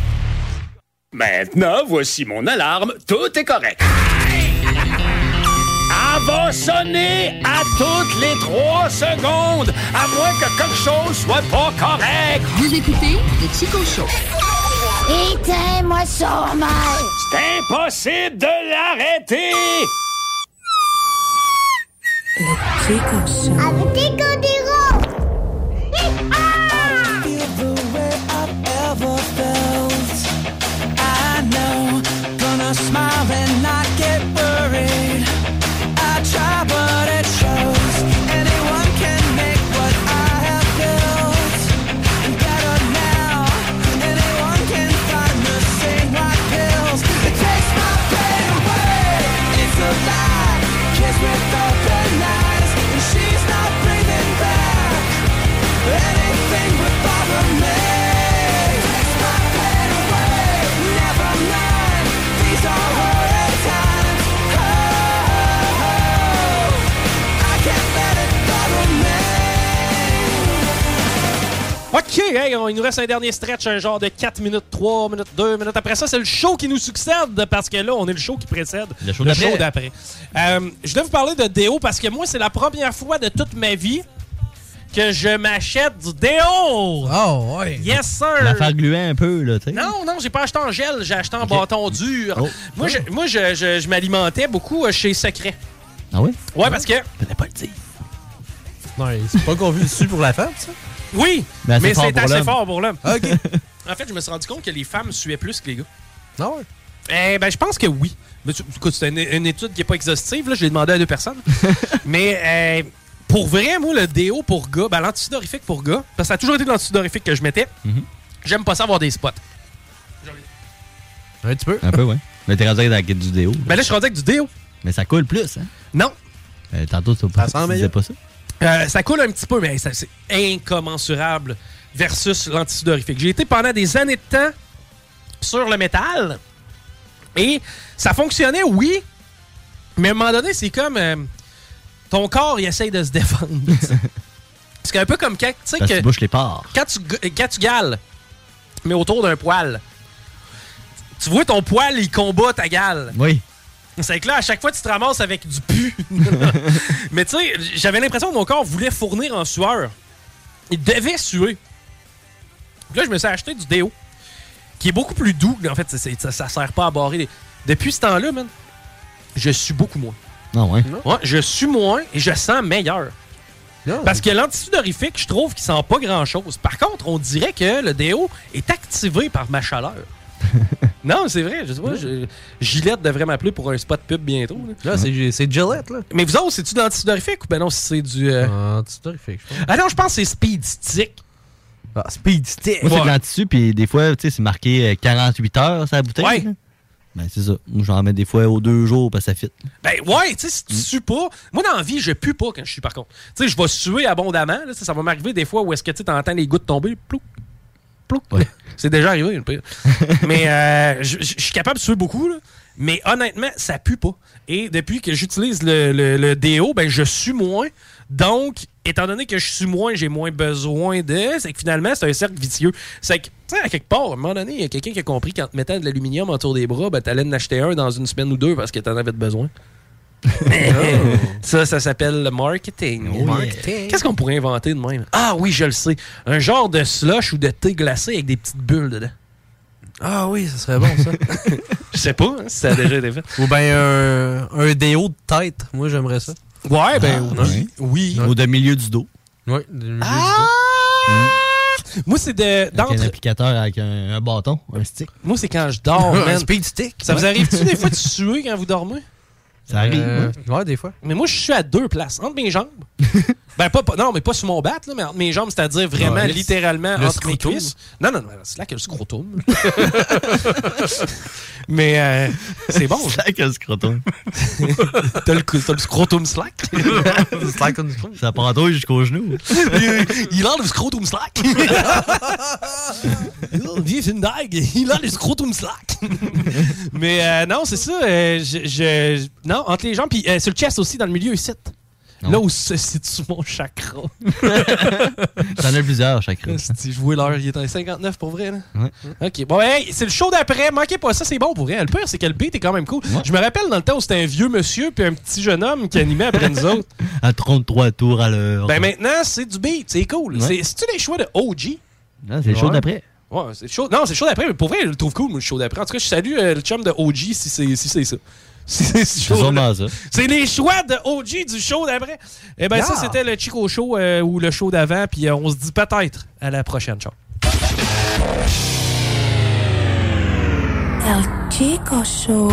Speaker 24: Maintenant, voici mon alarme. Tout est correct. Elle va sonner à toutes les trois secondes, à moins que quelque chose soit pas correct.
Speaker 31: Vous écoutez le Chico Show.
Speaker 24: Éteins-moi ça, C'est impossible de l'arrêter.
Speaker 32: Chico Show.
Speaker 8: Avec Chico Diro.
Speaker 3: Smile and not get worried. I try, but it shows. Anyone can make what I have built better now. Anyone can find the same white pills. It takes my pain away. It's a lie. Kiss with open eyes, and she's not breathing back. Anything would bother me. Takes my pain away. Never mind. These are her times. Oh, I can't let it bother me.
Speaker 2: OK, hey, on- il nous reste un dernier stretch, un genre de 4 minutes, 3 minutes, 2 minutes. Après ça, c'est le show qui nous succède parce que là, on est le show qui précède
Speaker 4: Le show d'après.
Speaker 2: Euh, je dois vous parler de déo parce que moi, c'est la première fois de toute ma vie que je m'achète du déo.
Speaker 1: Oh, ouais.
Speaker 2: Yes, sir.
Speaker 4: L'affaire gluant un peu, là, tu sais.
Speaker 2: Non, non, j'ai pas acheté en gel, j'ai acheté en bâton dur.
Speaker 4: Oh.
Speaker 2: Moi, je, moi, je, je- je m'alimentais beaucoup euh, chez Secret.
Speaker 4: Ah oui?
Speaker 2: Ouais, parce que.
Speaker 1: Non, c'est pas qu'on veut le dessus pour la femme, ça?
Speaker 2: Oui,
Speaker 1: Mais
Speaker 2: mais,
Speaker 1: assez fort
Speaker 2: c'est
Speaker 1: pour
Speaker 2: assez
Speaker 1: l'homme.
Speaker 2: fort pour l'homme.
Speaker 1: OK.
Speaker 2: en fait, je me suis rendu compte que les femmes suaient plus que les gars.
Speaker 1: Ah
Speaker 2: Non? Eh ben, je pense que oui. Mais tu- écoute, c'est une, une étude qui n'est pas exhaustive. Là, je l'ai demandé à deux personnes. mais euh, pour vrai, moi, le déo pour gars, ben, l'antidorifique pour gars, parce que ça a toujours été de l'antidorifique que je mettais,
Speaker 1: Mhm.
Speaker 2: j'aime pas ça avoir des spots.
Speaker 1: Un petit peu.
Speaker 4: Un peu, ouais. Mais t'es rendu avec du déo.
Speaker 2: Ben là, je suis rendu avec du déo.
Speaker 4: Mais ça coule plus, hein?
Speaker 2: Non.
Speaker 4: Euh, tantôt, tu pas, tu disais pas ça.
Speaker 2: Euh, ça coule un petit peu, mais ça- c'est incommensurable versus l'antidorifique. J'ai été pendant des années de temps sur le métal et ça fonctionnait, oui, mais à un moment donné, c'est comme euh, ton corps, il essaye de se défendre. tu sais. c'est un peu comme quand, tu sais
Speaker 4: Parce que
Speaker 2: que-
Speaker 4: tu bouches les pores.
Speaker 2: quand tu, g- euh, quand tu gales, mais autour d'un poil, tu vois ton poil, il combat ta gale.
Speaker 4: Oui.
Speaker 2: C'est que là, à chaque fois, tu te ramasses avec du pu. mais tu sais, j'avais l'impression que mon corps voulait fournir en sueur. Il devait suer. Puis Là, je me suis acheté du déo, qui est beaucoup plus doux. En fait, c'est- c'est- ça, ça sert pas à barrer. les- Depuis ce temps-là, man, je suis beaucoup moins.
Speaker 4: Non, ouais.
Speaker 2: Ouais, je suis moins et je sens meilleur. Parce que l'antisudorifique, je trouve qu'il sent pas grand-chose. Par contre, on dirait que le déo est activé par ma chaleur. non, c'est vrai. Je sais pas, je- Gillette devrait m'appeler pour un spot pub bientôt. Là, c'est Gillette. Là. Mais vous autres, c'est-tu de l'antisudorifique ou ben non, c'est du... euh,
Speaker 1: Antisudorifique, je
Speaker 2: Ah non, je pense que c'est Speed Stick.
Speaker 1: Ah, speed stick.
Speaker 4: Moi, c'est
Speaker 1: Ouais.
Speaker 4: de l'antissu, puis des fois, tu sais, c'est marqué euh, 48 heures, ça, la bouteille. là. Ben, c'est ça. Moi, j'en mets des fois aux deux jours, parce que ça fit.
Speaker 2: Ben ouais, tu sais, si tu sues pas. Moi, dans la vie, je pue pas quand je suis par contre. Tu sais, je vais suer abondamment. là, tu sais, ça va m'arriver des fois où est-ce que tu entends les gouttes tomber. Plouc, plouc. C'est déjà arrivé, le pire. mais euh, je je- je suis capable de suer beaucoup, là. Mais honnêtement, ça pue pas. Et depuis que j'utilise le, le, le déo, ben je sue moins. Donc, étant donné que je sue moins, j'ai moins besoin de. C'est que finalement, c'est un cercle vicieux. C'est que, tu sais, à quelque part, à un moment donné, il y a quelqu'un qui a compris qu'en te mettant de l'aluminium autour des bras, ben t'allais en acheter un dans une semaine ou deux parce que t'en avais de besoin. Oh. ça, ça s'appelle le marketing.
Speaker 1: Marketing.
Speaker 2: Qu'est-ce qu'on pourrait inventer de même? Ah oui, je le sais. Un genre de slush ou de thé glacé avec des petites bulles dedans.
Speaker 1: Ah oui, ça serait bon, ça.
Speaker 2: Je sais pas hein, si ça a déjà été fait.
Speaker 1: Ou bien un, un déo de tête. Moi, j'aimerais ça.
Speaker 2: Ouais, ben
Speaker 1: Ah,
Speaker 2: oui. oui.
Speaker 4: Au de milieu du dos.
Speaker 1: Ouais, Ah!
Speaker 2: Moi, c'est de.
Speaker 4: Avec un applicateur avec un, un bâton, un stick.
Speaker 2: Moi, c'est quand je dors,
Speaker 1: Un
Speaker 2: man.
Speaker 1: speed stick.
Speaker 2: Ça vous
Speaker 1: Ouais.
Speaker 2: arrive-tu des fois de suer quand vous dormez?
Speaker 4: Ça arrive,
Speaker 1: Euh, ouais, des fois.
Speaker 2: Mais moi, je suis à deux places. Entre mes jambes. ben, pas, pas- non, mais pas sur mon bat, là, mais entre mes jambes, c'est-à-dire vraiment,
Speaker 1: Ouais.
Speaker 2: littéralement,
Speaker 1: Le
Speaker 2: entre
Speaker 1: scrotum.
Speaker 2: mes cuisses. Non, non, non, c'est là que le scrotum. mais euh, c'est bon.
Speaker 4: C'est là que le scrotum.
Speaker 2: T'as le, cou- t'as le scrotum slack.
Speaker 4: Ça prend toi jusqu'au genou.
Speaker 2: il, il a le scrotum slack. Vive une dague. Il a le scrotum slack. Mais euh, non, c'est ça. euh, je, je- non, entre les jambes. Puis euh, sur le chest aussi, dans le milieu, ici. Là où se situe mon chakra.
Speaker 4: T'en as plusieurs, chacun.
Speaker 2: Si je vois l'heure, il est en 59 pour vrai. Là.
Speaker 4: Ouais.
Speaker 2: Ok, bon, ben, hey, c'est le show d'après. Manquez pas ça, c'est bon pour elle. Le pire, c'est que le beat est quand même cool. Je me rappelle dans le temps où c'était un vieux monsieur puis un petit jeune homme qui animait après nous autres.
Speaker 4: À 33 tours à l'heure.
Speaker 2: Ben maintenant, c'est du beat, c'est cool.
Speaker 4: Euh, Ouais.
Speaker 2: C'est- C'est-tu les choix de OG?
Speaker 4: Non, c'est le show
Speaker 2: Ouais.
Speaker 4: d'après.
Speaker 2: Ouais, c'est le show. Non, c'est le show d'après, mais pour vrai, je le trouve cool, moi, le show d'après. En tout cas, je salue euh, le chum de OG si c'est si c'est ça. C'est ce show-là.
Speaker 25: sûrement ça.
Speaker 2: C'est les choix de OG du show d'après. Eh bien, ça,
Speaker 25: Yeah.
Speaker 2: c'était le Chico Show euh, ou le show d'avant. Puis euh, on se dit peut-être à la prochaine. Ciao.
Speaker 33: El Chico Show.